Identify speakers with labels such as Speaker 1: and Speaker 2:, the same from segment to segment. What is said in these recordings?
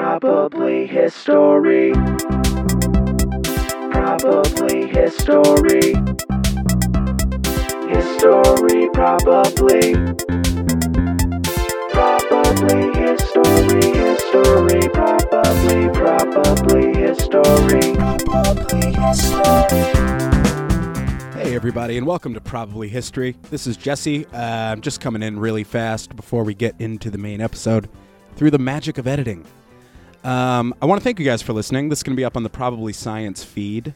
Speaker 1: Probably history. Probably history. History, probably. Probably history, history, probably, probably history. Probably history.
Speaker 2: Hey, everybody, and welcome to Probably History. This is Jesse. Uh, I'm just coming in really fast before we get into the main episode through the magic of editing. Um, I want to thank you guys for listening. This is going to be up on the Probably Science feed.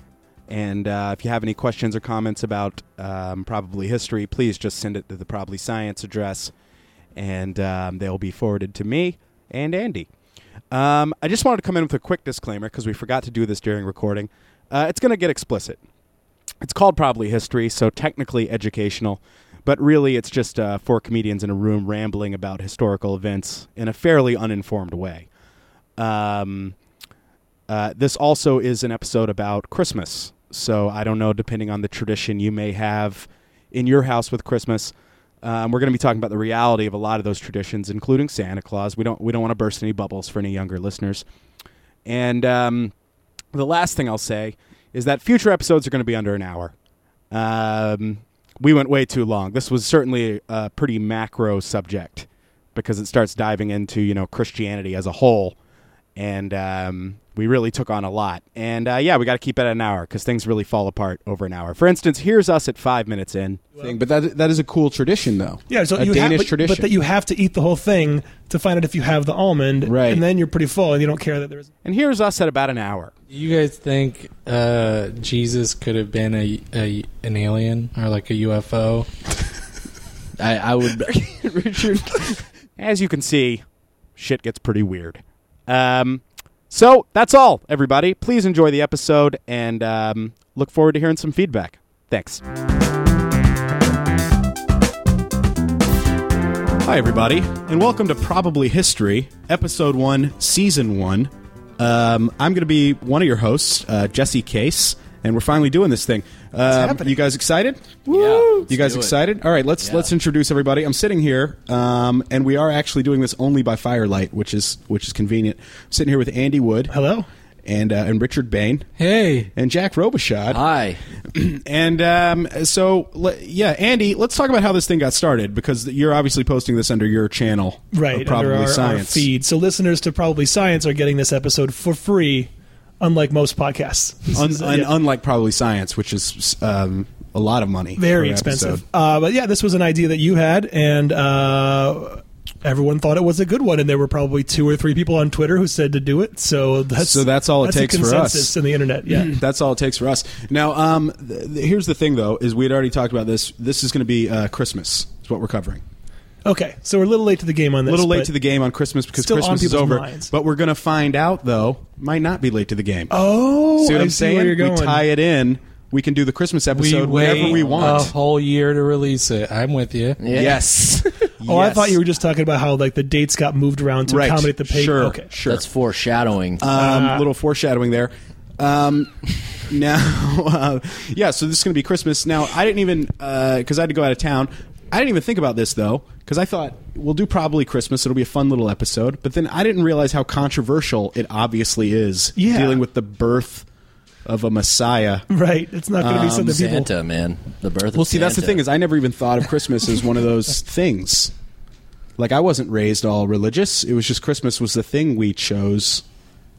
Speaker 2: And uh, if you have any questions or comments about um, Probably History, please just send it to the Probably Science address, and um, they'll be forwarded to me and Andy. Um, I just wanted to come in with a quick disclaimer because we forgot to do this during recording. Uh, it's going to get explicit it's called probably history, so technically educational, but really it's just uh, four comedians in a room rambling about historical events in a fairly uninformed way. Um, uh, this also is an episode about Christmas, so I don't know, depending on the tradition you may have in your house with Christmas. Um, we're going to be talking about the reality of a lot of those traditions, including Santa Claus. We don't we don't want to burst any bubbles for any younger listeners. And um, the last thing I'll say is that future episodes are going to be under an hour. Um, we went way too long. This was certainly a pretty macro subject because it starts diving into you know Christianity as a whole, and um, we really took on a lot. And uh, yeah, we got to keep it at an hour because things really fall apart over an hour. For instance, here's us at five minutes in.
Speaker 3: thing, but that that is a cool tradition though.
Speaker 4: Yeah, so
Speaker 3: a
Speaker 4: you
Speaker 3: Danish
Speaker 4: have, but,
Speaker 3: tradition.
Speaker 4: but that you have to eat the whole thing to find out if you have the almond,
Speaker 3: Right.
Speaker 4: And then you're pretty full, and you don't care that there is.
Speaker 2: And here's us at about an hour.
Speaker 5: You guys think uh, Jesus could have been a, a an alien or like a UFO?
Speaker 3: I, I would. Richard,
Speaker 2: as you can see, shit gets pretty weird. Um, so that's all, everybody. Please enjoy the episode and um, look forward to hearing some feedback. Thanks. Hi, everybody, and welcome to Probably History, Episode 1, Season 1. Um, I'm going to be one of your hosts, uh, Jesse Case, and we're finally doing this thing. Um, you guys excited?
Speaker 3: Woo!
Speaker 2: You guys
Speaker 3: do it.
Speaker 2: excited? All right, let's let's introduce everybody. I'm sitting here, um, and we are actually doing this only by firelight, which is which is convenient. I'm sitting here with Andy Wood.
Speaker 4: Hello.
Speaker 2: And uh, and Richard Bain
Speaker 5: Hey,
Speaker 2: and Jack Robichaud.
Speaker 3: hi.
Speaker 2: And um, so, le- yeah, Andy, let's talk about how this thing got started because you're obviously posting this under your channel, of
Speaker 4: Right,
Speaker 2: Probably
Speaker 4: under our, our
Speaker 2: science.
Speaker 4: feed. So listeners to Probably Science are getting this episode for free, unlike most podcasts. This
Speaker 2: Un-
Speaker 4: is, uh,
Speaker 2: un-
Speaker 4: yeah,
Speaker 2: Unlike probably science, which is um, a lot of money,
Speaker 4: very
Speaker 2: per
Speaker 4: expensive.
Speaker 2: episode.
Speaker 4: Uh, but yeah, this was an idea that you had, and uh, everyone thought it was a good one. And there were probably two or three people on Twitter who said to do it. So that's
Speaker 2: So that's all it
Speaker 4: that's a
Speaker 2: takes for us.
Speaker 4: consensus in the internet. Yeah.
Speaker 2: That's all it takes for us. Now, um, th- th- here's the thing, though, is we had already talked about this. This is going to be uh, Christmas. Is what we're covering.
Speaker 4: Okay, so we're a little late to the game on
Speaker 2: A
Speaker 4: this.
Speaker 2: little late
Speaker 4: but-
Speaker 2: to the game on Christmas because
Speaker 4: Still on
Speaker 2: Christmas is
Speaker 4: people's
Speaker 2: over.
Speaker 4: minds.
Speaker 2: But we're going to find out, though, might not be late to the game.
Speaker 4: Oh,
Speaker 2: see what
Speaker 4: I
Speaker 2: am saying?
Speaker 4: Where you're going.
Speaker 2: We tie it in. We can do the Christmas
Speaker 5: we
Speaker 2: episode
Speaker 5: wait
Speaker 2: whenever we
Speaker 5: a
Speaker 2: want.
Speaker 5: whole year to release it. I'm with you.
Speaker 2: Yes.
Speaker 4: Oh, I
Speaker 2: Yes.
Speaker 4: thought you were just talking about how like the dates got moved around to
Speaker 2: right.
Speaker 4: accommodate the pay.
Speaker 2: Sure.
Speaker 4: Okay.
Speaker 2: Sure.
Speaker 6: That's foreshadowing.
Speaker 2: um, little foreshadowing there. Um, now, uh, yeah, so this is going to be Christmas. Now, I didn't even, because I had to go out of town, I didn't even think about this, though, because I thought we'll do probably Christmas. It'll be a fun little episode. But then I didn't realize how controversial it obviously is
Speaker 4: Yeah.
Speaker 2: dealing with the birth of a Messiah.
Speaker 4: Right. It's not going to
Speaker 2: Um,
Speaker 4: be something people.
Speaker 6: Santa, man, the birth.
Speaker 2: Well,
Speaker 6: of
Speaker 2: see, that's the
Speaker 6: Santa.
Speaker 2: thing is I never even thought of Christmas as one of those things. Like, I wasn't raised all religious. It was just Christmas was the thing we chose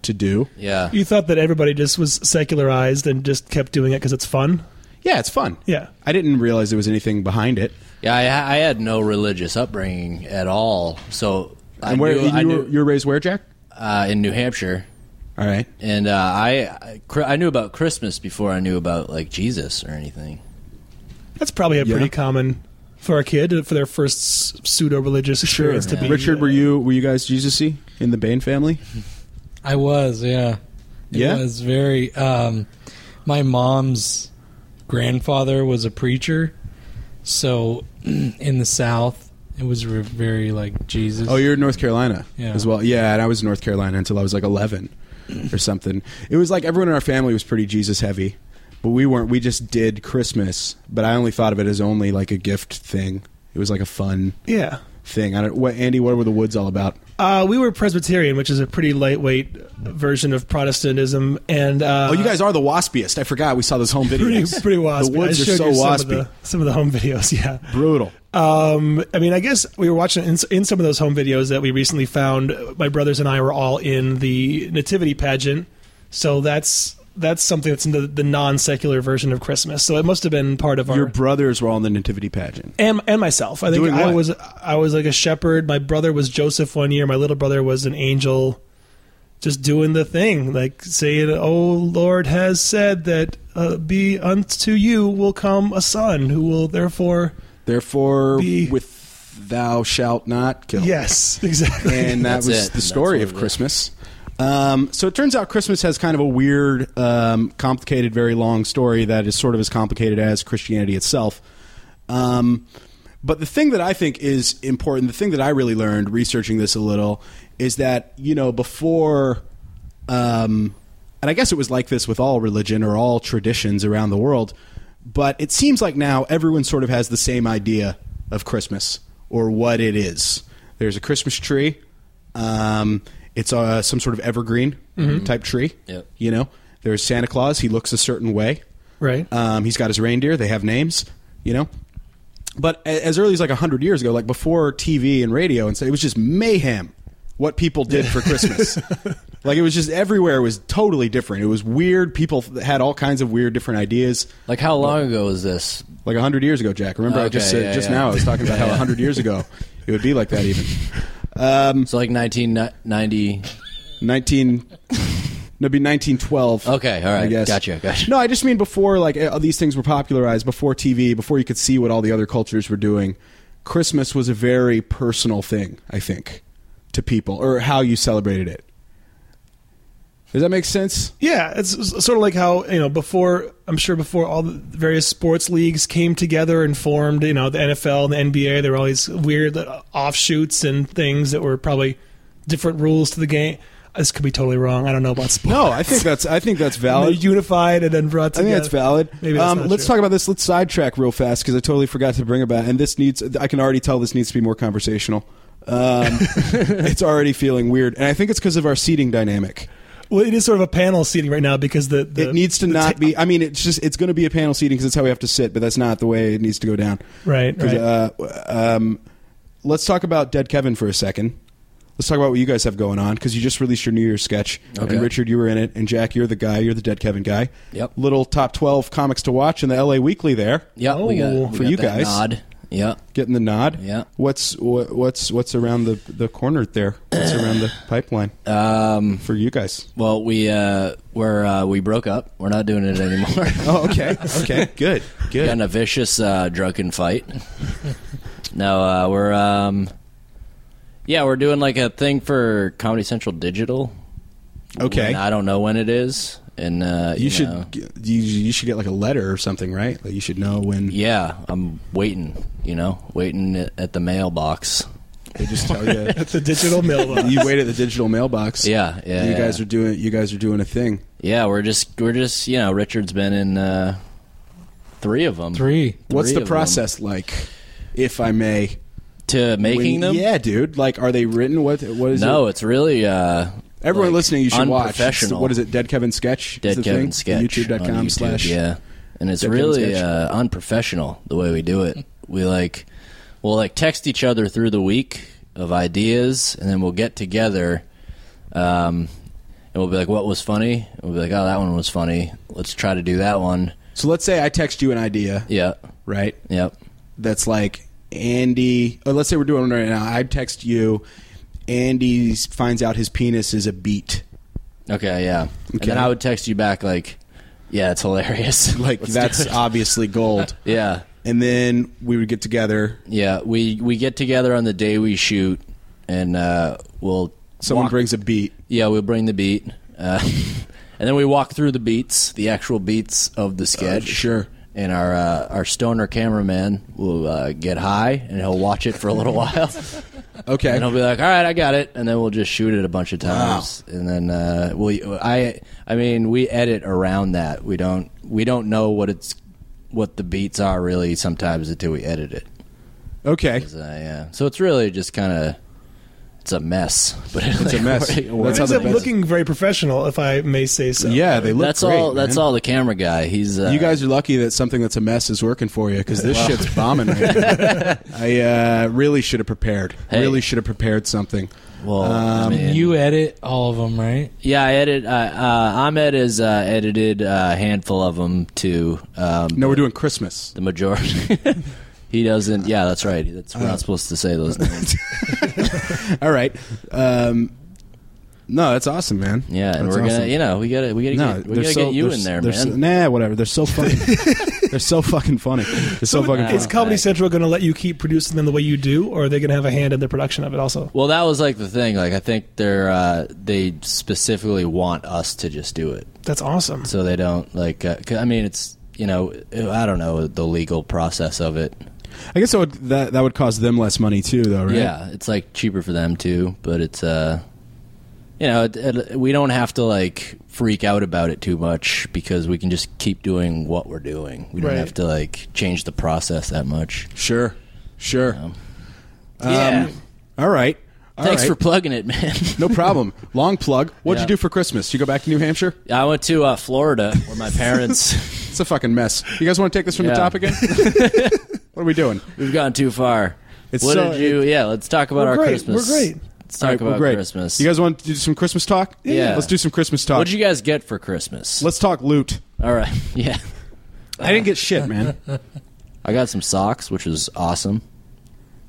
Speaker 2: to do.
Speaker 6: yeah,
Speaker 4: You thought that everybody just was secularized and just kept doing it because it's fun.
Speaker 2: Yeah, it's fun.
Speaker 4: Yeah.
Speaker 2: I didn't realize there was anything behind it.
Speaker 6: yeah. I, I had no religious upbringing at all, so I
Speaker 2: And where
Speaker 6: knew,
Speaker 2: you, were,
Speaker 6: I knew
Speaker 2: you were raised where, Jack?
Speaker 6: uh, in New Hampshire,
Speaker 2: All right.
Speaker 6: and uh, I I- I knew about Christmas before I knew about like Jesus or anything.
Speaker 4: That's probably a
Speaker 2: Yeah.
Speaker 4: pretty common for a kid for their first pseudo religious experience to be. uh,
Speaker 2: Richard, were you were you guys Jesusy in the Bain family?
Speaker 5: I was, yeah. It
Speaker 2: Yeah?
Speaker 5: was very. Um, my mom's grandfather was a preacher, so in the South, it was re- very like Jesus.
Speaker 2: Oh, you're in North Carolina
Speaker 5: Yeah.
Speaker 2: as well. Yeah, and I was in North Carolina until I was like 11 or something. It was like everyone in our family was pretty Jesus heavy, but we weren't. We just did Christmas, but I only thought of it as only like a gift thing. It was like a fun
Speaker 4: Yeah.
Speaker 2: thing. I don't, what Andy, what were the woods all about?
Speaker 4: Uh, we were Presbyterian, which is a pretty lightweight version of Protestantism, and uh,
Speaker 2: Oh, you guys are the waspiest. I forgot we saw those home
Speaker 4: pretty
Speaker 2: videos.
Speaker 4: pretty waspy.
Speaker 2: The woods
Speaker 4: I
Speaker 2: are
Speaker 4: showed
Speaker 2: so
Speaker 4: you some
Speaker 2: waspy.
Speaker 4: Of the, some of the home videos, yeah.
Speaker 2: Brutal.
Speaker 4: Um, I mean, I guess we were watching in, in some of those home videos that we recently found. My brothers and I were all in the nativity pageant, so that's that's something that's in the, the non secular version of Christmas. So it must have been part of our
Speaker 2: Your brothers were all in the nativity pageant.
Speaker 4: and and myself. I think
Speaker 2: Doing
Speaker 4: I
Speaker 2: what?
Speaker 4: was I was like a shepherd. My brother was Joseph one year. My little brother was an angel, just doing the thing, like saying, "Oh Lord has said that uh, be unto you will come a son who will therefore."
Speaker 2: Therefore,
Speaker 4: Be-
Speaker 2: with thou shalt not kill.
Speaker 4: Yes, exactly.
Speaker 2: and that
Speaker 6: That's
Speaker 2: was
Speaker 6: it.
Speaker 2: the
Speaker 6: That's
Speaker 2: story
Speaker 6: what
Speaker 2: of
Speaker 6: it is.
Speaker 2: Christmas. Um, so it turns out Christmas has kind of a weird, um, complicated, very long story that is sort of as complicated as Christianity itself. Um, but the thing that I think is important, the thing that I really learned researching this a little, is that you know before, um, and I guess it was like this with all religion or all traditions around the world, but it seems like now everyone sort of has the same idea of Christmas or what it is. There's a Christmas tree. Um, it's uh, some sort of evergreen type tree.
Speaker 6: Yep.
Speaker 2: You know, there's Santa Claus. He looks a certain way.
Speaker 4: right.
Speaker 2: Um, he's got his reindeer. They have names, you know. But a- as early as like hundred years ago, like before TV and radio, and so it was just mayhem. What people did for Christmas, like it was just everywhere was totally different. It was weird. People f- had all kinds of weird, different ideas.
Speaker 6: Like how long ago was this?
Speaker 2: Like hundred years ago, Jack. Remember, I
Speaker 6: Okay,
Speaker 2: just said
Speaker 6: yeah,
Speaker 2: just
Speaker 6: yeah.
Speaker 2: now I was talking about how hundred years ago it would be like that. Even
Speaker 6: So like 1990.
Speaker 2: nineteen, no, it'd be nineteen twelve.
Speaker 6: Okay, all
Speaker 2: I
Speaker 6: right.
Speaker 2: guess.
Speaker 6: Gotcha, gotcha.
Speaker 2: No, I just mean before like eh, these things were popularized, before TV, before you could see what all the other cultures were doing. Christmas was a very personal thing, I think, to people or how you celebrated it. Does that make sense?
Speaker 4: Yeah, it's s- sort of like how you know before. I'm sure before all the various sports leagues came together and formed, you know, the NFL and the NBA. There were all these weird uh, offshoots and things that were probably different rules to the game. This could be totally wrong. I don't know about sports.
Speaker 2: No, I think that's I think that's
Speaker 4: And
Speaker 2: valid.
Speaker 4: they unified and then brought
Speaker 2: I
Speaker 4: together.
Speaker 2: think that's valid.
Speaker 4: Maybe that's
Speaker 2: um,
Speaker 4: not
Speaker 2: let's
Speaker 4: true.
Speaker 2: talk about this. Let's sidetrack real fast because I totally forgot to bring about. And this needs. I can already tell this needs to be more conversational. Um, it's already feeling weird, and I think it's because of our seating dynamic.
Speaker 4: Well, it is sort of a panel seating right now because the, the
Speaker 2: it needs to
Speaker 4: the
Speaker 2: not
Speaker 4: ta-
Speaker 2: be. I mean, it's just it's going to be a panel seating because that's how we have to sit, but that's not the way it needs to go down.
Speaker 4: Right,
Speaker 2: 'Cause,
Speaker 4: right.
Speaker 2: Uh, w- um, let's talk about Dead Kevin for a second. Let's talk about what you guys have going on because you just released your New Year's sketch,
Speaker 6: Okay.
Speaker 2: and Richard, you were in it, and Jack, you're the guy, you're the Dead Kevin guy.
Speaker 6: Yep.
Speaker 2: Little top twelve comics to watch in the L.A. Weekly there.
Speaker 6: Yeah, we got,
Speaker 4: Oh,
Speaker 6: we
Speaker 2: for
Speaker 6: got
Speaker 2: you
Speaker 6: that
Speaker 2: guys.
Speaker 6: Nod. Yeah.
Speaker 2: Getting the nod.
Speaker 6: Yeah.
Speaker 2: What's wha- what's what's around the the corner there? What's around the pipeline
Speaker 6: Um,
Speaker 2: for you guys?
Speaker 6: well, we uh, we're uh, we broke up. We're not doing it anymore.
Speaker 2: Oh, okay, okay, good,
Speaker 6: We got
Speaker 2: good.
Speaker 6: in a vicious uh, drunken fight. no, uh, we're um, yeah, we're doing like a thing for Comedy Central Digital.
Speaker 2: Okay.
Speaker 6: When- I don't know when it is, and uh,
Speaker 2: You
Speaker 6: know,
Speaker 2: should g you, you should get like a letter or something, right? Like you should know when
Speaker 6: yeah, I'm waiting. You know, waiting at at the mailbox.
Speaker 2: they just tell you.
Speaker 4: at the digital mailbox.
Speaker 2: you wait at the digital mailbox.
Speaker 6: Yeah, yeah.
Speaker 2: you
Speaker 6: yeah.
Speaker 2: guys are doing you guys are doing a thing.
Speaker 6: Yeah, we're just we're just you know Richard's been in uh, three of them.
Speaker 5: Three.
Speaker 2: What's
Speaker 6: Three
Speaker 2: the
Speaker 6: of them.
Speaker 2: process like, if I may?
Speaker 6: to making
Speaker 2: When-
Speaker 6: them?
Speaker 2: Yeah, dude. Like, are they written? What what is
Speaker 6: No,
Speaker 2: it?
Speaker 6: it's really uh
Speaker 2: Everyone
Speaker 6: like,
Speaker 2: listening, you should watch. It's the-
Speaker 6: unprofessional.
Speaker 2: What is it? Dead Kevin sketch. is
Speaker 6: Dead
Speaker 2: the
Speaker 6: Kevin
Speaker 2: thing?
Speaker 6: sketch. on
Speaker 2: YouTube.com
Speaker 6: YouTube,
Speaker 2: slash.
Speaker 6: yeah, and it's
Speaker 2: Dead Kevin
Speaker 6: really
Speaker 2: sketch.
Speaker 6: uh, unprofessional the way we do it. We like we'll like text each other through the week of ideas, and then we'll get together, um, and we'll be like, "What was funny?" And we'll be like, "Oh, that one was funny. Let's try to do that one."
Speaker 2: So let's say I text you an idea,
Speaker 6: Yeah,
Speaker 2: right?
Speaker 6: yep,
Speaker 2: that's like Andy. oh, let's say we're doing one right now. I text you. Andy finds out his penis is a beat.
Speaker 6: okay, yeah. And then
Speaker 2: Okay.
Speaker 6: I would text you back like, "Yeah, it's hilarious."
Speaker 2: Like
Speaker 6: Let's do
Speaker 2: that's
Speaker 6: it.
Speaker 2: obviously gold.
Speaker 6: yeah.
Speaker 2: And then we would get together.
Speaker 6: Yeah, we we get together on the day we shoot, and uh, we'll
Speaker 2: Someone
Speaker 6: walk-
Speaker 2: brings a beat.
Speaker 6: Yeah, we'll bring the beat, uh, and then we walk through the beats, the actual beats of the sketch.
Speaker 2: Oh, sure.
Speaker 6: And our uh, our stoner cameraman will uh, get high, and he'll watch it for a little while,
Speaker 2: Okay.
Speaker 6: and he'll be like, "All right, I got it," and then we'll just shoot it a bunch of times, and then uh, we I I mean we edit around that. We don't we don't know what it's what the beats are really sometimes until we edit it. uh,
Speaker 2: Okay.
Speaker 6: So, yeah. So it's really just kind of It's a mess, but it's
Speaker 2: a mess. That's
Speaker 4: It
Speaker 2: how
Speaker 4: ends
Speaker 2: the
Speaker 4: up
Speaker 2: best-
Speaker 4: looking very professional, if I may say so.
Speaker 2: yeah, they look
Speaker 6: that's
Speaker 2: great,
Speaker 6: all. That's
Speaker 2: man.
Speaker 6: all the camera guy. He's uh,
Speaker 2: You guys are lucky that something that's a mess is working for you because this shit's bombing right now. I uh, really should have prepared.
Speaker 6: Hey.
Speaker 2: Really should have prepared something.
Speaker 6: Well, I
Speaker 2: um,
Speaker 6: mean-
Speaker 5: You edit all of them, right?
Speaker 6: Yeah, I edit. Uh, uh, Ahmed has uh, edited a handful of them too. Um,
Speaker 2: No, we're doing Christmas.
Speaker 6: the majority. he doesn't. Yeah, that's right. That's
Speaker 2: Uh,
Speaker 6: we're not supposed to say those names.
Speaker 2: All right. Um, no, that's awesome, man.
Speaker 6: Yeah, and
Speaker 2: That's
Speaker 6: we're
Speaker 2: awesome.
Speaker 6: gonna. You know, we gotta. We gotta. get, we
Speaker 2: they're
Speaker 6: gotta
Speaker 2: so-
Speaker 6: get you
Speaker 2: they're
Speaker 6: in
Speaker 2: s-
Speaker 6: there,
Speaker 2: they're
Speaker 6: man.
Speaker 2: s- nah, whatever. They're so fucking. they're so fucking funny. They're so,
Speaker 4: So,
Speaker 2: fucking.
Speaker 4: is
Speaker 2: funny.
Speaker 4: Comedy
Speaker 6: Right.
Speaker 4: Central going to let you keep producing them the way you do, or are they going to have a hand in the production of it also?
Speaker 6: well, that was like the thing. Like, I think they're uh, they specifically want us to just do it,
Speaker 4: That's awesome.
Speaker 6: so they don't like. Uh, 'cause, I mean, it's you know, I don't know the legal process of it.
Speaker 2: I guess that would, that that would cost them less money too, though, right?
Speaker 6: Yeah, it's like cheaper for them too, but it's uh, you know, it, it, we don't have to like freak out about it too much because we can just keep doing what we're doing. We don't
Speaker 4: Right.
Speaker 6: have to like change the process that much.
Speaker 2: Sure. Sure.
Speaker 6: yeah.
Speaker 2: All right. All
Speaker 6: Thanks
Speaker 2: right.
Speaker 6: for plugging it, man.
Speaker 2: No problem. Long plug. What'd
Speaker 6: Yeah.
Speaker 2: you do for Christmas? You go back to New Hampshire?
Speaker 6: I went to uh, Florida where my parents.
Speaker 2: It's a fucking mess. You guys want to take this from
Speaker 6: Yeah.
Speaker 2: the top again? what are we doing?
Speaker 6: we've gone too far.
Speaker 2: It's
Speaker 6: what
Speaker 2: so-
Speaker 6: did you? Yeah, let's talk about
Speaker 4: We're
Speaker 6: our
Speaker 4: great,
Speaker 6: Christmas.
Speaker 4: we're great.
Speaker 6: Let's talk
Speaker 2: All right, well,
Speaker 6: about
Speaker 2: great.
Speaker 6: Christmas.
Speaker 2: You guys want to do some Christmas talk?
Speaker 6: Yeah.
Speaker 2: Let's do some Christmas talk.
Speaker 6: What'd you guys get for Christmas?
Speaker 2: Let's talk loot.
Speaker 6: All right. Yeah.
Speaker 2: I didn't get shit, man.
Speaker 6: I got some socks, which was awesome.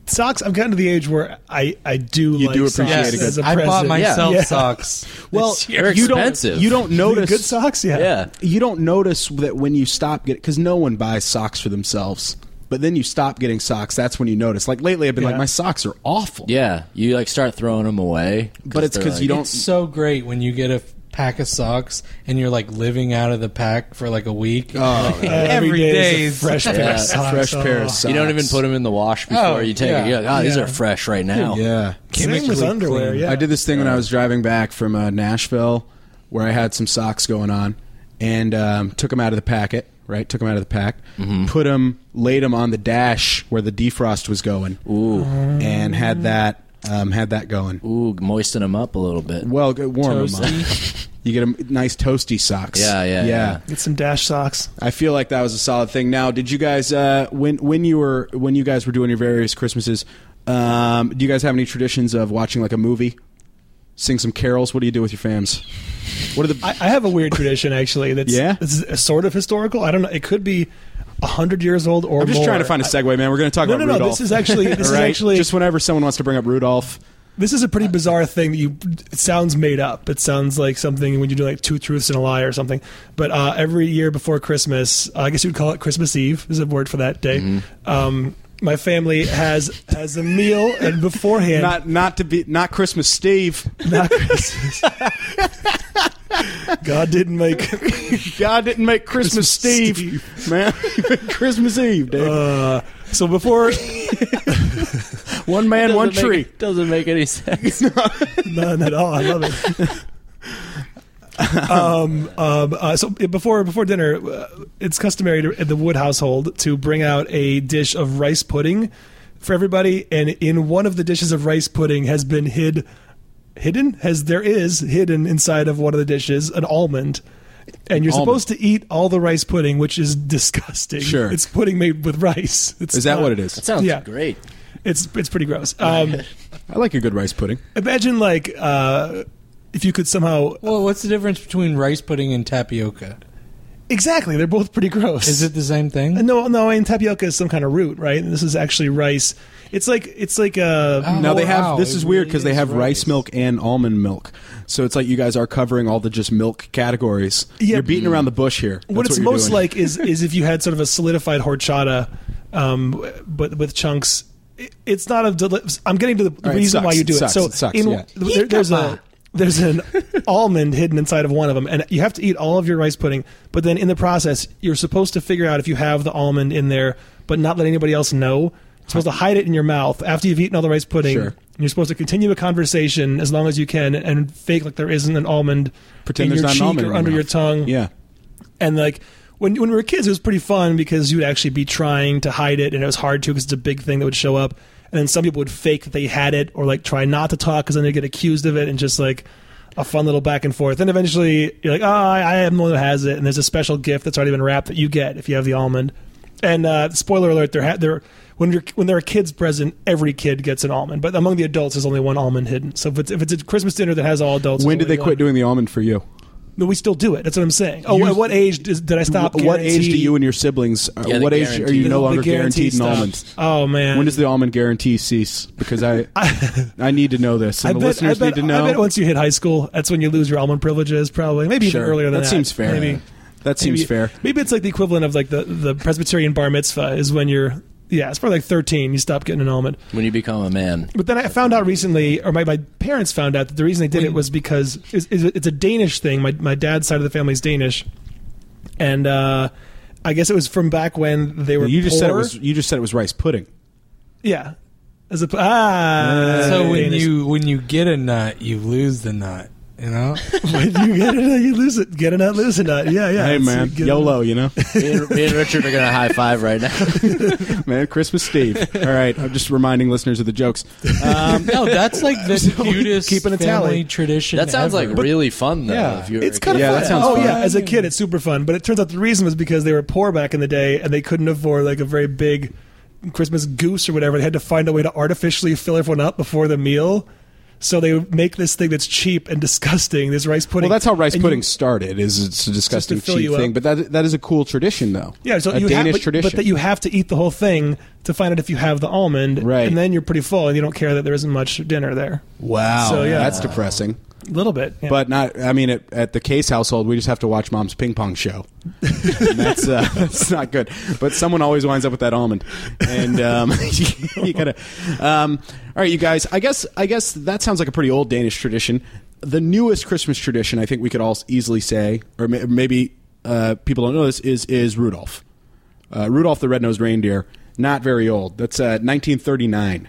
Speaker 4: Socks. I've gotten to the age where I I do
Speaker 2: You
Speaker 4: like
Speaker 2: do appreciate
Speaker 4: socks
Speaker 2: a good-
Speaker 4: as a
Speaker 5: I bought
Speaker 4: present.
Speaker 5: myself
Speaker 4: Yeah.
Speaker 5: socks.
Speaker 2: well,
Speaker 6: They're
Speaker 2: you
Speaker 6: expensive.
Speaker 2: don't you don't notice
Speaker 4: good socks. Yeah.
Speaker 6: Yeah.
Speaker 2: you don't notice that when you stop getting because no one buys socks for themselves. But then you stop getting socks. That's when you notice. Like lately, I've been like,
Speaker 4: Yeah.
Speaker 2: my socks are awful.
Speaker 6: Yeah, you like start throwing them away,
Speaker 2: but it's
Speaker 6: they're,
Speaker 2: because you
Speaker 6: like-
Speaker 2: don't.
Speaker 5: It's so great when you get a f- pack of socks and you're like living out of the pack for like a week.
Speaker 2: Oh,
Speaker 4: Uh,
Speaker 5: Every
Speaker 4: every day is
Speaker 5: day's-
Speaker 4: a fresh pair
Speaker 6: Yeah.
Speaker 4: of socks.
Speaker 2: fresh
Speaker 4: Oh.
Speaker 2: pair of socks.
Speaker 6: You don't even put them in the wash before
Speaker 5: Oh,
Speaker 6: you take
Speaker 5: yeah.
Speaker 6: it. You're like, oh, these
Speaker 4: Yeah.
Speaker 6: are fresh right now.
Speaker 2: Yeah.
Speaker 4: Same with
Speaker 5: Chemically
Speaker 4: underwear.
Speaker 5: clean.
Speaker 4: Yeah.
Speaker 2: I did this thing when I was driving back from uh, Nashville, where I had some socks going on, and um, took them out of the packet. Right, took them out of the pack,
Speaker 6: Mm-hmm.
Speaker 2: put them, laid them on the dash where the defrost was going,
Speaker 6: Ooh,
Speaker 2: and had that um, had that going.
Speaker 6: ooh, moisten them up a little bit.
Speaker 2: Well, g- warm them
Speaker 5: Toasty.
Speaker 2: up. You get 'em nice toasty socks.
Speaker 6: Yeah, yeah, yeah.
Speaker 4: Get some dash socks.
Speaker 2: I feel like that was a solid thing. Now, did you guys uh, when when you were when you guys were doing your various Christmases? Um, do you guys have any traditions of watching like a movie, sing some carols? What do you do with your fams? What are the
Speaker 4: I, I have a weird tradition actually. That's
Speaker 2: Yeah?
Speaker 4: This is sort of historical. I don't know. It could be hundred years old or
Speaker 2: I'm just
Speaker 4: more.
Speaker 2: trying to find a segue, man. We're going to talk
Speaker 4: No,
Speaker 2: about
Speaker 4: no, no.
Speaker 2: Rudolph.
Speaker 4: This is actually this is
Speaker 2: All right?
Speaker 4: actually
Speaker 2: just whenever someone wants to bring up Rudolph.
Speaker 4: This is a pretty bizarre thing that you. It sounds made up. It sounds like something when you do like two truths and a lie or something. But uh, every year before Christmas, I guess you'd call it Christmas Eve. Is a word for that day. Um, my family has has a meal and beforehand,
Speaker 2: Not not to be not Christmas Steve.
Speaker 4: not Christmas. God didn't make
Speaker 2: God didn't make Christmas, Steve, man. Christmas Eve, dude.
Speaker 4: Uh, so before
Speaker 2: one man, one
Speaker 6: Doesn't
Speaker 2: tree.
Speaker 6: make- doesn't make any sense.
Speaker 4: None at all. I love it. um, um, uh, so before before dinner, uh, it's customary to, in the Wood household to bring out a dish of rice pudding for everybody, and in one of the dishes of rice pudding has been hid, hidden has there is hidden inside of one of the dishes an almond. And you're
Speaker 2: Almond.
Speaker 4: supposed to eat all the rice pudding, which is disgusting.
Speaker 2: Sure.
Speaker 4: it's pudding made with rice. It's
Speaker 2: Is that
Speaker 4: not-
Speaker 2: what it is?
Speaker 6: That sounds
Speaker 4: Yeah.
Speaker 6: great.
Speaker 4: It's it's pretty gross. Um,
Speaker 2: I like a good rice pudding.
Speaker 4: imagine like uh, if you could somehow
Speaker 5: Well, what's the difference between rice pudding and tapioca?
Speaker 4: Exactly. They're both pretty gross.
Speaker 5: Is it the same thing?
Speaker 4: No, no. And tapioca is some kind of root, right? And this is actually rice. It's like it's like uh, a
Speaker 5: Oh.
Speaker 2: Now they have
Speaker 5: wow.
Speaker 2: this
Speaker 5: It
Speaker 2: is weird
Speaker 5: really
Speaker 2: because they
Speaker 5: is
Speaker 2: have rice
Speaker 5: rice.
Speaker 2: milk and almond milk, so it's like you guys are covering all the just milk categories.
Speaker 4: Yeah.
Speaker 2: You're beating around the bush here. That's
Speaker 4: what it's
Speaker 2: you're
Speaker 4: most
Speaker 2: doing.
Speaker 4: like is is if you had sort of a solidified horchata, um, but with chunks. It- It's not a. Deli- I'm getting to the, the
Speaker 2: All right,
Speaker 4: reason
Speaker 2: sucks,
Speaker 4: why you do
Speaker 2: it
Speaker 4: it.
Speaker 2: sucks,
Speaker 4: so
Speaker 2: it sucks,
Speaker 4: in,
Speaker 2: yeah.
Speaker 4: there- there's
Speaker 5: Yeekapa.
Speaker 4: a there's an almond hidden inside of one of them, and you have to eat all of your rice pudding. But then in the process, you're supposed to figure out if you have the almond in there, but not let anybody else know. You're supposed to hide it in your mouth after you've eaten all the rice pudding.
Speaker 2: Sure.
Speaker 4: And You're supposed to continue a conversation as long as you can and fake like there isn't an almond
Speaker 2: Pretend
Speaker 4: in
Speaker 2: there's
Speaker 4: your
Speaker 2: not an almond
Speaker 4: cheek or
Speaker 2: in your
Speaker 4: under your
Speaker 2: mouth.
Speaker 4: tongue
Speaker 2: yeah.
Speaker 4: and like when when we were kids, it was pretty fun because you would actually be trying to hide it, and it was hard to because it's a big thing that would show up. And then some people would fake that they had it or like try not to talk because then they get accused of it and just like a fun little back and forth. And eventually you're like, oh, I, I am the one that has it. And there's a special gift that's already been wrapped that you get if you have the almond. And uh, spoiler alert, there ha- there when you're when there are kids present, every kid gets an almond. But among the adults, there's only one almond hidden. So if it's if it's a Christmas dinner that has all adults,
Speaker 2: When
Speaker 4: there's
Speaker 2: did they
Speaker 4: only
Speaker 2: quit
Speaker 4: one.
Speaker 2: doing the almond for you?
Speaker 4: No, we still do it. That's what I'm saying. Oh,
Speaker 2: You-
Speaker 4: at what age does, did I stop?
Speaker 2: Wh- what age do
Speaker 4: guarantee-
Speaker 2: you and your siblings? uh,
Speaker 6: Yeah, the
Speaker 2: what age are
Speaker 6: guarantee.
Speaker 2: you no
Speaker 4: The
Speaker 2: longer
Speaker 4: guarantee
Speaker 2: guaranteed an
Speaker 4: stuff.
Speaker 2: almond?
Speaker 4: Oh man,
Speaker 2: When does the almond guarantee cease? Because I, I need to know this, and
Speaker 4: I
Speaker 2: the
Speaker 4: bet,
Speaker 2: listeners
Speaker 4: I bet,
Speaker 2: need to know.
Speaker 4: I bet once you hit high school, that's when you lose your almond privileges. Probably, maybe
Speaker 2: Sure.
Speaker 4: even earlier than that.
Speaker 2: That seems fair.
Speaker 4: Maybe,
Speaker 2: that seems
Speaker 4: maybe-
Speaker 2: fair.
Speaker 4: Maybe it's like the equivalent of like the the Presbyterian bar mitzvah is when you're yeah, it's probably like 13. You stop getting an almond.
Speaker 6: when you become a man.
Speaker 4: But then I found out recently, or my, my parents found out that the reason they did it was because it's, it's it's a Danish thing. My, my dad's side of the family is Danish. And uh, I guess it was from back when they were
Speaker 2: You just said it
Speaker 4: poor.
Speaker 2: was. You just said it was rice pudding.
Speaker 4: Yeah. As a, ah.
Speaker 5: So when
Speaker 4: Danish.
Speaker 5: you when you get a nut, you lose the nut. You know,
Speaker 4: when you get it, you lose it. Get it, not lose it. Not. Yeah, yeah.
Speaker 2: hey
Speaker 4: It's-
Speaker 2: man,
Speaker 4: get it.
Speaker 2: YOLO, you know,
Speaker 6: Me and, me and Richard are gonna high five right now.
Speaker 2: man, Christmas Steve. All right, I'm just reminding listeners of the jokes. Um,
Speaker 5: no, that's like the cutest
Speaker 4: keeping a tally.
Speaker 5: family tradition.
Speaker 6: That sounds
Speaker 5: ever.
Speaker 6: like really fun though.
Speaker 2: Yeah.
Speaker 6: if you were
Speaker 4: It's
Speaker 6: a
Speaker 4: kind of
Speaker 6: kid.
Speaker 2: Yeah,
Speaker 4: fun.
Speaker 2: that sounds
Speaker 4: oh
Speaker 2: fun.
Speaker 4: yeah, as a kid, it's super fun. But it turns out the reason was because they were poor back in the day and they couldn't afford like a very big Christmas goose or whatever. They had to find a way to artificially fill everyone up before the meal. So they would make this thing that's cheap and disgusting. This rice pudding.
Speaker 2: well, that's how rice
Speaker 4: And you-
Speaker 2: pudding started. Is it's a disgusting
Speaker 4: fill
Speaker 2: cheap
Speaker 4: you up.
Speaker 2: thing, but that that is a cool tradition though.
Speaker 4: yeah, so
Speaker 2: a
Speaker 4: you have,
Speaker 2: Danish
Speaker 4: but,
Speaker 2: tradition.
Speaker 4: but that you have to eat the whole thing to find out if you have the almond,
Speaker 2: Right.
Speaker 4: And then you're pretty full, and you don't care that there isn't much dinner there.
Speaker 2: wow,
Speaker 4: So, yeah.
Speaker 2: that's depressing.
Speaker 4: A little bit, yeah.
Speaker 2: But not. I mean, at, at the Case household, we just have to watch Mom's ping pong show. And that's uh, that's not good. But someone always winds up with that almond, and um, you, gotta. Um, all right, you guys. I guess I guess that sounds like a pretty old Danish tradition. The newest Christmas tradition, I think we could all easily say, or ma- maybe uh, people don't know this, is is Rudolph. Uh, Rudolph the Red-Nosed Reindeer. Not very old. That's uh, 1939. is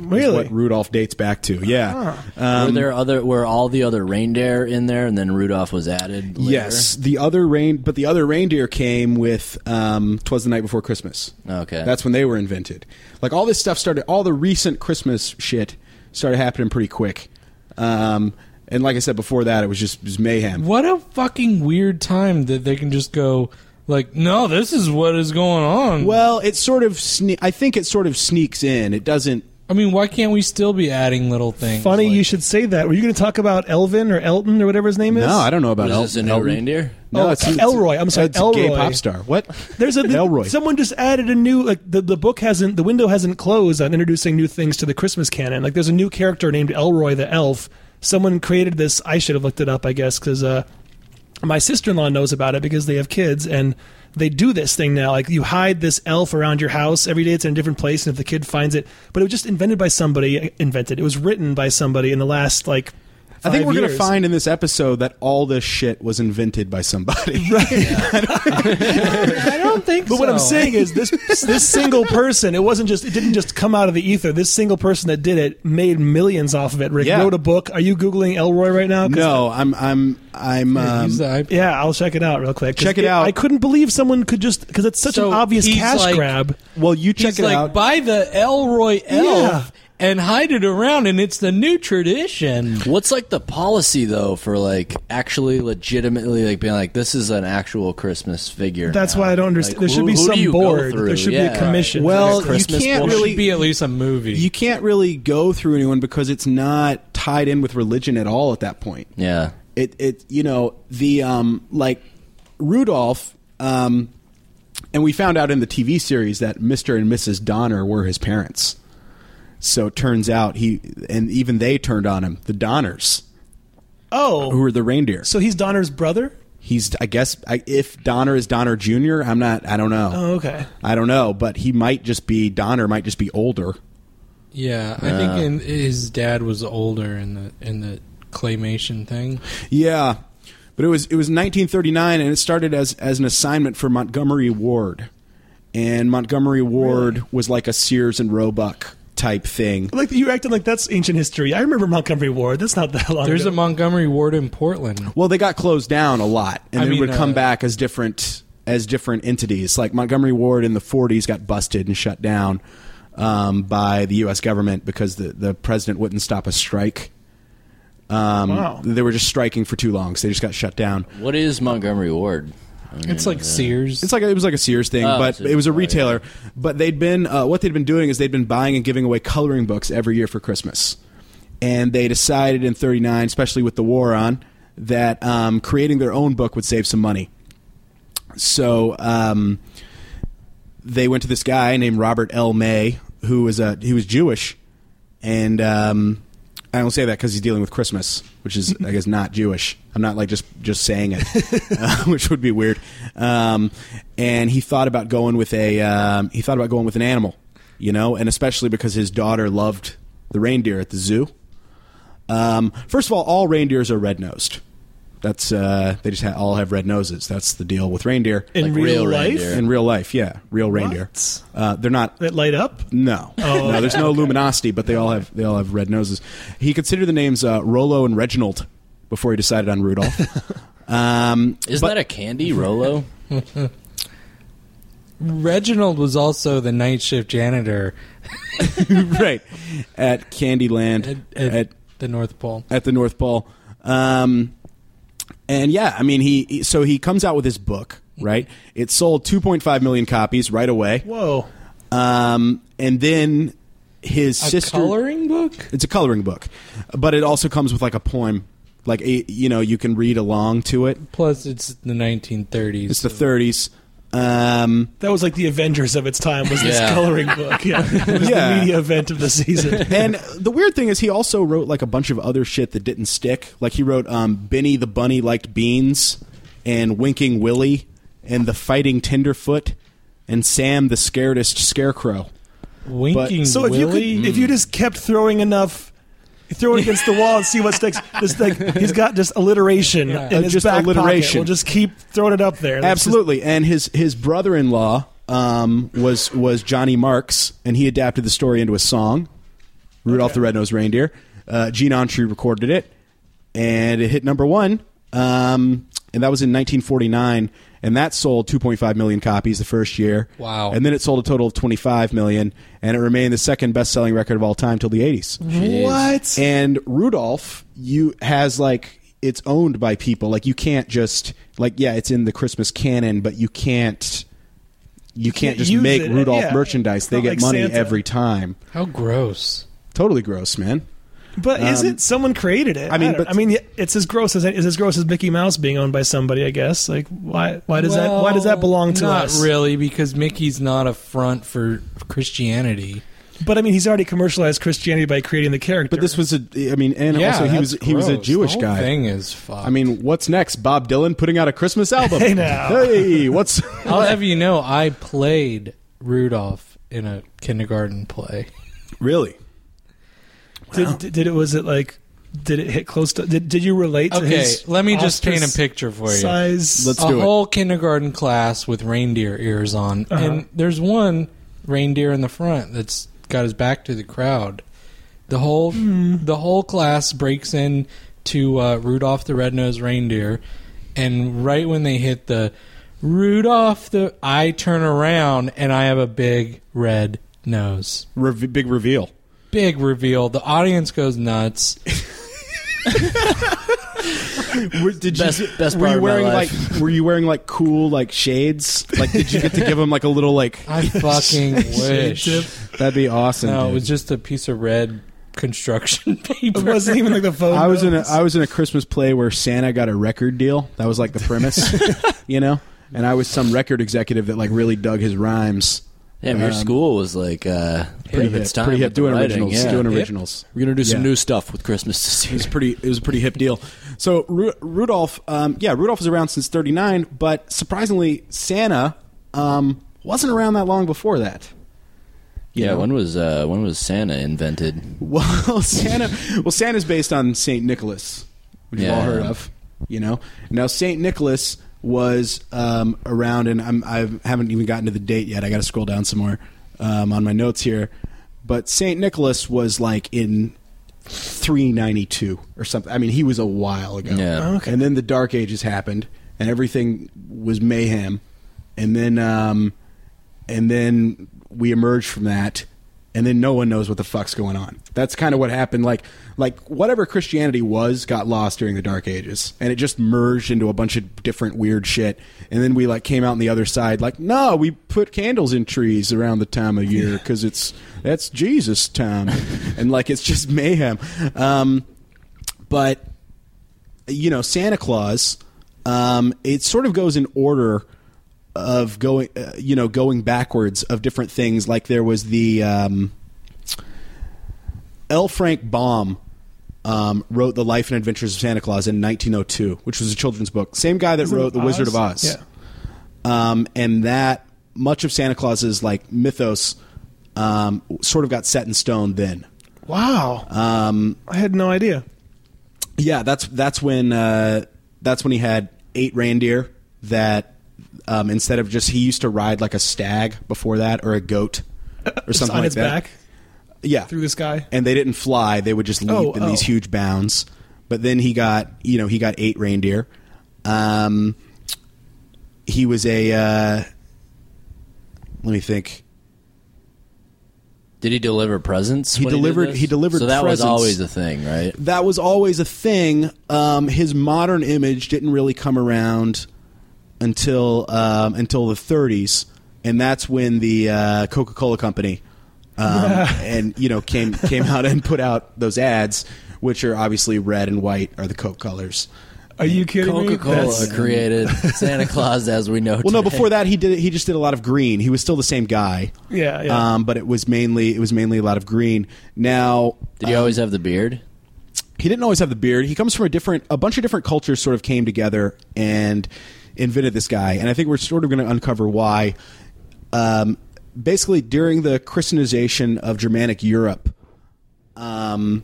Speaker 4: really,
Speaker 2: What Rudolph dates back to. Yeah. Um,
Speaker 6: were there other? Were all the other reindeer in there, and then Rudolph was added? Later?
Speaker 2: Yes, the other rein, but the other reindeer came with um, "Twas the Night Before Christmas."
Speaker 6: Okay.
Speaker 2: that's when they were invented. Like all this stuff started, all the recent Christmas shit started happening pretty quick. Um, and like I said before that, it was just it was mayhem.
Speaker 5: What a fucking weird time that they can just go like, no, this is what is going on.
Speaker 2: Well, it sort of, sne- I think it sort of sneaks in. It doesn't.
Speaker 5: I mean, why can't we still be adding little things?
Speaker 4: funny
Speaker 5: like-
Speaker 4: you should say that. Were you going to talk about Elvin or Elton or whatever his name is?
Speaker 2: No, I don't know about
Speaker 6: Was
Speaker 2: El-
Speaker 6: this a new
Speaker 2: Elton.
Speaker 6: reindeer?
Speaker 2: No,
Speaker 4: Oh,
Speaker 2: it's, it's-
Speaker 4: Elroy. I'm sorry,
Speaker 2: it's a gay
Speaker 4: Elroy.
Speaker 2: pop star. What?
Speaker 4: There's a
Speaker 2: Elroy.
Speaker 4: Someone just added a new like the, the book hasn't the window hasn't closed on introducing new things to the Christmas canon. Like there's a new character named Elroy the elf. Someone created this. I should have looked it up, I guess, because uh, my sister-in-law knows about it because they have kids and they do this thing now like you hide this elf around your house every day it's in a different place and if the kid finds it but it was just invented by somebody invented it was written by somebody in the last like
Speaker 2: I think
Speaker 4: five
Speaker 2: we're going to
Speaker 4: years.
Speaker 2: find in this episode that all this shit was invented by somebody.
Speaker 5: I don't think.
Speaker 4: But what I'm saying is this this single person, it wasn't just it didn't just come out of the ether. This single person that did it made millions off of it. Rick
Speaker 2: Yeah.
Speaker 4: wrote a book. Are you googling Elroy right now? 'Cause-
Speaker 2: no, I'm, I'm, I'm. Um,
Speaker 5: Use the iPad.
Speaker 4: Yeah, I'll check it out real quick. 'Cause
Speaker 2: Check it out.
Speaker 4: I couldn't believe someone could just because it's such
Speaker 5: So
Speaker 4: an obvious
Speaker 5: he's
Speaker 4: cash
Speaker 5: like-
Speaker 4: grab.
Speaker 2: Well, you check
Speaker 5: He's
Speaker 2: it
Speaker 5: like,
Speaker 2: out.
Speaker 5: buy the Elroy elf and hide it around, and it's the new tradition.
Speaker 6: What's like the policy though for like actually legitimately like being like this is an actual Christmas figure?
Speaker 4: That's
Speaker 6: now?
Speaker 4: why I don't understand.
Speaker 6: Like,
Speaker 4: there should
Speaker 6: who-
Speaker 4: be
Speaker 6: who do
Speaker 4: some
Speaker 6: you go
Speaker 4: board.
Speaker 6: through?
Speaker 4: There should
Speaker 6: Yeah.
Speaker 4: be a commission.
Speaker 2: Well, you
Speaker 6: Christmas
Speaker 2: can't
Speaker 6: bullshit.
Speaker 2: really
Speaker 5: Should be at least a movie.
Speaker 2: you can't really go through anyone because it's not tied in with religion at all at that point.
Speaker 6: Yeah.
Speaker 2: It it you know the um like Rudolph um and we found out in the TV series that Mr. and Mrs. Donner were his parents. So it turns out he and even they turned on him, the Donners,
Speaker 4: oh,
Speaker 2: who were the reindeer.
Speaker 4: so he's Donner's brother.
Speaker 2: He's I guess I, if Donner is Donner Jr., I'm not I don't know.
Speaker 4: Oh, okay.
Speaker 2: I don't know, but he might just be Donner might just be older.
Speaker 5: Yeah, I think in, his dad was older in the in the claymation thing.
Speaker 2: Yeah, but it was it was 1939, and it started as as an assignment for Montgomery Ward, and Montgomery Ward was like a Sears and Roebuck type thing.
Speaker 4: Like you acting like that's ancient history. I remember Montgomery Ward. That's not that long.
Speaker 5: There's a
Speaker 4: ago.
Speaker 5: Montgomery Ward in Portland.
Speaker 2: Well, they got closed down a lot, and
Speaker 5: I
Speaker 2: they
Speaker 5: mean,
Speaker 2: would come
Speaker 5: uh,
Speaker 2: back as different as different entities. Like Montgomery Ward in the 40s got busted and shut down. um, by the U.S. government because the, the president wouldn't stop a strike. Um,
Speaker 5: Oh.
Speaker 4: Wow.
Speaker 2: They were just striking for too long, so they just got shut down.
Speaker 6: What is Montgomery Ward? I mean,
Speaker 5: It's like Sears.
Speaker 2: It's like it was like a Sears thing,
Speaker 6: Oh,
Speaker 2: but
Speaker 6: so
Speaker 2: it was a
Speaker 6: sorry.
Speaker 2: retailer. But they'd been uh, what they'd been doing is they'd been buying and giving away coloring books every year for Christmas, and they decided in '39, especially with the war on, that um, creating their own book would save some money. So um, they went to this guy named Robert L. May, who was a he was Jewish, and um, I don't say that because he's dealing with Christmas, which is I guess not Jewish. I'm not like just just saying it, uh, which would be weird. Um, and he thought about going with a um, he thought about going with an animal, you know, and especially because his daughter loved the reindeer at the zoo. Um, first of all, all reindeers are red nosed. That's uh, they just ha- all have red noses. That's the deal with reindeer
Speaker 4: in
Speaker 6: Like
Speaker 4: real,
Speaker 6: real
Speaker 4: life
Speaker 6: reindeer.
Speaker 2: in real life. Yeah, real reindeer.
Speaker 4: What?
Speaker 2: Uh, they're not
Speaker 4: that light up.
Speaker 2: no, no. There's no luminosity, but they all have they all have red noses. He considered the names uh, Rolo and Reginald before he decided on Rudolph. um,
Speaker 6: Isn't that a candy Rolo?
Speaker 5: Reginald was also the night shift janitor
Speaker 2: right at Candyland
Speaker 5: at, at,
Speaker 2: at at,
Speaker 5: the North Pole.
Speaker 2: the North Pole. Um, and yeah, I mean he he- so he comes out with his book. Right, it sold 2.5 million copies right away,
Speaker 4: Whoa.
Speaker 2: um, and then his
Speaker 5: A
Speaker 2: sister.
Speaker 5: coloring book?
Speaker 2: It's a coloring book, but it also comes with like a poem. Like a, you know, you can read along to it.
Speaker 5: Plus, it's the 1930s.
Speaker 2: It's the 30s. Um,
Speaker 4: That was like the Avengers of its time. Was this
Speaker 6: Yeah.
Speaker 4: coloring book? Yeah, it was
Speaker 2: Yeah.
Speaker 4: the media event of the season.
Speaker 2: and the weird thing is, he also wrote like a bunch of other shit that didn't stick. Like he wrote um, Benny the Bunny liked beans, and Winking Willie, and the Fighting Tenderfoot, and Sam the Scaredest Scarecrow.
Speaker 5: Winking
Speaker 4: So if you could, if you just kept throwing enough. Throw it against the wall and see what sticks. Just like he's got just alliteration
Speaker 5: Yeah.
Speaker 4: in
Speaker 2: Uh,
Speaker 4: his
Speaker 2: just
Speaker 4: back pocket.
Speaker 2: alliteration.
Speaker 4: We'll just keep throwing it up there. That's just-
Speaker 2: Absolutely. And his his brother in law um, was was Johnny Marks, and he adapted the story into a song, Rudolph the Red Nosed Reindeer. Uh, Gene Autry recorded it, and it hit number one. Um, and that was in 1949, and that sold 2.5 million copies the first year.
Speaker 5: Wow.
Speaker 2: And then it sold a total of 25 million, and it remained the second best-selling record of all time till the 80s.
Speaker 4: what?
Speaker 2: And Rudolph, you has like it's owned by people. Like you can't just like yeah, it's in the Christmas canon, but you can't you can't
Speaker 4: can't
Speaker 2: just
Speaker 4: use
Speaker 2: make
Speaker 4: it,
Speaker 2: Rudolph
Speaker 4: yeah.
Speaker 2: merchandise.
Speaker 4: It's
Speaker 2: They
Speaker 4: not
Speaker 2: get
Speaker 4: like
Speaker 2: money
Speaker 4: Santa.
Speaker 2: every time.
Speaker 5: How gross.
Speaker 2: Totally gross, man.
Speaker 4: But is
Speaker 2: Um,
Speaker 4: it someone created it?
Speaker 2: I mean,
Speaker 4: I, don't-
Speaker 2: but-
Speaker 4: I mean, it's as gross as it's as gross as Mickey Mouse being owned by somebody. I guess. Like, why? Why does that? Why does that
Speaker 5: Well,
Speaker 4: belong to
Speaker 5: not
Speaker 4: us?
Speaker 5: really, because Mickey's not a front for Christianity.
Speaker 4: But I mean, he's already commercialized Christianity by creating the character.
Speaker 2: But this was a I mean, and also he was
Speaker 5: that's
Speaker 2: he was a
Speaker 5: gross.
Speaker 2: Jewish
Speaker 5: the whole
Speaker 2: guy.
Speaker 5: Thing is fucked.
Speaker 2: I mean, what's next? Bob Dylan putting out a Christmas album.
Speaker 4: Hey, now.
Speaker 2: Hey, what's
Speaker 5: I'll have you know, I played Rudolph in a kindergarten play.
Speaker 2: really?
Speaker 4: did, did, it was it like? Did it hit close to? Did, did you relate to
Speaker 5: Okay,
Speaker 4: his?
Speaker 5: let me just paint
Speaker 4: ostrich
Speaker 5: a picture for you.
Speaker 4: Size.
Speaker 2: Let's-
Speaker 5: a
Speaker 2: do it.
Speaker 5: whole kindergarten class with reindeer ears on, and there's one reindeer in the front that's got his back to the crowd. The whole the whole class breaks in to uh, Rudolph the Red-Nosed Reindeer, and right when they hit the Rudolph the, I turn around and I have a big red nose.
Speaker 2: Re- big reveal.
Speaker 5: Big reveal. The audience goes nuts.
Speaker 2: Did
Speaker 6: Best- best
Speaker 2: were
Speaker 6: part
Speaker 2: you
Speaker 6: of my
Speaker 2: wearing
Speaker 6: life.
Speaker 2: like were you wearing like cool like shades? Like did you get to give him like a little like
Speaker 5: I fucking wish.
Speaker 2: That'd be awesome.
Speaker 5: No, it
Speaker 2: dude.
Speaker 5: was just a piece of red construction paper.
Speaker 4: It wasn't even like the phone.
Speaker 2: I was in a
Speaker 4: bills.
Speaker 2: I was in a Christmas play where Santa got a record deal. That was like the premise, you know. And I was some record executive that like really dug his rhymes.
Speaker 6: Damn, your
Speaker 2: Um,
Speaker 6: school was like uh, pretty
Speaker 2: hip,
Speaker 6: hip, time
Speaker 2: pretty hip,
Speaker 6: with the
Speaker 2: doing
Speaker 6: writing,
Speaker 2: originals,
Speaker 6: yeah.
Speaker 2: doing
Speaker 5: Hip.
Speaker 2: originals.
Speaker 6: We're gonna do some
Speaker 2: Yeah.
Speaker 6: new stuff with Christmas this
Speaker 2: It was
Speaker 6: year.
Speaker 2: pretty. It was a pretty hip deal. So Ru- Rudolph, um, yeah, Rudolph was around since '39, but surprisingly, Santa um, wasn't around that long before that. You
Speaker 6: Yeah,
Speaker 2: know?
Speaker 6: when was uh, when was Santa invented?
Speaker 2: Well, Santa. Well, Santa's based on Saint Nicholas, which you've all
Speaker 6: Yeah.
Speaker 2: heard of. You know. Now, Saint Nicholas was um, around, and I'm, I haven't even gotten to the date yet. I got to scroll down some more um, on my notes here. But Saint Nicholas was like in 392 or something. I mean, he was a while ago.
Speaker 6: Yeah. Oh,
Speaker 2: And then the Dark Ages happened, and everything was mayhem. And then, um, and then we emerged from that and then no one knows what the fuck's going on. That's kind of what happened. Like, like whatever Christianity was got lost during the Dark Ages, and it just merged into a bunch of different weird shit. And then we like came out on the other side, like, no, we put candles in trees around the time of year because it's that's Jesus time, and like it's just mayhem. Um, but you know Santa Claus, um, it sort of goes in order of going, uh, you know, going backwards of different things. Like there was the um, L. Frank Baum um, wrote the Life and Adventures of Santa Claus in 1902, which was a children's book. Same guy that wrote The Wizard of Oz
Speaker 4: Yeah.
Speaker 2: um, and that much of Santa Claus's like mythos um, sort of got set in stone then.
Speaker 4: Wow. Um, I had no idea.
Speaker 2: Yeah, that's that's when uh, that's when he had eight reindeer that um, instead of just he used to ride like a stag before that or a goat or
Speaker 4: It's
Speaker 2: something
Speaker 4: on
Speaker 2: like
Speaker 4: its
Speaker 2: that.
Speaker 4: back
Speaker 2: Yeah,
Speaker 4: through the sky.
Speaker 2: and they didn't fly; they would just leap
Speaker 4: Oh,
Speaker 2: in these
Speaker 4: oh.
Speaker 2: huge bounds. But then he got you know he got eight reindeer. Um, he was a uh, let me think.
Speaker 6: Did he deliver presents?
Speaker 2: He
Speaker 6: when did
Speaker 2: delivered-
Speaker 6: this?
Speaker 2: he delivered
Speaker 6: So that
Speaker 2: presents.
Speaker 6: was always a thing, right?
Speaker 2: that was always a thing. Um, his modern image didn't really come around until um, until the 30s, and that's when the uh, Coca-Cola company um, and you know came came out and put out those ads, which are obviously red and white are the Coke colors.
Speaker 4: Are you kidding me?
Speaker 6: Coca Cola
Speaker 4: That's-
Speaker 6: created Santa Claus as we know.
Speaker 2: Well, no, before that he did he just did a lot of green. He was still the same guy,
Speaker 4: Yeah, yeah.
Speaker 2: um, but it was mainly it was mainly a lot of green. Now
Speaker 6: Did he always have the beard?
Speaker 2: he didn't always have the beard. He comes from a different, a bunch of different cultures sort of came together and invented this guy. And I think we're sort of going to uncover why. Um, basically, during the Christianization of Germanic Europe, um,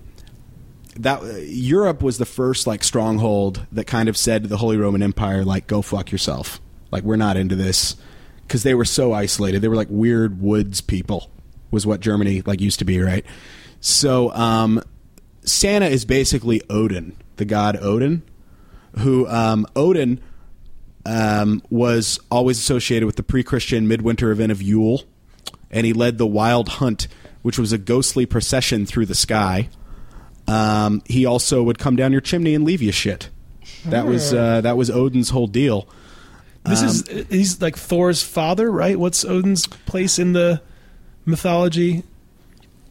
Speaker 2: that Europe was the first like stronghold that kind of said to the Holy Roman Empire, like, "Go fuck yourself. Like, we're not into this," because they were so isolated. They were like weird woods people, was what Germany like used to be, right? So, um, Santa is basically Odin, the god Odin, who um, Odin um, was always associated with the pre-Christian midwinter event of Yule, and he led the Wild Hunt, which was a ghostly procession through the sky. Um, he also would come down your chimney and leave you shit. That was uh, that was Odin's whole deal.
Speaker 4: this is
Speaker 2: um,
Speaker 4: he's like Thor's father, right? What's Odin's place in the mythology?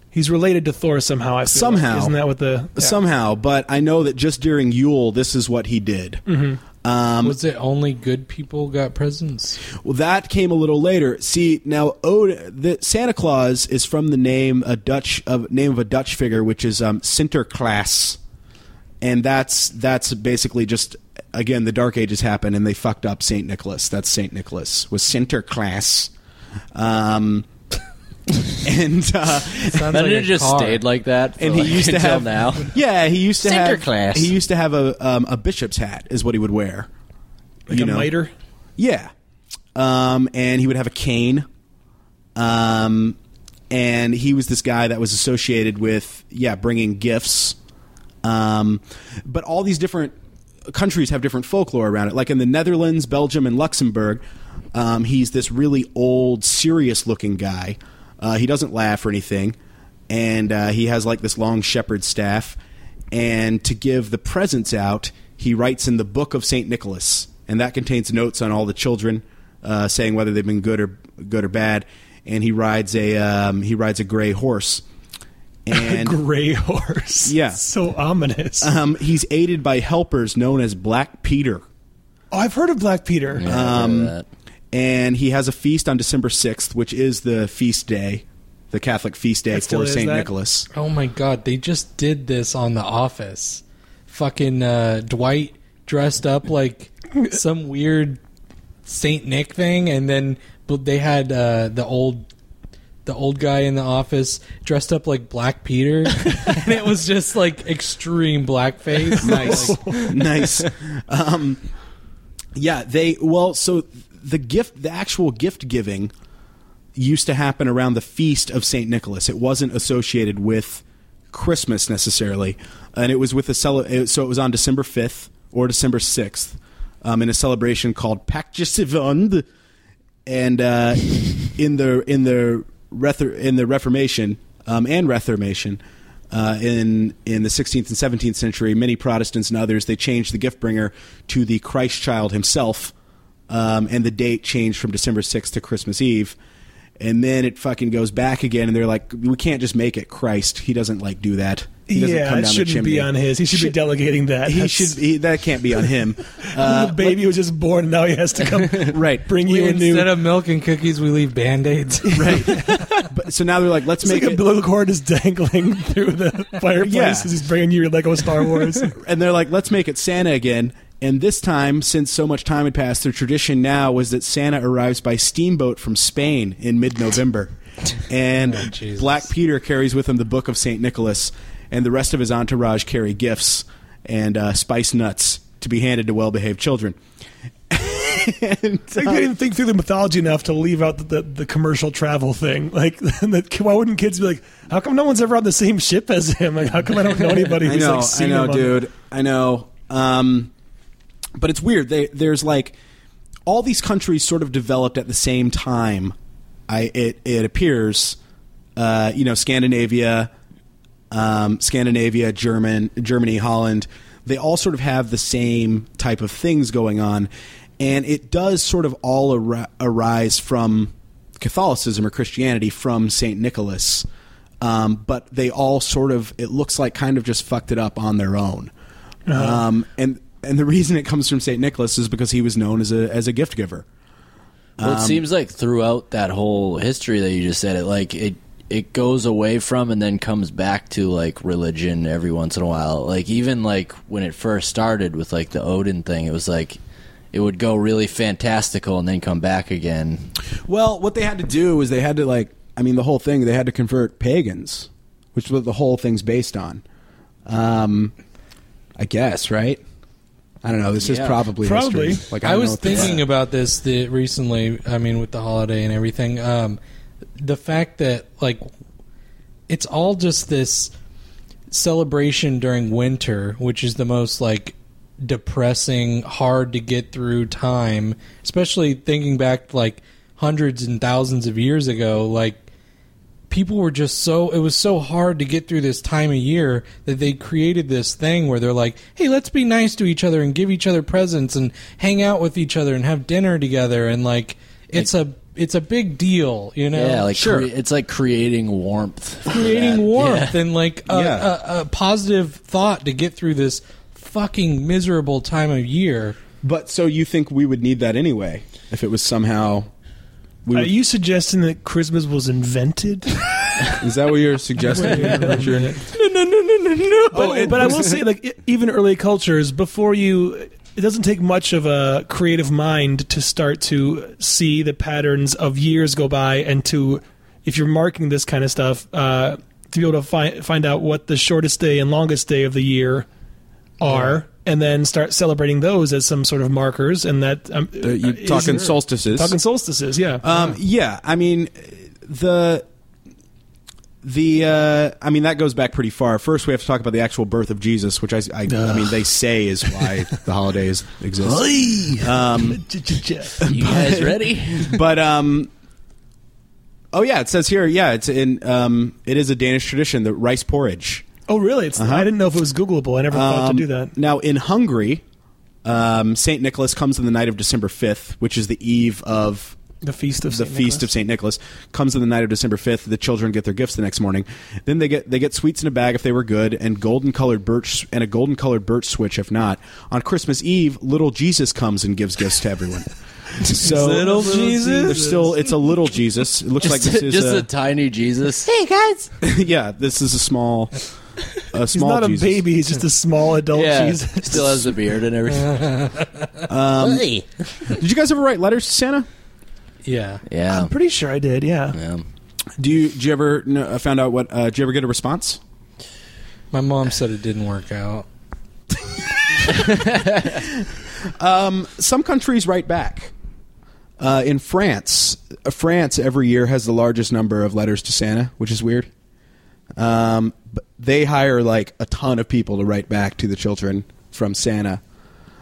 Speaker 4: He's related to Thor somehow. I feel
Speaker 2: Somehow.
Speaker 4: like. isn't that what the yeah.
Speaker 2: Somehow, but I know that just during Yule, this is what he did.
Speaker 5: was it only good people got presents?
Speaker 2: Well, that came a little later. See, now Ode, the, Santa Claus is from the name a Dutch of name of a Dutch figure, which is um, Sinterklaas, and that's that's basically just again the Dark Ages happened and they fucked up Saint Nicholas. That's Saint Nicholas was Sinterklaas, um, and uh,
Speaker 5: Sounds
Speaker 6: But
Speaker 5: like
Speaker 6: it
Speaker 5: a
Speaker 6: just
Speaker 5: car.
Speaker 6: stayed like that.
Speaker 2: and he used to have Um,
Speaker 6: now.
Speaker 2: Yeah, he used to have
Speaker 6: Sinterklaas.
Speaker 2: he used to have a um, a bishop's hat is what he would wear.
Speaker 4: like
Speaker 2: you
Speaker 4: a
Speaker 2: know.
Speaker 4: miter?
Speaker 2: Yeah. Um, and he would have a cane. Um, and he was this guy that was associated with, yeah, bringing gifts. Um, but all these different countries have different folklore around it. Like in the Netherlands, Belgium, and Luxembourg, um, he's this really old, serious looking guy. Uh, he doesn't laugh or anything. And uh, he has like this long shepherd staff. And to give the presents out, he writes in the Book of St. Nicholas. And that contains notes on all the children, uh, saying whether they've been good or good or bad. And he rides a um, he rides a gray horse, and
Speaker 4: Gray horse.
Speaker 2: Yeah.
Speaker 4: so ominous.
Speaker 2: um, he's aided by helpers known as Black Peter,
Speaker 4: oh, I've heard of Black Peter.
Speaker 6: Um,
Speaker 2: and he has a feast on December sixth, which is the feast day, the Catholic feast day
Speaker 4: It still
Speaker 2: for
Speaker 4: is
Speaker 2: Saint
Speaker 4: that?
Speaker 2: Nicholas.
Speaker 5: Oh my god, they just did this on The Office. Fucking uh, Dwight dressed up like some weird Saint Nick thing, and then but they had uh, the old the old guy in the office dressed up like Black Peter, and it was just like extreme blackface. Nice.
Speaker 2: nice. Um, yeah, they well, so the gift, the actual gift giving, used to happen around the feast of Saint Nicholas. It wasn't associated with Christmas necessarily, and it was with a cele- it- so it was on December fifth or December sixth um, in a celebration called Pactisivund, and uh, in the in the Rether- in the Reformation, um, and Reformation. Uh, in in the 16th and 17th century, many Protestants and others they changed the gift bringer to the Christ child himself, um, and the date changed from December 6th to Christmas Eve. And then it fucking goes back again, and they're like, "We can't just make it Christ. He doesn't like do that. He doesn't
Speaker 4: yeah,
Speaker 2: come
Speaker 4: it
Speaker 2: down the
Speaker 4: shouldn't
Speaker 2: chimney.
Speaker 4: be on his. He should, be delegating that.
Speaker 2: He
Speaker 4: That's-
Speaker 2: should. He, that can't be on him. Uh,
Speaker 4: the baby was just born, and now he has to come
Speaker 2: Right.
Speaker 4: bring
Speaker 5: We,
Speaker 4: you a new.
Speaker 5: instead of milk and cookies, we leave band aids.
Speaker 2: But, so now they're like, "Let's
Speaker 4: it's
Speaker 2: make
Speaker 4: like a
Speaker 2: it."
Speaker 4: blue cord is dangling through the fireplace
Speaker 2: Yeah.
Speaker 4: as he's bringing you your Lego Star Wars.
Speaker 2: and they're like, let's make it Santa again. And this time, since so much time had passed, their tradition now was that Santa arrives by steamboat from Spain in mid November. And
Speaker 5: Jesus.
Speaker 2: Black Peter carries with him the Book of St. Nicholas, and the rest of his entourage carry gifts and uh, spice nuts to be handed to well behaved children. and,
Speaker 4: It's Like they didn't think through the mythology enough to leave out the, the, the commercial travel thing. Like, the, why wouldn't kids be like, "How come no one's ever on the same ship as him? Like, how come I don't know anybody
Speaker 2: I
Speaker 4: who's
Speaker 2: know,
Speaker 4: like
Speaker 2: I
Speaker 4: seen
Speaker 2: know,
Speaker 4: him on-
Speaker 2: dude. I know. Um, but it's weird. They, there's like all these countries sort of developed at the same time. I it it appears, uh, you know, Scandinavia, um, Scandinavia, German, Germany, Holland. They all sort of have the same type of things going on, and it does sort of all ar- arise from Catholicism or Christianity from Saint Nicholas. Um, but they all sort of it looks like kind of just fucked it up on their own. Um, and and the reason it comes from Saint Nicholas is because he was known as a as a gift giver.
Speaker 6: Well,
Speaker 2: um,
Speaker 6: it seems like throughout that whole history that you just said, it like it it goes away from and then comes back to like religion every once in a while. Like even like when it first started with like the Odin thing, it was like it would go really fantastical and then come back again.
Speaker 2: Well, what they had to do is they had to like I mean the whole thing they had to convert pagans, which is what the whole thing's based on. Um, I guess right. I don't know. This is
Speaker 6: Yeah.
Speaker 2: probably
Speaker 4: Probably.
Speaker 2: history. like I,
Speaker 5: I
Speaker 2: don't know
Speaker 5: was
Speaker 2: what this-
Speaker 5: thinking about this the, recently. I mean, with the holiday and everything, um, the fact that like it's all just this celebration during winter, which is the most like depressing, hard to get through time. Especially thinking back like hundreds and thousands of years ago, like people were just so it was so hard to get through this time of year that they created this thing where they're like hey let's be nice to each other and give each other presents and hang out with each other and have dinner together and like it's a it's a big deal you know
Speaker 6: Yeah, like cre- it's like creating warmth. for
Speaker 5: creating
Speaker 6: that.
Speaker 5: warmth and like a,
Speaker 2: Yeah.
Speaker 5: a, a positive thought to get through this fucking miserable time of year
Speaker 2: But so you think we would need that anyway if it was somehow? We
Speaker 4: Are
Speaker 2: would,
Speaker 4: you suggesting that Christmas was invented?
Speaker 2: is that what you're suggesting? Richard?
Speaker 5: no no no no no no
Speaker 4: but, Oh, but I will say, like e- even early cultures, before you, it doesn't take much of a creative mind to start to see the patterns of years go by, and to, if you're marking this kind of stuff, uh, to be able to find find out what the shortest day and longest day of the year are, and then start celebrating those as some sort of markers, and that um,
Speaker 2: you
Speaker 4: is-
Speaker 2: talking solstices?
Speaker 4: talking solstices, yeah.
Speaker 2: Um, yeah, I mean the the uh, I mean that goes back pretty far. First, we have to talk about the actual birth of Jesus, which I I, I mean they say is why the holidays exist. Um,
Speaker 6: You guys ready?
Speaker 2: But um, oh yeah, it says here, yeah, it's in um, it is a Danish tradition, the rice porridge.
Speaker 4: oh, really? It's, I didn't know if it was Googleable. I never thought
Speaker 2: uh-huh. Um,
Speaker 4: to do that.
Speaker 2: Now in Hungary, um, Saint Nicholas comes on the night of December fifth, which is the eve of
Speaker 4: The feast of
Speaker 2: the
Speaker 4: Saint
Speaker 2: feast of
Speaker 4: Nicholas.
Speaker 2: Saint Nicholas comes on the night of December fifth. The children get their gifts the next morning. Then they get they get sweets in a bag if they were good, and golden colored birch and a golden colored birch switch if not. On Christmas Eve, little Jesus comes and gives gifts to everyone. So
Speaker 5: Little Jesus?
Speaker 2: there's still it's a little Jesus. It looks like this is
Speaker 6: just
Speaker 2: a,
Speaker 6: a tiny Jesus.
Speaker 2: yeah, this is a small a
Speaker 4: He's
Speaker 2: small
Speaker 4: not
Speaker 2: Jesus.
Speaker 4: a baby. He's just a small adult.
Speaker 6: yeah,
Speaker 4: Jesus.
Speaker 6: still has a beard and everything. Um,
Speaker 2: Did you guys ever write letters to Santa?
Speaker 5: yeah
Speaker 6: Yeah,
Speaker 4: I'm pretty sure I did. Yeah.
Speaker 6: um, yeah.
Speaker 2: Do you do you ever know, found out what uh, do you ever get a response?
Speaker 5: my mom said it didn't work out
Speaker 2: some countries write back. Uh, in France, uh, France every year has the largest number of letters to Santa, which is weird. Um, but they hire like a ton of people to write back to the children from Santa.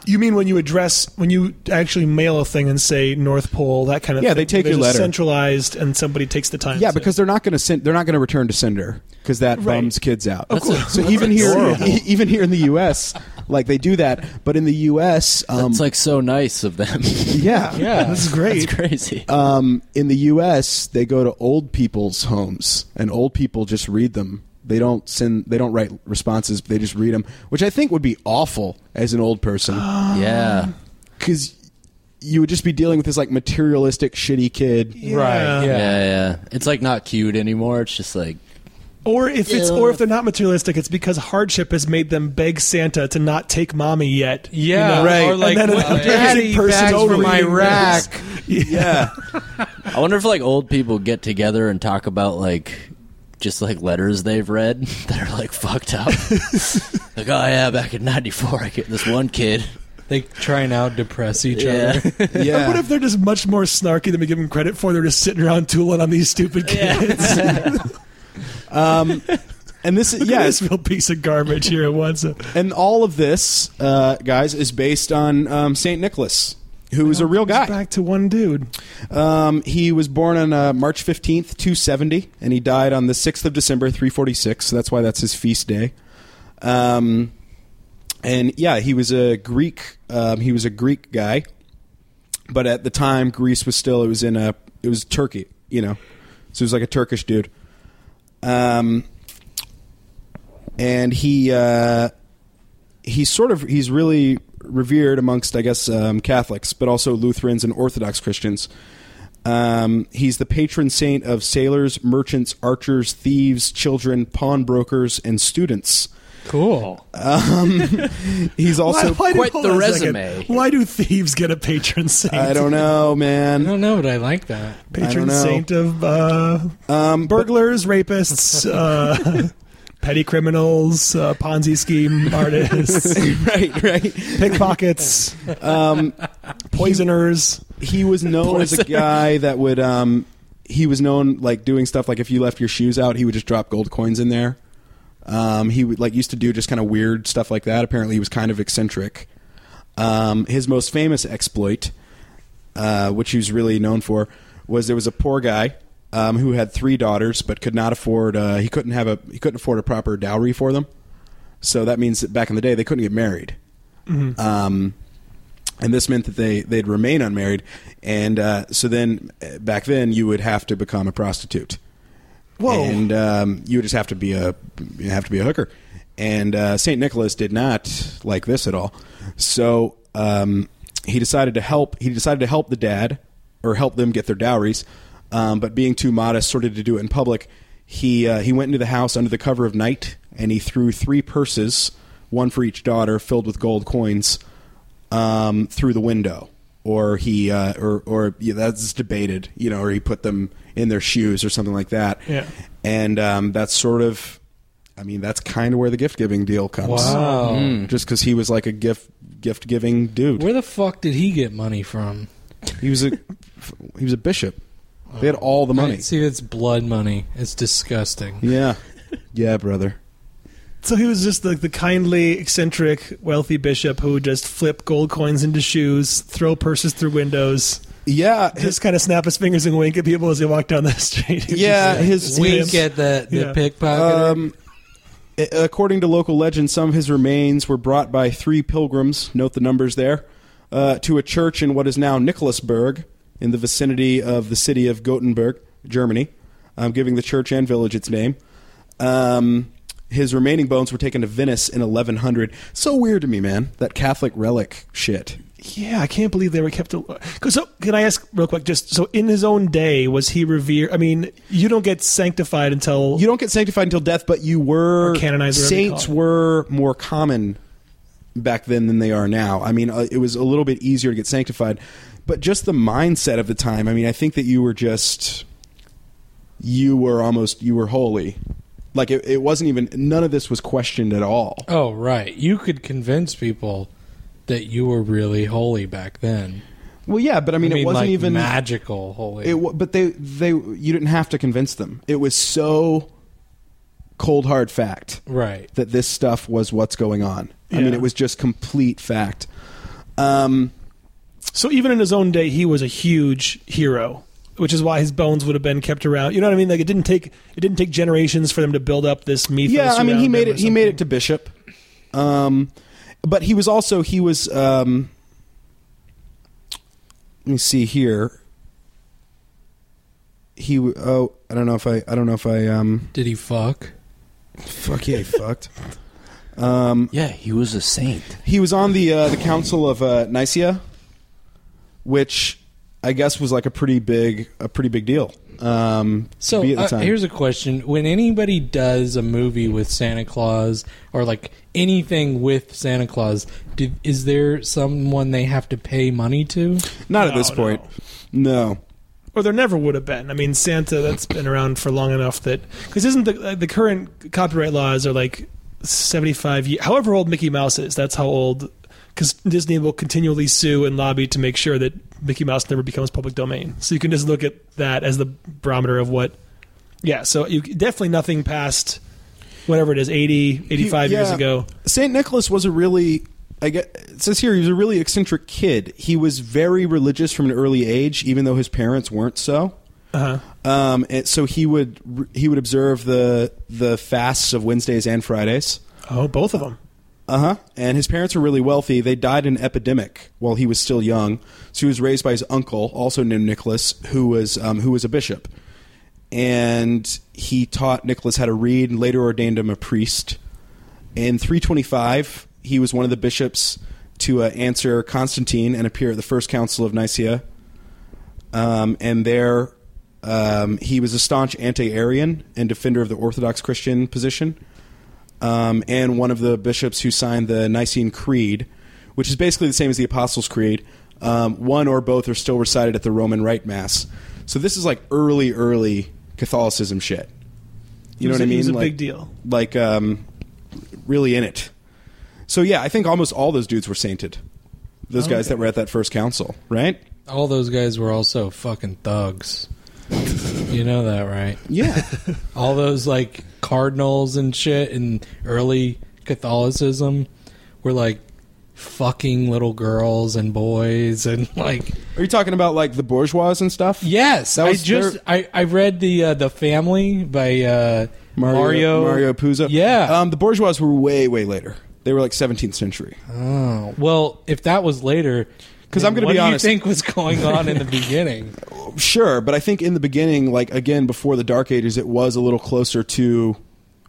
Speaker 4: You mean when you address when you actually mail a thing and say North Pole that kind of
Speaker 2: Yeah,
Speaker 4: thing,
Speaker 2: they take
Speaker 4: they're
Speaker 2: your
Speaker 4: just
Speaker 2: letter.
Speaker 4: centralized and somebody takes the time
Speaker 2: Yeah,
Speaker 4: to-
Speaker 2: because they're not going to send. They're not going to return to sender because that
Speaker 4: Right.
Speaker 2: bums kids out.
Speaker 6: That's a-
Speaker 2: so
Speaker 6: that's
Speaker 2: even here,
Speaker 6: adorable.
Speaker 2: e- even here in the U.S., like they do that, but in the U.S., um,
Speaker 6: It's like so nice of them.
Speaker 2: yeah,
Speaker 5: Yeah.
Speaker 4: this is great.
Speaker 6: it's crazy.
Speaker 2: Um, in the U.S., they go to old people's homes, and old people just read them. They don't send. They don't write responses. They just read them, which I think would be awful as an old person
Speaker 6: yeah.
Speaker 2: because you would just be dealing with this like materialistic, shitty kid.
Speaker 5: Right.
Speaker 6: Yeah,
Speaker 5: Yeah.
Speaker 6: yeah. It's like not cute anymore. It's just like
Speaker 4: Or if it's
Speaker 6: Yeah.
Speaker 4: or if they're not materialistic, it's because hardship has made them beg Santa to not take mommy yet.
Speaker 5: Yeah,
Speaker 4: You know?
Speaker 5: or like
Speaker 4: And then
Speaker 5: well,
Speaker 4: an
Speaker 5: daddy
Speaker 4: amazing person
Speaker 5: bags from
Speaker 4: reading
Speaker 5: Iraq.
Speaker 2: Yeah,
Speaker 6: I wonder if like old people get together and talk about like just like letters they've read that are like fucked up. like, oh yeah, back in '94, I get this one kid.
Speaker 5: They try and out depress each
Speaker 6: Yeah,
Speaker 5: other.
Speaker 2: yeah.
Speaker 4: What if they're just much more snarky than we give them credit for? They're just sitting around tooling on these stupid kids.
Speaker 2: um, and this is
Speaker 4: yeah,
Speaker 2: yeah,
Speaker 4: this real piece of garbage here at once.
Speaker 2: and all of this, uh, guys, is based on um, Saint Nicholas, who is a real guy.
Speaker 4: Back to one dude.
Speaker 2: Um, he was born on uh, March 15th, 270, and he died on the 6th of December, 346. So that's why that's his feast day. Um, and yeah, he was a Greek. Um, he was a Greek guy, but at the time, Greece was still it was in a it was Turkey, you know, so he was like a Turkish dude. Um, and he uh, he's sort of he's really revered amongst I guess um, Catholics, but also Lutherans and Orthodox Christians. Um, he's the patron saint of sailors, merchants, archers, thieves, children, pawnbrokers, and students. Um,
Speaker 5: Cool.
Speaker 2: He's also
Speaker 4: do-
Speaker 6: quite
Speaker 4: hold
Speaker 6: the
Speaker 4: on a second.
Speaker 6: resume.
Speaker 4: Why do thieves get a patron saint?
Speaker 2: I don't know,
Speaker 5: I
Speaker 2: man.
Speaker 5: don't know, but I like that.
Speaker 4: patron
Speaker 2: know.
Speaker 4: saint of uh,
Speaker 2: Um, but-
Speaker 4: burglars, rapists, uh, petty criminals, uh, Ponzi scheme artists,
Speaker 2: right, right.
Speaker 4: pickpockets,
Speaker 2: Um,
Speaker 4: poisoners.
Speaker 2: he was known as a guy that would. Um, he was known like doing stuff like if you left your shoes out, he would just drop gold coins in there. Um, he would like used to do just kind of weird stuff like that. Apparently, he was kind of eccentric. Um, his most famous exploit, uh, which he was really known for, was there was a poor guy um, who had three daughters but could not afford. Uh, he couldn't have a he couldn't afford a proper dowry for them. So that means that back in the day they couldn't get married. Um, and this meant that they they'd remain unmarried, and uh, so then uh, back then you would have to become a prostitute.
Speaker 4: Whoa.
Speaker 2: And um, you would just have to be a you have to be a hooker. And uh, Saint Nicholas did not like this at all, so um, he decided to help. He decided to help the dad or help them get their dowries, um, but being too modest, sort of to do it in public, he uh, he went into the house under the cover of night and he threw three purses, one for each daughter, filled with gold coins, um, through the window, or he, uh, or or yeah, that's debated, you know, or he put them in their shoes or something like that.
Speaker 4: Yeah.
Speaker 2: and um, that's sort of, I mean, that's kind of where the gift giving deal comes.
Speaker 5: Wow.
Speaker 2: Just because he was like a gift gift giving dude,
Speaker 5: Where the fuck did he get money from?
Speaker 2: he was a he was a bishop. They had all the money.
Speaker 5: Right, See, that's blood money. It's disgusting.
Speaker 2: Yeah, yeah, brother.
Speaker 4: So he was just like the kindly, eccentric, wealthy bishop who would just flip gold coins into shoes, throw purses through windows,
Speaker 2: Yeah, his,
Speaker 4: just kind of snap his fingers and wink at people as he walked down the street.
Speaker 2: yeah, his
Speaker 5: Wink at the, the
Speaker 4: Yeah.
Speaker 5: pickpocket.
Speaker 2: Um, a- according to local legend, some of his remains were brought by three pilgrims. Note the numbers there uh, to a church in what is now Nicholasburg, in the vicinity of the city of Gothenburg, Germany, um, giving the church and village its name. Um, his remaining bones were taken to Venice in 1100. So weird to me, man. That Catholic relic shit.
Speaker 4: Yeah, I can't believe they were kept. Because so, can I ask real quick? Just so in his own day, was he revered? I mean, you don't get sanctified until
Speaker 2: You don't get sanctified until death, but you were
Speaker 4: Or canonized, whatever you
Speaker 2: Saints
Speaker 4: call it.
Speaker 2: were more common back then than they are now. I mean, uh, it was a little bit easier to get sanctified, but just the mindset of the time. I mean, I think that you were just you were almost you were holy. Like it, it wasn't even none of this was questioned at all.
Speaker 5: oh, right. You could convince people that you were really holy back then.
Speaker 2: Well, yeah, but I mean, it wasn't
Speaker 5: like
Speaker 2: even
Speaker 5: magical holy.
Speaker 2: It, wa- but they they you didn't have to convince them. It was so cold hard fact.
Speaker 5: right.
Speaker 2: that this stuff was what's going on. I
Speaker 4: Yeah.
Speaker 2: mean, it was just complete fact. Um,
Speaker 4: So even in his own day, he was a huge hero, which is why his bones would have been kept around. You know what I mean? Like it didn't take it didn't take generations for them to build up this mythos.
Speaker 2: yeah, I mean, he
Speaker 4: around
Speaker 2: made
Speaker 4: him or
Speaker 2: it. He made
Speaker 4: something.
Speaker 2: it to bishop, um, but he was also he was. Um, let me see here. He w- oh I don't know if I I don't know if I um
Speaker 5: Did he fuck?
Speaker 2: fuck yeah he fucked. Um,
Speaker 6: Yeah, he was a saint.
Speaker 2: he was on the uh, the council of uh, Nicaea, which I guess was like a pretty big a pretty big deal. Um,
Speaker 5: So
Speaker 2: to be at the
Speaker 5: uh,
Speaker 2: time.
Speaker 5: here's a question: When anybody does a movie with Santa Claus or like anything with Santa Claus, did, is there someone they have to pay money to?
Speaker 2: not at
Speaker 4: No,
Speaker 2: this point. No.
Speaker 4: or there never would have been. I mean, Santa that's been around for long enough that because isn't the uh, the current copyright laws are like seventy five years, however old Mickey Mouse is. That's how old. Because Disney will continually sue and lobby to make sure that Mickey Mouse never becomes public domain. So you can just look at that as the barometer of what. Yeah, so you definitely nothing past whatever it is 80, 85 years
Speaker 2: yeah.
Speaker 4: ago.
Speaker 2: Saint Nicholas was a really I get it says here he was a really eccentric kid. He was very religious from an early age, even though his parents weren't so.
Speaker 4: Uh-huh.
Speaker 2: Um, and so he would he would observe the the fasts of Wednesdays and Fridays.
Speaker 4: Oh, both of them.
Speaker 2: Uh huh. And his parents were really wealthy. They died in an epidemic while he was still young. So he was raised by his uncle, also named Nicholas, who was um, who was a bishop. And he taught Nicholas how to read and later ordained him a priest. In 325, he was one of the bishops to uh, answer Constantine and appear at the First Council of Nicaea. Um, and there, um, he was a staunch anti-Arian and defender of the Orthodox Christian position um, and one of the bishops who signed the Nicene Creed, which is basically the same as the Apostles' Creed. Um, one or both are still recited at the Roman Rite Mass. So this is like early, early Catholicism shit. You know
Speaker 4: It was
Speaker 2: what I
Speaker 4: a-
Speaker 2: mean?
Speaker 4: It was a
Speaker 2: like,
Speaker 4: big deal.
Speaker 2: Like, um, really in it. So yeah, I think almost all those dudes were sainted. Those guys that were at that first council, right?
Speaker 5: All those guys were also fucking thugs. you know that, right?
Speaker 2: Yeah.
Speaker 5: All those like cardinals and shit in early Catholicism were like fucking little girls and boys and like
Speaker 2: Are you talking about like the bourgeois and stuff?
Speaker 5: yes
Speaker 2: That
Speaker 5: i
Speaker 2: was
Speaker 5: just
Speaker 2: their-
Speaker 5: I, I read the uh, the family by uh
Speaker 2: Mario Mario Puzo.
Speaker 5: Yeah.
Speaker 2: Um, the bourgeois were way, way later. They were like 17th century.
Speaker 5: Oh, well, if that was later,
Speaker 2: Um, 'Cause
Speaker 5: then
Speaker 2: I'm gonna
Speaker 5: what
Speaker 2: be
Speaker 5: do you
Speaker 2: honest.
Speaker 5: think was going on in the beginning?
Speaker 2: Sure, but I think in the beginning, like again before the Dark Ages, it was a little closer to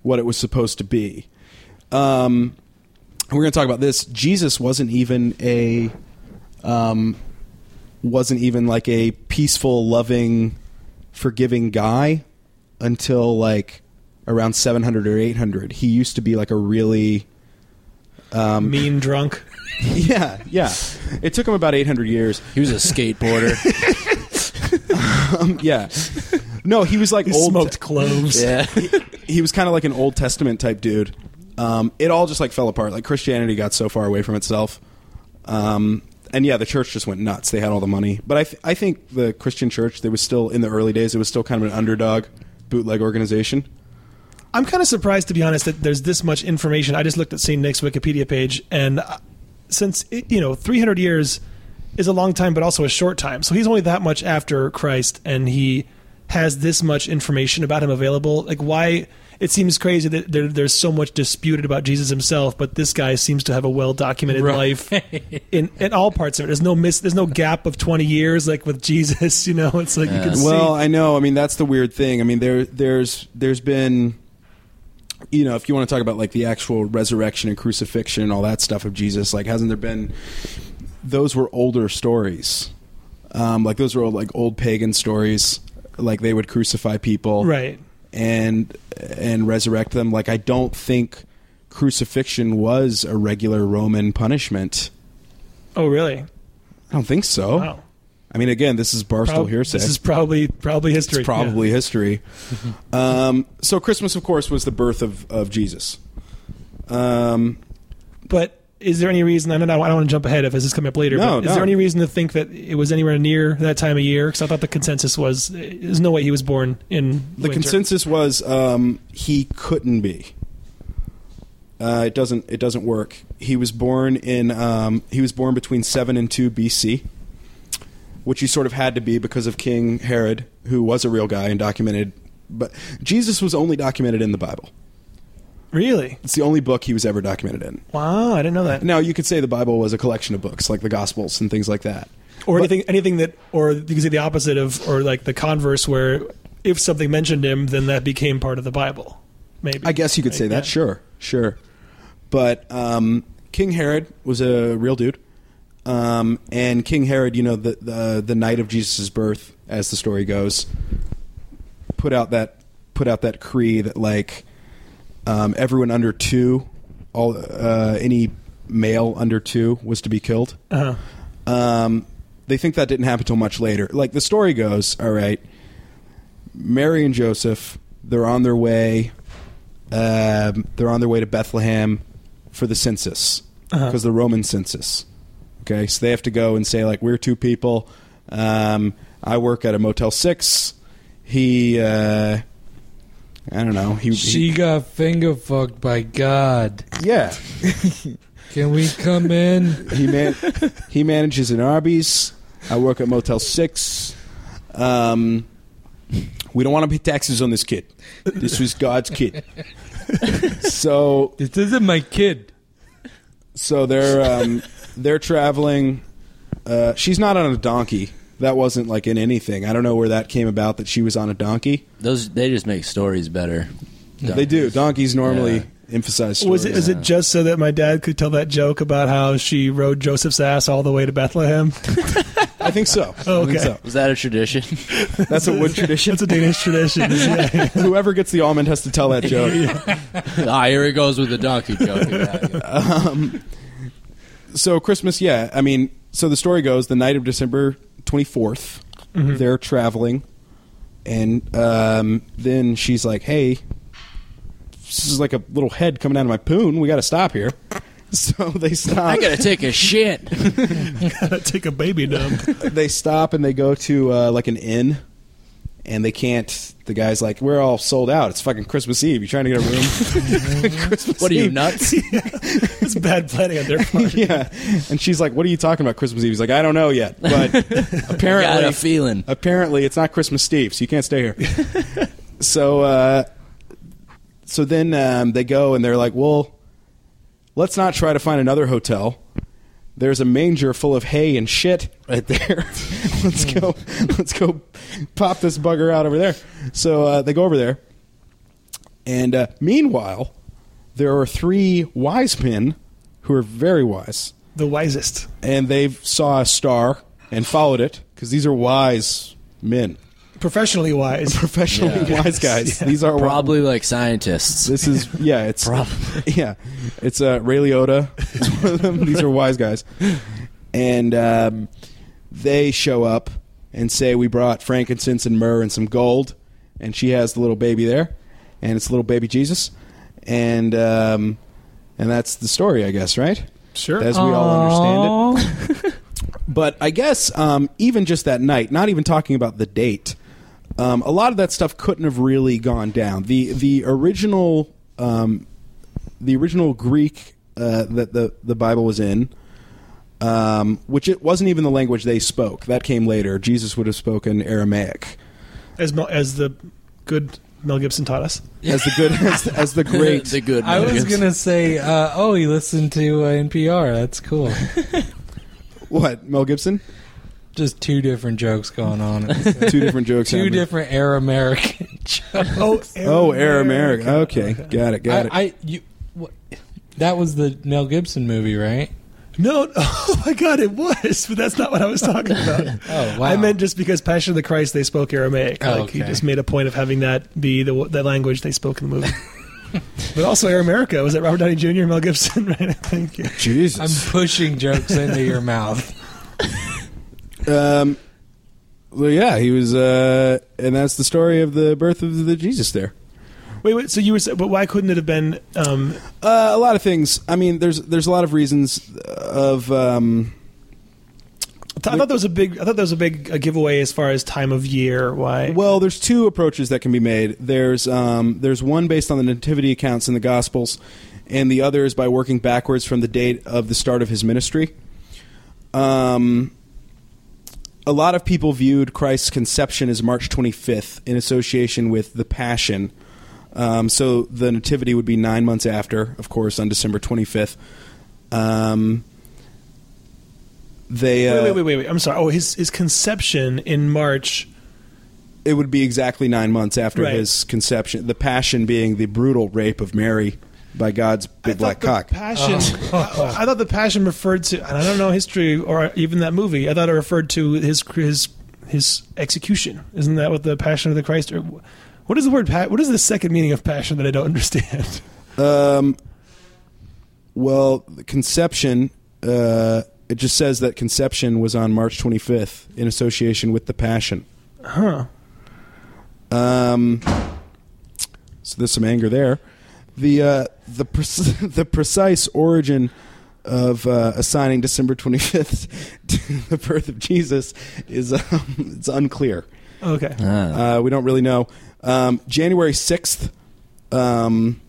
Speaker 2: what it was supposed to be. Um, and we're going to talk about this. Jesus wasn't even a, um, wasn't even like a peaceful, loving, forgiving guy until like around 700 or 800. He used to be like a really um,
Speaker 4: mean drunk.
Speaker 2: yeah yeah. It took him about 800 years.
Speaker 6: He was a skateboarder.
Speaker 2: Um, Yeah. No, he was like
Speaker 4: He
Speaker 2: old
Speaker 4: smoked cloves.
Speaker 6: yeah.
Speaker 2: he was kind of like an Old Testament type dude. Um, it all just like fell apart. Like Christianity got so far away from itself, um, and yeah, the church just went nuts. They had all the money, but I th- I think the Christian church they was still in the early days. It was still kind of an underdog bootleg organization.
Speaker 4: I'm kind of surprised, to be honest, that there's this much information. I just looked at St. Nick's Wikipedia page, and uh, since it, you know, 300 years is a long time, but also a short time. So he's only that much after Christ, and he has this much information about him available. Like, why? It seems crazy that there, there's so much disputed about Jesus himself, but this guy seems to have a well documented life in, in all parts of it. There's no miss, there's no gap of 20 years like with Jesus. You know, it's like you can
Speaker 2: Well,
Speaker 4: see.
Speaker 2: I know. I mean, that's the weird thing. I mean, there there's there's been you know, if you want to talk about like the actual resurrection and crucifixion and all that stuff of Jesus, like hasn't there been those were older stories. Um like those were old, like old pagan stories like they would crucify people
Speaker 4: Right.
Speaker 2: and and resurrect them. Like I don't think crucifixion was a regular Roman punishment.
Speaker 4: Oh, really?
Speaker 2: I don't think so.
Speaker 4: Wow.
Speaker 2: I mean again, this is barstool
Speaker 4: Prob-
Speaker 2: hearsay.
Speaker 4: This is probably probably history.
Speaker 2: It's probably history. um, so Christmas, of course, was the birth of, of Jesus. Um,
Speaker 4: Yeah. But is there any reason? I don't know. I don't want to jump ahead if this is coming up later.
Speaker 2: No,
Speaker 4: but is
Speaker 2: no.
Speaker 4: there any reason to think that it was anywhere near that time of year? Because I thought the consensus was eh, there's no way he was born in
Speaker 2: the
Speaker 4: winter.
Speaker 2: consensus was um, he couldn't be. Uh, it doesn't it doesn't work. He was born in um, he was born between seven and two BC, which he sort of had to be because of King Herod, who was a real guy and documented. But Jesus was only documented in the Bible.
Speaker 4: Really?
Speaker 2: It's the only book he was ever documented in.
Speaker 4: Wow, I didn't know that.
Speaker 2: Now you could say the Bible was a collection of books, like the Gospels and things like that.
Speaker 4: or anything anything that or you can say the opposite of or like the converse where if something mentioned him then that became part of the bible maybe
Speaker 2: I guess you could say
Speaker 4: Like,
Speaker 2: that.
Speaker 4: yeah.
Speaker 2: Sure, sure. But um, King Herod was a real dude, um, and King Herod, you know, the the, the night of Jesus' birth, as the story goes, put out that put out that decree that like um, everyone under two, all uh, any male under two was to be killed.
Speaker 4: uh-huh.
Speaker 2: Um, they think that didn't happen till much later. Like the story goes, all right. Mary and Joseph, they're on their way. Um, they're on their way to Bethlehem for the census
Speaker 4: Uh-huh.
Speaker 2: because the Roman census. Okay, so they have to go and say like, "We're two people. Um, I work at a Motel Six. He, uh, I don't know. He,
Speaker 5: She got finger fucked by God.
Speaker 2: he- yeah,
Speaker 5: Can we come in?
Speaker 2: He man he manages an Arby's. I work at Motel Six. Um, we don't want to pay taxes on this kid. This was God's kid. so
Speaker 5: This isn't my kid.
Speaker 2: so they're um, they're traveling. Uh, she's not on a donkey. That wasn't like in anything. I don't know where that came about that she was on a donkey.
Speaker 6: Those they just make stories better.
Speaker 2: They do donkeys normally
Speaker 6: Yeah.
Speaker 2: emphasize. Stories.
Speaker 4: was it is it just so that my dad could tell that joke about how she rode joseph's ass all the way to bethlehem
Speaker 2: I think so.
Speaker 4: Oh,
Speaker 2: I think
Speaker 4: okay.
Speaker 6: Is that a tradition?
Speaker 2: so. That's a wood tradition.
Speaker 4: it's a danish tradition Yeah.
Speaker 2: Whoever gets the almond has to tell that joke.
Speaker 6: ah, here he goes with the donkey joke. Yeah,
Speaker 2: so Christmas, yeah. I mean, so the story goes: the night of December 24th
Speaker 6: Mm-hmm.
Speaker 2: they're traveling, and um, then she's like, "Hey, this is like a little head coming out of my poon. We got to stop here." So they
Speaker 6: I
Speaker 2: stop.
Speaker 6: gotta take a shit.
Speaker 4: take a baby dump
Speaker 2: They stop and they go to uh, like an inn, and they can't. The guy's like, "We're all sold out. It's fucking Christmas Eve. You trying to get a room? Christmas
Speaker 6: What are you
Speaker 2: Eve.
Speaker 6: nuts?
Speaker 4: it's bad planning on their part
Speaker 2: Yeah, and she's like, "What are you talking about Christmas Eve?" He's like, "I don't know yet, but apparently,
Speaker 6: Got a feeling.
Speaker 2: apparently it's not Christmas Eve, so you can't stay here. so, uh, so then um, they go and they're like, well, let's not try to find another hotel. There's a manger full of hay and shit right there. let's go, let's go, pop this bugger out over there. So uh, they go over there, and uh, meanwhile, there are three wise men who are very wise
Speaker 4: the wisest
Speaker 2: and they saw a star and followed it because these are wise men,
Speaker 4: professionally wise
Speaker 2: professionally
Speaker 6: Yeah.
Speaker 2: wise guys. These are
Speaker 6: Probably like scientists.
Speaker 2: This is yeah. It's yeah. It's uh, Ray Liotta. It's one of them. These are wise guys, and um, they show up and say we brought frankincense and myrrh and some gold, and she has the little baby there, and it's little baby Jesus, and um, and that's the story, I guess, right?
Speaker 4: Sure.
Speaker 2: As we all understand it. But I guess um, even just that night, not even talking about the date, um, a lot of that stuff couldn't have really gone down. The the original um, the original Greek uh, that the the Bible was in, um, which it wasn't even the language they spoke. That came later. Jesus would have spoken Aramaic
Speaker 4: as Mel, as the good mel gibson taught us
Speaker 2: as the good as, the- as the great.
Speaker 6: the good.
Speaker 5: I was
Speaker 6: Americans.
Speaker 5: gonna say, uh, oh, he listened to uh, NPR. That's cool.
Speaker 2: what Mel Gibson?
Speaker 5: Just two different jokes going on.
Speaker 2: Two different jokes.
Speaker 5: two
Speaker 2: happening.
Speaker 5: different Air American jokes.
Speaker 4: oh
Speaker 2: Oh, Aramaic. Okay, got it, got
Speaker 5: I,
Speaker 2: it.
Speaker 5: I you. What, that was the Mel Gibson movie, right?
Speaker 4: No, oh my God, it was, but that's not what I was talking about.
Speaker 5: Oh, wow.
Speaker 4: I meant just because Passion of the Christ they spoke Aramaic.
Speaker 5: Oh,
Speaker 4: like he
Speaker 5: okay.
Speaker 4: just made a point of having that be the the language they spoke in the movie. but also Air America was it Robert Downey Jr. and Mel Gibson? Right, I think. Yeah.
Speaker 2: Jesus.
Speaker 5: I'm pushing jokes into your mouth.
Speaker 2: Um, well, yeah, he was, uh, and that's the story of the birth of the Jesus there.
Speaker 4: Wait, wait. So you were, sa- but why couldn't it have been? Um,
Speaker 2: Uh, a lot of things. I mean, there's there's a lot of reasons of. Um,
Speaker 4: I thought that was a big. I thought that was a big uh giveaway as far as time of year. Why?
Speaker 2: well, there's two approaches that can be made. There's um, there's one based on the nativity accounts in the Gospels, and the other is by working backwards from the date of the start of his ministry. Um, a lot of people viewed Christ's conception as March 25th in association with the Passion. Um, so the Nativity would be nine months after, of course, on December 25th. Um, they uh,
Speaker 4: wait, wait, wait, wait, wait. I'm sorry. Oh, his his conception in March.
Speaker 2: it would be exactly nine months after
Speaker 4: Right.
Speaker 2: his conception. The Passion being the brutal rape of Mary by God's big
Speaker 4: I
Speaker 2: black
Speaker 4: thought the
Speaker 2: cock.
Speaker 4: Passion. I, I thought the passion referred to. and I don't know history or even that movie. I thought it referred to his his his execution. Isn't that what the Passion of the Christ? Or what is the word? pa- What is the second meaning of passion that I don't understand?
Speaker 2: Um, well, the conception. Uh, it just says that conception was on March 25th in association with the Passion. Huh. Um. So there's some anger there. The uh, the pre- the precise origin of uh, assigning December 25th to the birth of Jesus is um, it's unclear.
Speaker 4: Okay.
Speaker 6: Ah.
Speaker 2: Uh, we don't really know. Um, January sixth um,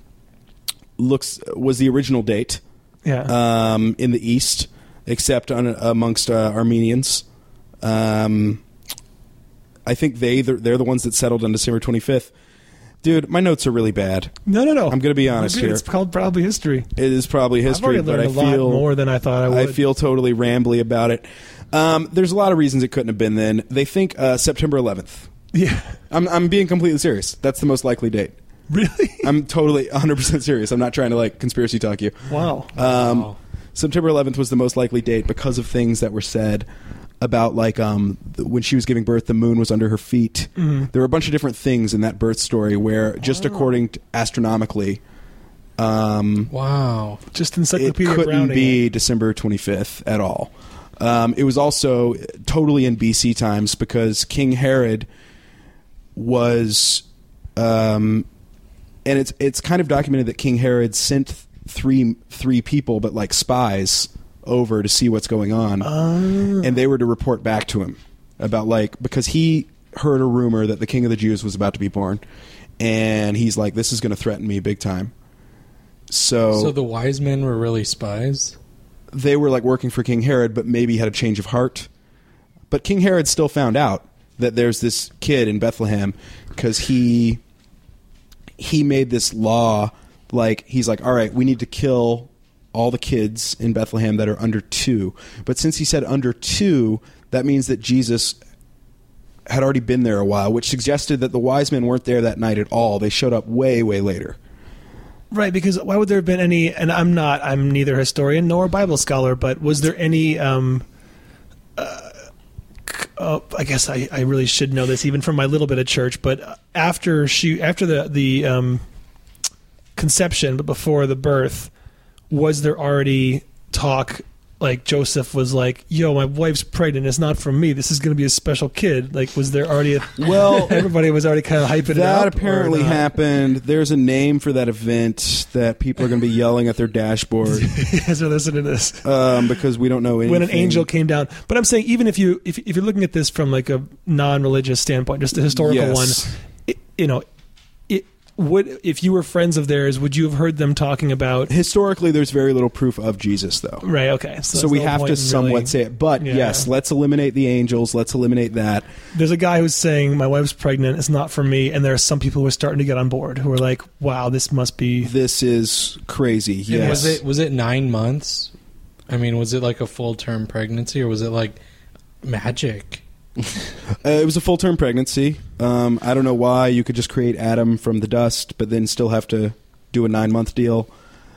Speaker 2: looks was the original date
Speaker 4: Yeah.
Speaker 2: um, in the East, except on, amongst uh, Armenians. Um, I think they they're, they're the ones that settled on December twenty fifth. Dude, my notes are really bad.
Speaker 4: no, no, no.
Speaker 2: I'm gonna be honest
Speaker 4: It's
Speaker 2: here.
Speaker 4: called probably history.
Speaker 2: It is probably history,
Speaker 4: I've
Speaker 2: but
Speaker 4: already
Speaker 2: I
Speaker 4: learned a
Speaker 2: feel
Speaker 4: lot more than I thought I
Speaker 2: I
Speaker 4: would.
Speaker 2: feel totally rambly about it. Um, there's a lot of reasons it couldn't have been then. They think uh, September 11th.
Speaker 4: Yeah.
Speaker 2: I'm, I'm being completely serious. That's the most likely date.
Speaker 4: Really?
Speaker 2: I'm totally 100% serious. I'm not trying to like conspiracy talk you.
Speaker 4: Wow.
Speaker 2: Um,
Speaker 5: Wow.
Speaker 2: September 11th was the most likely date because of things that were said about like um, th- when she was giving birth, the moon was under her feet. There were a bunch of different things in that birth story where, just according to astronomically, um,
Speaker 5: Wow.
Speaker 4: Just
Speaker 2: it
Speaker 4: encyclopedia
Speaker 2: couldn't
Speaker 4: Browning. eh?
Speaker 2: be December 25th at all. Um, it was also totally in BC times because King Herod was, um, and it's it's kind of documented that King Herod sent th- three three people, but like spies, over to see what's going on,
Speaker 4: Ah.
Speaker 2: and they were to report back to him about like because he heard a rumor that the King of the Jews was about to be born, and he's like, this is going to threaten me big time. So,
Speaker 5: So the wise men were really spies?
Speaker 2: they were like working for King Herod, but maybe had a change of heart. But King Herod still found out that there's this kid in Bethlehem because he he made this law like he's like, all right, we need to kill all the kids in Bethlehem that are under two. But since he said under two, that means that Jesus had already been there a while, which suggested that the wise men weren't there that night at all. They showed up way, way later.
Speaker 4: Right, because why would there have been any? And I'm not. I'm neither historian nor Bible scholar. But was there any? Um, uh, c- uh, I guess I, I really should know this, even from my little bit of church. But after she, after the the um, conception, but before the birth, was there already talk? Like Joseph was like, "Yo, my wife's pregnant. It's not from me. This is going to be a special kid." Like, was there already a
Speaker 2: Well,
Speaker 4: everybody was already kind of hyping it up?
Speaker 2: That
Speaker 4: or
Speaker 2: apparently
Speaker 4: not?
Speaker 2: happened. There's a name for that event that people are going to be yelling at their dashboard
Speaker 4: As we're listening to this.
Speaker 2: um, because we don't know anything.
Speaker 4: when an angel came down. But I'm saying even if you if, if you're looking at this from like a non-religious standpoint, just a historical
Speaker 2: Yes.
Speaker 4: one, it, you know, it would if you were friends of theirs, would you have heard them talking about?
Speaker 2: Historically, there's very little proof of Jesus, though.
Speaker 4: Right. Okay. So,
Speaker 2: So
Speaker 4: there's
Speaker 2: we
Speaker 4: no
Speaker 2: have
Speaker 4: point
Speaker 2: to
Speaker 4: in
Speaker 2: somewhat
Speaker 4: really-
Speaker 2: say it. But
Speaker 4: Yeah.
Speaker 2: yes, let's eliminate the angels. Let's eliminate that.
Speaker 4: There's a guy who's saying my wife's pregnant. It's not for me. And there are some people who are starting to get on board who are like, "Wow, this must be."
Speaker 2: This is crazy.
Speaker 5: And
Speaker 2: Yes.
Speaker 5: was it was it nine months? I mean, was it like a full term pregnancy or was it like magic?
Speaker 2: Uh, it was a full term pregnancy. Um, I don't know why you could just create Adam from the dust, but then still have to do a nine month deal.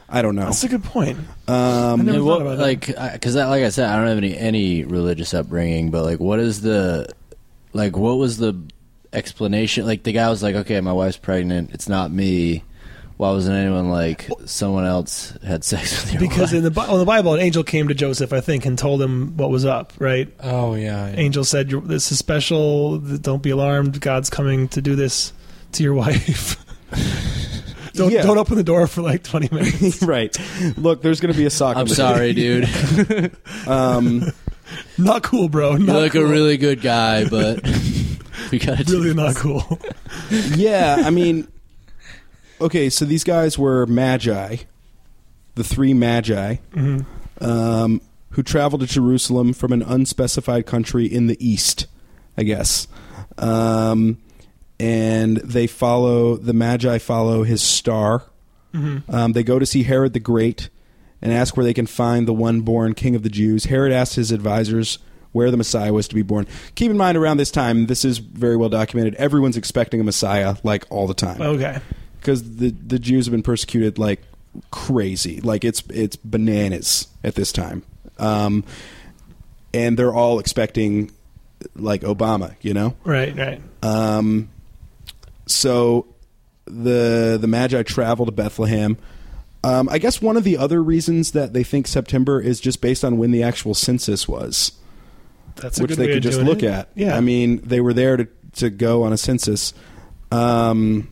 Speaker 2: I don't know.
Speaker 4: That's a good point.
Speaker 2: Um,
Speaker 4: I never
Speaker 6: And
Speaker 4: thought
Speaker 6: what,
Speaker 4: about that.
Speaker 6: like, because that, like I said, I don't have any any religious upbringing, but like, what is the, like, what was the explanation? Like, the guy was like, "Okay, my wife's pregnant. It's not me." Why wasn't anyone like someone else had sex with your
Speaker 4: Because
Speaker 6: wife?
Speaker 4: in the Bi- well, in the Bible, an angel came to Joseph, I think, and told him what was up. Right.
Speaker 5: Oh yeah. yeah.
Speaker 4: angel said, "You're- "This is special. Don't be alarmed. God's coming to do this to your wife. don't
Speaker 2: Yeah.
Speaker 4: don't open the door for like twenty minutes."
Speaker 2: right. Look, there's going to be a sock.
Speaker 6: I'm
Speaker 2: on the-
Speaker 6: sorry, dude.
Speaker 2: Um,
Speaker 4: not cool, bro. Not
Speaker 6: You're like
Speaker 4: cool.
Speaker 6: a really good guy, but we gotta do
Speaker 4: really not cool.
Speaker 2: yeah, I mean, okay, so these guys were magi, the three magi
Speaker 4: Mm-hmm.
Speaker 2: um, who traveled to Jerusalem from an unspecified country in the east, I guess. Um, and they follow the magi follow his star. Um, they go to see Herod the Great and ask where they can find the one born king of the Jews. Herod asked his advisors where the Messiah was to be born. Keep in mind, around this time, this is very well documented. Everyone's expecting a Messiah, like all the time
Speaker 4: Okay.
Speaker 2: because the the Jews have been persecuted like crazy, like it's it's bananas at this time, um, and they're all expecting like Obama, you know.
Speaker 4: Right. Right.
Speaker 2: Um, so the the Magi travel to Bethlehem. Um, I guess one of the other reasons that they think September is just based on when the actual census was
Speaker 4: That's a
Speaker 2: which
Speaker 4: good
Speaker 2: they
Speaker 4: way
Speaker 2: could
Speaker 4: of
Speaker 2: just
Speaker 4: doing
Speaker 2: look
Speaker 4: it.
Speaker 2: at.
Speaker 4: Yeah.
Speaker 2: I mean, they were there to, to go on a census. Um,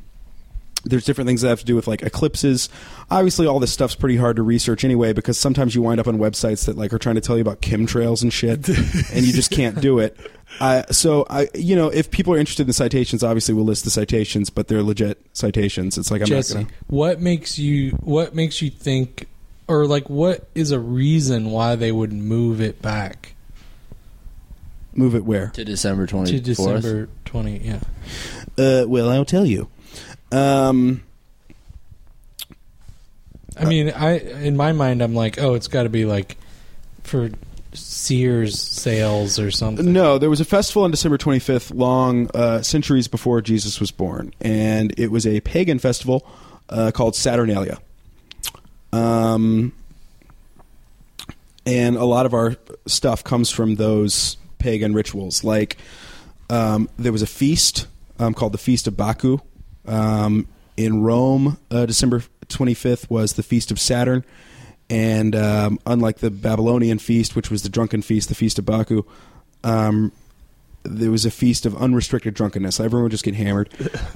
Speaker 2: there's different things that have to do with like eclipses. Obviously, all this stuff's pretty hard to research anyway because sometimes you wind up on websites that like are trying to tell you about chemtrails and shit, and you just can't do it. I so I you know if people are interested in citations, obviously we'll list the citations, but they're legit citations. It's like I'm
Speaker 5: Jesse,
Speaker 2: not gonna.
Speaker 5: what makes you what makes you think or like what is a reason why they would move it back
Speaker 2: Move it where?
Speaker 6: to December twenty
Speaker 5: to
Speaker 6: fourth.
Speaker 5: December 20 yeah
Speaker 2: Uh, well, I'll tell you. Um,
Speaker 5: I mean
Speaker 2: Uh,
Speaker 5: I in my mind I'm like oh it's got to be like for Sears sales or something
Speaker 2: No, there was a festival on December 25th, long uh, centuries before Jesus was born, and it was a pagan festival uh, called Saturnalia. Um, and a lot of our stuff comes from those pagan rituals. Like um, there was a feast um, called the Feast of Baku um, in Rome. Uh, December 25th was the Feast of Saturn, and um, unlike the Babylonian feast, which was the drunken feast, the Feast of Baku. Um, there was a feast of unrestricted drunkenness. Everyone would just get hammered.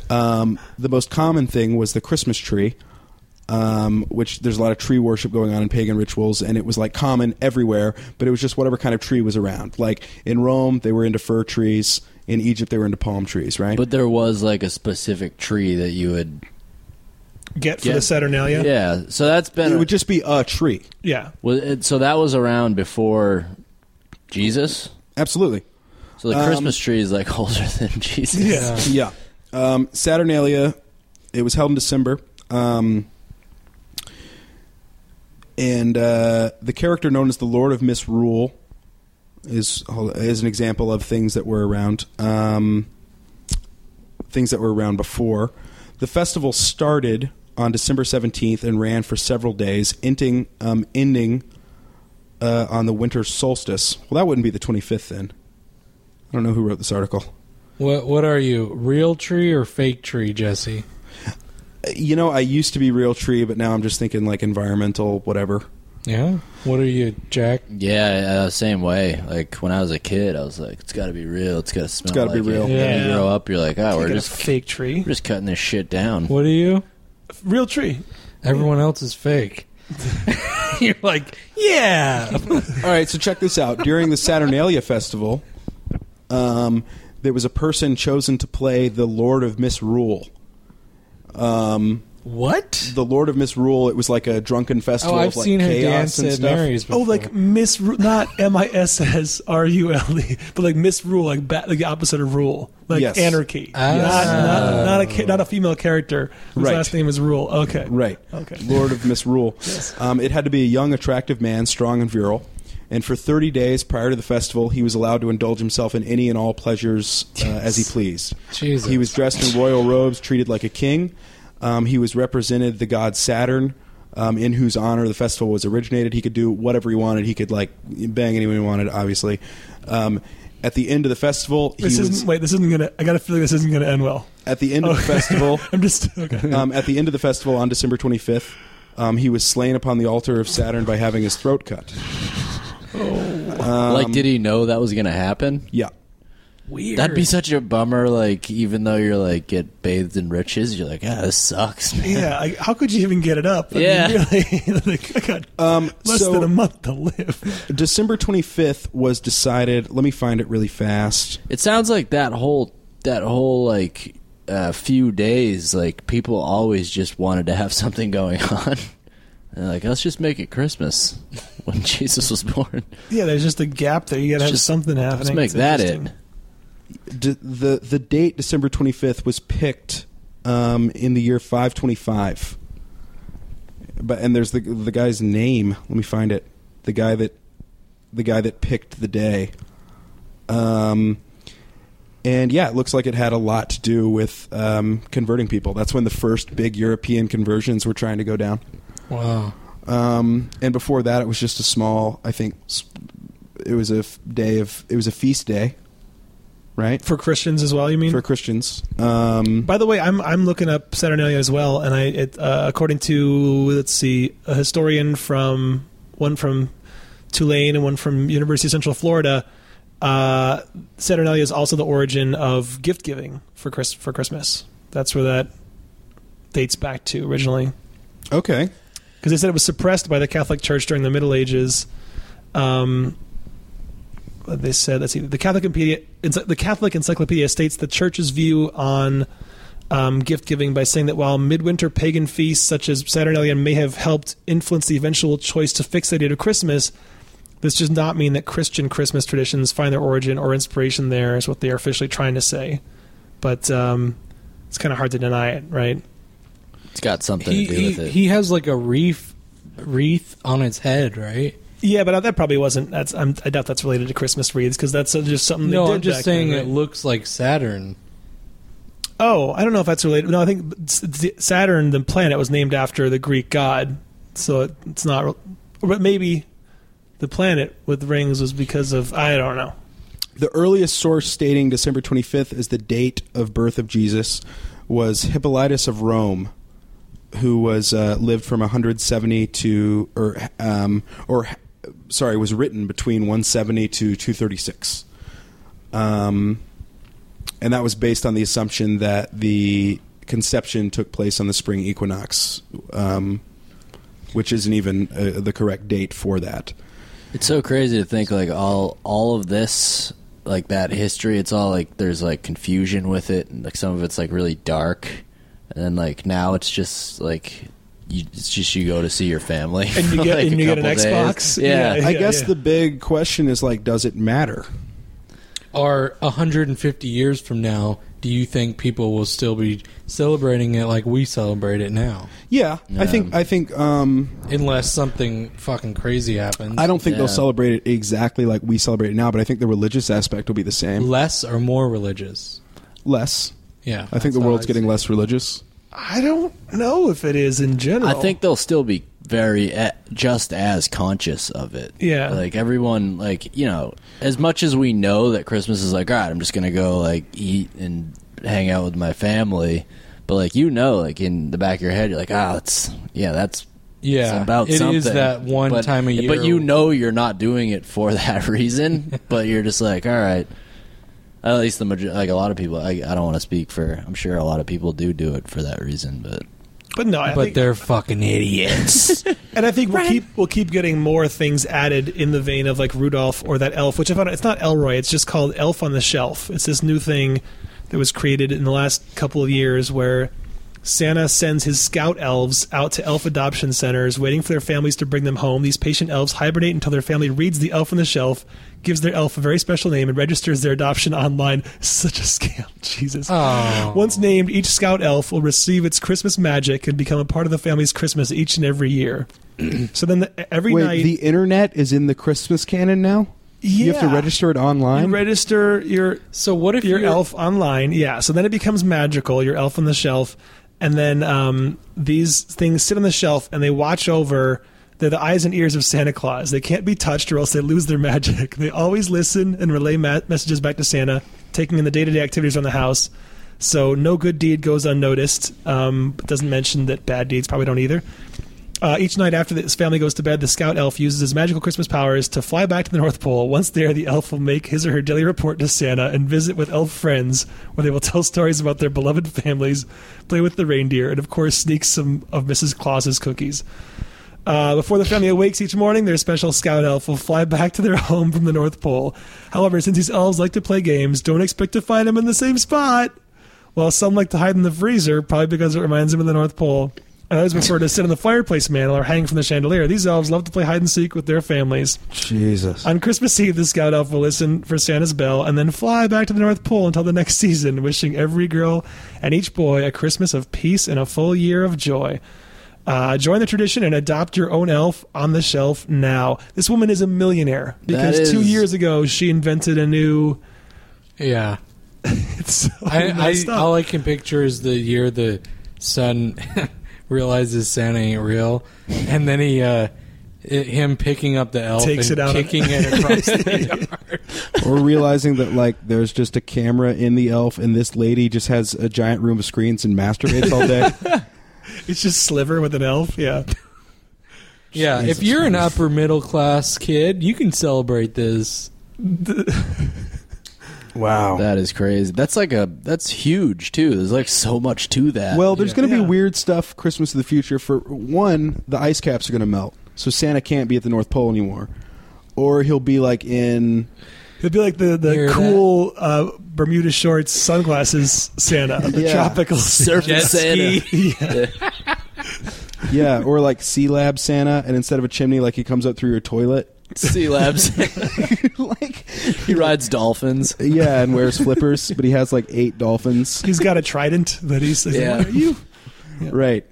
Speaker 2: Um, the most common thing was the Christmas tree, um, which there's a lot of tree worship going on in pagan rituals, and it was like common everywhere, but it was just whatever kind of tree was around. Like in Rome, they were into fir trees. In Egypt, they were into palm trees, right?
Speaker 6: But there was like a specific tree that you would.
Speaker 4: Get for
Speaker 6: Yeah.
Speaker 4: the Saturnalia.
Speaker 6: Yeah. So that's been.
Speaker 2: it would just be a tree.
Speaker 4: Yeah.
Speaker 6: was it, so that was around before Jesus.
Speaker 2: Absolutely.
Speaker 6: So the Christmas tree is like older than Jesus.
Speaker 4: Um, Yeah.
Speaker 2: Yeah. Um, Saturnalia, it was held in December. Um, and uh, the character known as the Lord of Misrule is is an example of things that were around, um, things that were around before. The festival started on December seventeenth and ran for several days, ending um, ending uh, on the winter solstice. Well, that wouldn't be the twenty fifth then. I don't know who wrote this article.
Speaker 5: what what are you real tree or fake tree Jesse
Speaker 2: you know, I used to be real tree, but now I'm just thinking like environmental, whatever.
Speaker 5: yeah what are you Jack
Speaker 6: Yeah, uh, same way. Like when I was a kid, I was like, "It's got to be real. It's got to smell.
Speaker 2: gotta
Speaker 6: like
Speaker 2: be real.
Speaker 6: It. And then
Speaker 4: Yeah.
Speaker 6: you grow up, you're like, "Oh, we're
Speaker 4: Get a
Speaker 6: just
Speaker 4: fake tree.
Speaker 6: we're just cutting this shit down."
Speaker 5: what are you
Speaker 4: Real tree.
Speaker 5: everyone else is fake you're like yeah
Speaker 2: All right, so check this out. During the Saturnalia festival, um, there was a person chosen to play the Lord of Misrule.
Speaker 4: What?
Speaker 2: The Lord of Misrule. It was like a drunken festival.
Speaker 5: oh I've
Speaker 2: of, like,
Speaker 5: seen her
Speaker 2: chaos
Speaker 5: dance
Speaker 2: and
Speaker 5: at
Speaker 2: stuff.
Speaker 5: Mary's
Speaker 4: Oh,
Speaker 5: before.
Speaker 4: like Miss, not M I S S R U L E, but like misrule, like ba- like the opposite of rule, like
Speaker 2: Yes.
Speaker 4: anarchy.
Speaker 5: Ah.
Speaker 4: Not, not, not a ca- not a female character whose
Speaker 2: Right.
Speaker 4: last name is Rule. Okay,
Speaker 2: Right.
Speaker 4: Okay.
Speaker 2: Lord of Misrule.
Speaker 4: Yes.
Speaker 2: um, it had to be a young, attractive man, strong and virile. And for 30 days prior to the festival, he was allowed to indulge himself in any and all pleasures uh, as he pleased.
Speaker 5: Jesus.
Speaker 2: He was dressed in royal robes, treated like a king. Um, he was represented the god Saturn, um, in whose honor the festival was originated. He could do whatever he wanted. He could, like, bang anyone he wanted, obviously. Um, at the end of the festival, he
Speaker 4: This isn't
Speaker 2: was,
Speaker 4: wait. This isn't gonna. I got a feeling this isn't gonna end well.
Speaker 2: at the end of the
Speaker 4: Okay.
Speaker 2: festival,
Speaker 4: I'm just okay.
Speaker 2: um, at the end of the festival on December 25th, um, he was slain upon the altar of Saturn by having his throat cut.
Speaker 4: um,
Speaker 6: like, did he know that was gonna happen?
Speaker 2: Yeah.
Speaker 5: weird
Speaker 6: That'd be such a bummer. Like, even though you're like get bathed in riches, you're like, "Ah, this sucks, man."
Speaker 4: yeah. I, how could you even get it up? I mean,
Speaker 6: Yeah.
Speaker 4: really, like, I got
Speaker 2: Um,
Speaker 4: less
Speaker 2: so
Speaker 4: than a month to live.
Speaker 2: December 25th was decided. Let me find it really fast.
Speaker 6: It sounds like that whole that whole like uh, few days, like people always just wanted to have something going on. And they're like, let's just make it Christmas when Jesus was born.
Speaker 4: Yeah, there's just a gap there. You got to have
Speaker 6: Just-
Speaker 4: something happening.
Speaker 6: Let's make
Speaker 4: It's
Speaker 6: that
Speaker 4: interesting.
Speaker 6: it.
Speaker 2: D- the the date December 25th was picked um, in the year 525. But and there's the the guy's name. Let me find it. The guy that the guy that picked the day. Um and yeah, it looks like it had a lot to do with um, converting people. That's when the first big European conversions were trying to go down.
Speaker 5: Wow.
Speaker 2: Um, and before that, it was just a small. I think s- it was a f- day of. It was a feast day, right?
Speaker 4: for Christians as well. You mean?
Speaker 2: for Christians. Um,
Speaker 4: By the way, I'm I'm looking up Saturnalia as well, and I it, uh, according to let's see a historian from one from Tulane and one from University of Central Florida. Uh, Saturnalia is also the origin of gift giving for Chris for Christmas. That's where that dates back to originally,
Speaker 2: okay,
Speaker 4: because they said it was suppressed by the Catholic Church during the Middle Ages. Um, but they said let's see the Catholic Encyclopedia, the Catholic Encyclopedia states the Church's view on um, gift giving by saying that while midwinter pagan feasts such as Saturnalia may have helped influence the eventual choice to fix the date of Christmas, this does not mean that Christian Christmas traditions find their origin or inspiration there, is what they are officially trying to say. But um, it's kind of hard to deny it, right?
Speaker 6: It's got something
Speaker 5: He,
Speaker 6: to do
Speaker 5: he,
Speaker 6: with it.
Speaker 5: he has like a wreath wreath on his head, right?
Speaker 4: Yeah, but that probably wasn't. That's I'm, I doubt that's related to Christmas wreaths because that's just something.
Speaker 5: No,
Speaker 4: they did
Speaker 5: I'm just
Speaker 4: back then,
Speaker 5: saying
Speaker 4: right?
Speaker 5: it looks like Saturn.
Speaker 4: Oh, I don't know if that's related. No, I think S- S- Saturn, the planet, was named after the Greek god, so it, it's not. re- But maybe the planet with rings was because of I don't know.
Speaker 2: the earliest source stating December 25th as the date of birth of Jesus was Hippolytus of Rome, who was uh, lived from 170 to or um, or sorry was written between 170 to 236. Um, and that was based on the assumption that the conception took place on the spring equinox, um, which isn't even uh, the correct date for that.
Speaker 6: It's so crazy to think like all all of this like that history. It's all like there's like confusion with it, and like some of it's like really dark, and then like now it's just like you, it's just you go to see your family,
Speaker 4: And you
Speaker 6: for,
Speaker 4: get-
Speaker 6: like,
Speaker 4: and
Speaker 6: a
Speaker 4: you get an
Speaker 6: couple
Speaker 4: Xbox?
Speaker 6: days. Yeah,
Speaker 4: Yeah.
Speaker 2: I guess the big question is like, does it matter?
Speaker 5: Or 150 years from now, do you think people will still be celebrating it like we celebrate it now?
Speaker 2: Yeah, I think
Speaker 6: Yeah.
Speaker 2: I think um,
Speaker 5: Unless something fucking crazy happens.
Speaker 2: I don't think they'll
Speaker 6: Yeah.
Speaker 2: celebrate it exactly like we celebrate it now, but I think the religious aspect will be the same.
Speaker 5: less or more religious.
Speaker 2: Less,
Speaker 5: Yeah.
Speaker 2: I think
Speaker 5: that's
Speaker 2: the
Speaker 5: how
Speaker 2: world's
Speaker 5: I
Speaker 2: getting
Speaker 5: see
Speaker 2: less religious.
Speaker 4: I don't know if it is in general.
Speaker 6: I think they'll still be very eh, just as conscious of it.
Speaker 4: Yeah.
Speaker 6: like everyone, like you know, as much as we know that Christmas is like, all right, I'm just gonna go like eat and hang out with my family, but like you know, like in the back of your head, you're like, ah, it's yeah, that's
Speaker 5: Yeah,
Speaker 6: it's about
Speaker 5: it is
Speaker 6: something.
Speaker 5: that one
Speaker 6: But-
Speaker 5: time a year-
Speaker 6: but you know you're not doing it for that reason. but you're just like, all right. At least the major- like a lot of people. I, I don't want to speak for. I'm sure a lot of people do do it for that reason, but
Speaker 4: but no, I
Speaker 5: But
Speaker 4: think,
Speaker 5: they're fucking idiots.
Speaker 4: and I think we'll keep we'll keep getting more things added in the vein of like Rudolph or that elf, which I found out it's not Elroy, it's just called Elf on the Shelf. It's this new thing that was created in the last couple of years where Santa sends his scout elves out to elf adoption centers, waiting for their families to bring them home. These patient elves hibernate until their family reads the elf on the shelf, gives their elf a very special name, and registers their adoption online. Such a scam. Jesus.
Speaker 5: Oh.
Speaker 4: Once named, each scout elf will receive its Christmas magic and become a part of the family's Christmas each and every year. so then the, every
Speaker 2: Wait,
Speaker 4: night.
Speaker 2: the internet is in the Christmas canon now. You have to
Speaker 4: Yeah.
Speaker 2: register it
Speaker 4: you
Speaker 2: online.
Speaker 4: register your
Speaker 5: so what if
Speaker 4: your
Speaker 5: you're-
Speaker 4: elf online. Yeah, so then it becomes magical. Your elf on the shelf, and then um, these things sit on the shelf and they watch over. They're the eyes and ears of Santa Claus. They can't be touched or else they lose their magic. They always listen and relay ma- messages back to Santa, taking in the day to day activities around the house. So no good deed goes unnoticed. Um, it doesn't mention that bad deeds probably don't either. Uh, each night after his family goes to bed, the scout elf uses his magical Christmas powers to fly back to the North Pole. Once there, the elf will make his or her daily report to Santa and visit with elf friends, where they will tell stories about their beloved families, play with the reindeer, and of course, sneak some of Mrs. Claus's cookies. Uh, before the family awakes each morning, their special scout elf will fly back to their home from the North Pole. However, since these elves like to play games, don't expect to find them in the same spot. While some like to hide in the freezer, probably because it reminds them of the North Pole. I always prefer to sit on the fireplace mantle or hang from the chandelier. These elves love to play hide and seek with their families.
Speaker 2: Jesus.
Speaker 4: On Christmas Eve, the scout elf will listen for Santa's bell and then fly back to the North Pole until the next season, wishing every girl and each boy a Christmas of peace and a full year of joy. Uh, join the tradition and adopt your own elf on the shelf now. This woman is a millionaire because
Speaker 6: That
Speaker 4: two
Speaker 6: is-
Speaker 4: years ago she invented a new.
Speaker 5: Yeah.
Speaker 4: It's so
Speaker 5: I,
Speaker 4: messed
Speaker 5: I
Speaker 4: up.
Speaker 5: all I can picture is the year the son realizes Santa ain't real, and then he uh, it, him picking up the elf
Speaker 4: Takes
Speaker 5: and
Speaker 4: it out of-
Speaker 5: kicking it across the yard.
Speaker 2: or realizing that like there's just a camera in the elf and this lady just has a giant room of screens and masturbates all day.
Speaker 4: It's just Sliver with an elf. Yeah.
Speaker 5: Yeah, if you're an upper middle class kid, you can celebrate this.
Speaker 2: wow.
Speaker 6: That is crazy. That's like a that's huge too. There's like so much to that.
Speaker 2: Well, there's
Speaker 5: Yeah.
Speaker 2: going to be
Speaker 4: Yeah.
Speaker 2: weird stuff Christmas of the future for one, the ice caps are going to melt. So Santa can't be at the North Pole anymore. Or he'll be like in
Speaker 4: It'd be like the,
Speaker 5: Hear
Speaker 4: the
Speaker 5: that?
Speaker 4: cool uh, Bermuda shorts, sunglasses, Santa, the
Speaker 2: Yeah.
Speaker 4: tropical surf.
Speaker 6: Surfing Santa.
Speaker 2: yeah, or like C Lab Santa and instead of a chimney like he comes up through your toilet.
Speaker 6: Sea Labs.
Speaker 2: like
Speaker 6: he rides dolphins.
Speaker 2: yeah, and wears flippers, but he has like eight dolphins.
Speaker 4: He's got a trident that he's. he's
Speaker 6: Yeah.
Speaker 4: Like, "What are you?
Speaker 2: Right.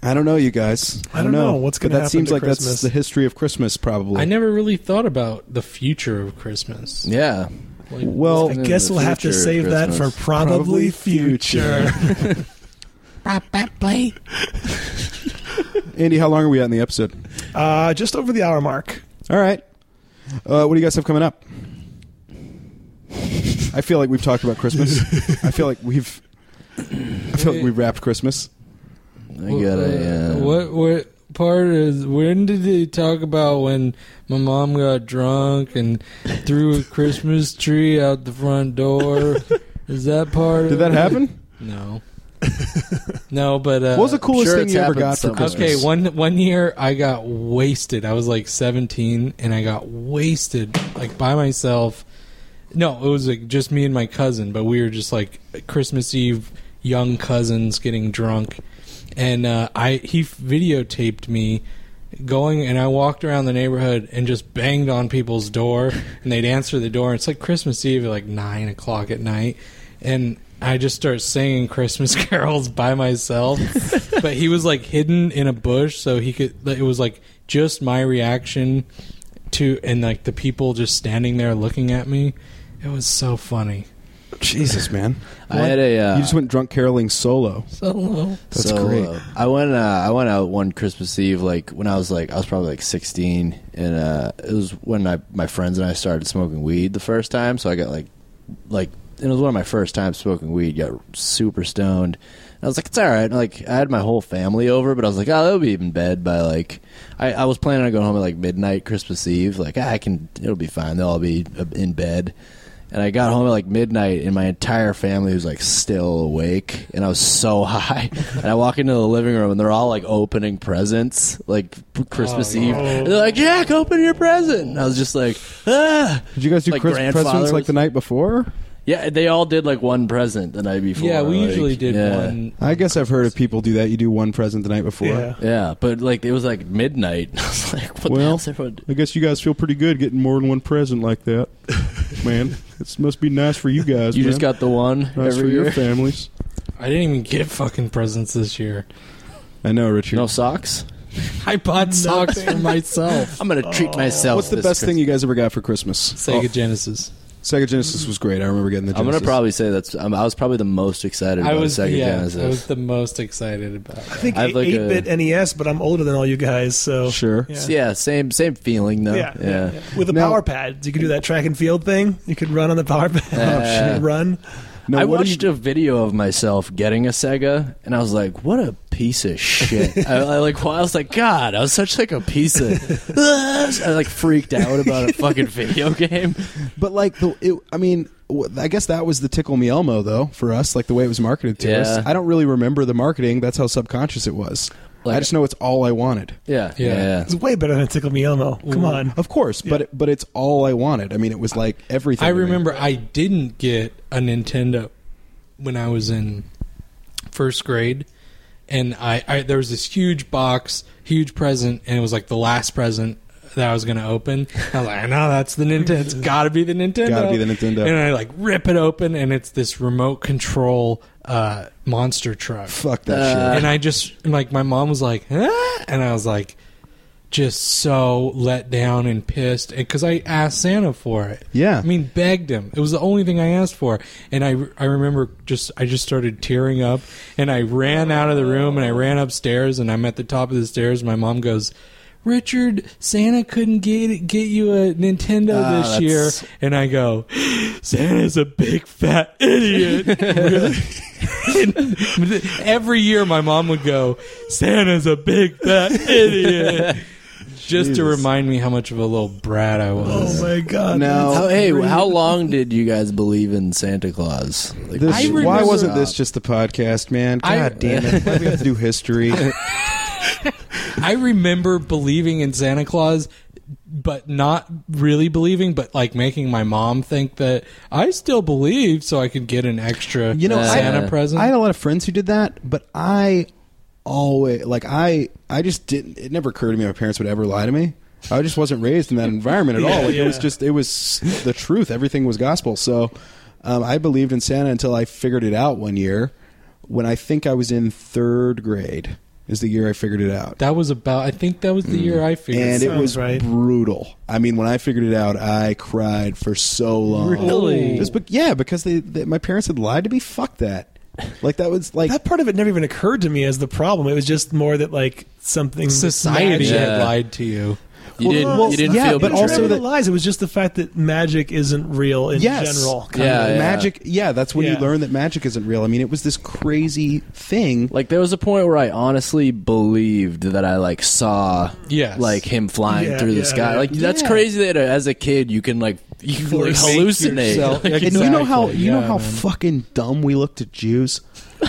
Speaker 2: I don't know, you guys.
Speaker 4: I don't know what's
Speaker 2: But
Speaker 4: gonna
Speaker 2: That
Speaker 4: happen
Speaker 2: seems
Speaker 4: to
Speaker 2: like
Speaker 4: Christmas.
Speaker 2: that's the history of Christmas, probably.
Speaker 5: I never really thought about the future of Christmas.
Speaker 6: Yeah.
Speaker 5: Like,
Speaker 2: Well,
Speaker 6: Into
Speaker 4: Guess
Speaker 6: the
Speaker 4: we'll have to
Speaker 6: future of
Speaker 4: save that for
Speaker 6: Christmas.
Speaker 4: probably,
Speaker 2: Probably
Speaker 4: future.
Speaker 5: probably.
Speaker 2: Andy, how long are we at in the episode?
Speaker 4: uh, just over the hour mark.
Speaker 2: All right. Uh, what do you guys have coming up? I feel like we've talked about Christmas. I feel like we've. I feel like we've wrapped Christmas.
Speaker 6: I got a uh,
Speaker 5: What what part is when did they talk about when my mom got drunk and threw a Christmas tree out the front door? is that part?
Speaker 2: Did
Speaker 5: of
Speaker 2: that
Speaker 5: it?
Speaker 2: happen?
Speaker 5: No. no, but uh,
Speaker 2: What was the coolest
Speaker 6: sure
Speaker 2: thing
Speaker 6: it's
Speaker 2: you ever
Speaker 6: happened
Speaker 2: got for
Speaker 6: somewhere.
Speaker 2: Christmas?
Speaker 5: Okay, one one year I got wasted. I was like 17 and I got wasted like by myself. No, it was like just me and my cousin, but we were just like Christmas Eve young cousins getting drunk. And uh, I he videotaped me going and I walked around the neighborhood and just banged on people's door and they'd answer the door. It's like Christmas Eve at like nine o'clock at night and I just start singing Christmas carols by myself. but he was like hidden in a bush so he could it was like just my reaction to and like the people just standing there looking at me. It was so funny.
Speaker 2: Jesus, man!
Speaker 6: I had a uh,
Speaker 2: you just went drunk caroling solo.
Speaker 5: So low.
Speaker 2: That's
Speaker 6: so,
Speaker 2: great.
Speaker 6: uh, I went. Uh, I went out one Christmas Eve, like when I was like I was probably like sixteen, and uh, it was when I my friends and I started smoking weed the first time. So I got like, like it was one of my first times smoking weed. Got super stoned. And I was like, it's all right. And, like I had my whole family over, but I was like, oh, they'll be in bed by like. I, I was planning on going home at like midnight Christmas Eve. Like ah, I can, it'll be fine. They'll all be uh, in bed. And I got home at like midnight, and my entire family was like still awake, and I was so high. And I walk into the living room, and they're all like opening presents, like p- Christmas
Speaker 5: Oh,
Speaker 6: Eve. And they're like, "Jack, open your present." And I was just like, "Ah."
Speaker 2: Did you guys do
Speaker 6: Like
Speaker 2: Christmas presents
Speaker 6: grandfathers.
Speaker 2: like the night before?
Speaker 6: Yeah, they all did like one present the night before.
Speaker 5: Yeah, we
Speaker 6: like,
Speaker 5: usually did
Speaker 6: yeah.
Speaker 5: one.
Speaker 2: I guess I've heard of people do that. You do one present the night before.
Speaker 4: Yeah.
Speaker 6: Yeah, but like it was like midnight. I was like, "What the
Speaker 2: Well,
Speaker 6: hell's everyone?" doing?"
Speaker 2: I guess you guys feel pretty good getting more than one present like that, man. It must be nice for you guys.
Speaker 6: You just got the one every year.
Speaker 2: families.
Speaker 5: I didn't even get fucking presents this year.
Speaker 2: I know, Richard.
Speaker 6: No socks.
Speaker 5: I bought socks for myself.
Speaker 6: I'm gonna treat myself.
Speaker 2: Oh. What's the
Speaker 6: this
Speaker 2: best thing
Speaker 6: Christmas.
Speaker 2: you guys ever got for Christmas?
Speaker 5: Sega Genesis.
Speaker 2: Oh, Sega Genesis was great. I remember getting the.
Speaker 6: I'm
Speaker 2: Genesis.
Speaker 6: gonna probably say that's. Um, I was probably the most excited
Speaker 5: I
Speaker 6: about
Speaker 5: was
Speaker 6: Sega
Speaker 5: yeah,
Speaker 6: Genesis.
Speaker 5: I was the most excited about.
Speaker 4: I
Speaker 5: That.
Speaker 4: think
Speaker 6: I have, like, a-
Speaker 4: eight-bit NES, but I'm older than all you guys, so
Speaker 2: sure.
Speaker 4: Yeah.
Speaker 6: yeah, same same feeling though.
Speaker 4: Yeah,
Speaker 6: Yeah,
Speaker 4: yeah, yeah. With a
Speaker 2: Now-
Speaker 4: power pad, you could do that track and field thing. You could run on the power pad.
Speaker 6: Yeah.
Speaker 4: run.
Speaker 2: No,
Speaker 6: I
Speaker 2: what do you-
Speaker 6: watched a video of myself getting a Sega, and I was like, "What a piece of shit!" I, I like, I was like, "God, I was such like a piece of." I like freaked out about a fucking video game.
Speaker 2: but like the, it, I mean, w- I guess that was the tickle me Elmo though for us, like the way it was marketed to
Speaker 6: Yeah.
Speaker 2: us. I don't really remember the marketing. That's how subconscious it was. I
Speaker 6: Like-
Speaker 2: just know it's all I wanted.
Speaker 6: Yeah,
Speaker 5: Yeah.
Speaker 6: yeah.
Speaker 4: It's way better than Tickle Me Elmo. Come on.
Speaker 2: Of course, but it, but it's all I wanted. I mean, it was like everything.
Speaker 5: I
Speaker 2: to me.
Speaker 5: remember I didn't get a Nintendo when I was in first grade, and I, I there was this huge box, huge present, and it was like the last present that I was going to open. I was like, I know that's the Nintendo. It's got to be the Nintendo.
Speaker 2: Gotta be the Nintendo.
Speaker 5: And I like rip it open, and it's this remote control uh, monster truck.
Speaker 2: Fuck that
Speaker 6: Uh,
Speaker 2: shit.
Speaker 5: and I just like my mom was like, huh? and I was like, just so let down and pissed, because I asked Santa for it.
Speaker 2: Yeah.
Speaker 5: I mean, begged him. It was the only thing I asked for, and I I remember just I just started tearing up, and I ran out of the room, and I ran upstairs, and I'm at the top of the stairs. And my mom goes. Richard, Santa couldn't get get you a Nintendo
Speaker 6: Ah,
Speaker 5: this year,
Speaker 6: that's-
Speaker 5: and I go, Santa's a big fat idiot. Really? Every year, my mom would go, Santa's a big fat idiot. Just to remind me how much of a little brat I was.
Speaker 4: Oh my god!
Speaker 2: Now-
Speaker 6: How, Oh, hey, how long did you guys believe in Santa Claus? Like,
Speaker 2: This-
Speaker 5: I
Speaker 2: why
Speaker 5: remember-
Speaker 2: wasn't this just the podcast, man? God
Speaker 5: I-
Speaker 2: damn it! Why do we have to do history? Oh.
Speaker 5: I remember believing in Santa Claus, but not really believing, but like making my mom think that I still believe so I could get an extra
Speaker 2: You know, I-
Speaker 5: Santa
Speaker 6: I-
Speaker 5: present.
Speaker 2: I had a lot of friends who did that, but I always like I I just didn't. It never occurred to me my parents would ever lie to me. I just wasn't raised in that environment at all. Like it was
Speaker 4: yeah.
Speaker 2: just it was the truth. Everything was gospel. So um, I believed in Santa until I figured it out one year when I think I was in third grade is the year I figured it out.
Speaker 5: that was about, I think that was the year I figured
Speaker 2: Mm. and it
Speaker 4: sounds
Speaker 2: was
Speaker 4: right.
Speaker 2: brutal. I mean, when I figured it out, I cried for so long.
Speaker 5: Really?
Speaker 2: Just be- yeah, because they, they my parents had lied to me. Fuck that. Like that was like
Speaker 4: that part of it never even occurred to me as the problem. It was just more that like something
Speaker 5: society
Speaker 4: magic-
Speaker 5: had
Speaker 6: Yeah.
Speaker 5: lied to you.
Speaker 6: you didn't.
Speaker 4: well,
Speaker 6: you didn't
Speaker 2: yeah,
Speaker 6: feel
Speaker 2: but
Speaker 4: But
Speaker 6: betrayed.
Speaker 4: also
Speaker 2: also
Speaker 4: the
Speaker 2: that-
Speaker 4: lies. It was just the fact that magic isn't real in
Speaker 2: Yes.
Speaker 4: general. kind
Speaker 6: Yeah,
Speaker 4: of.
Speaker 6: yeah.
Speaker 2: magic. Yeah, that's when you
Speaker 4: Yeah.
Speaker 2: learn that magic isn't real. I mean, it was this crazy thing.
Speaker 6: Like there was a point where I honestly believed that I like saw
Speaker 5: Yes.
Speaker 6: like him flying
Speaker 4: Yeah,
Speaker 6: through the
Speaker 4: yeah,
Speaker 6: sky.
Speaker 4: yeah.
Speaker 6: Like that's
Speaker 2: Yeah.
Speaker 6: crazy that uh, as a kid you can like you can, like, hallucinate.
Speaker 2: yourself-
Speaker 6: Like,
Speaker 2: And you know how
Speaker 5: Exactly,
Speaker 2: you know
Speaker 5: yeah,
Speaker 2: how
Speaker 5: man.
Speaker 2: fucking dumb we looked at Jews.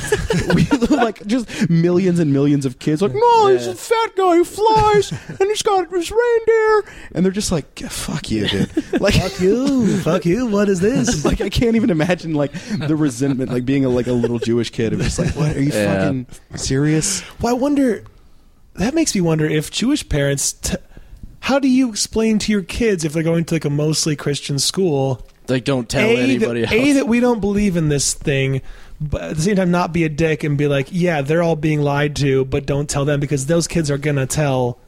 Speaker 2: we look like just millions and millions of kids. Like, no, there's a fat guy who flies, and he's got his reindeer, and they're just like, "Fuck you, dude!" Like, fuck you,
Speaker 4: Fuck you! What is this?
Speaker 2: like I can't even imagine like the resentment, like being a, like a little Jewish kid. of just like, "What are you
Speaker 6: Yeah.
Speaker 2: fucking serious?"
Speaker 4: well, I wonder. That makes me wonder if Jewish parents. T- how do you explain to your kids if they're going to like a mostly Christian school?
Speaker 6: like don't tell
Speaker 4: a,
Speaker 6: anybody
Speaker 4: that,
Speaker 6: else.
Speaker 4: a that we don't believe in this thing, but at the same time, not be a dick and be like, yeah, they're all being lied to, but don't tell them because those kids are gonna tell.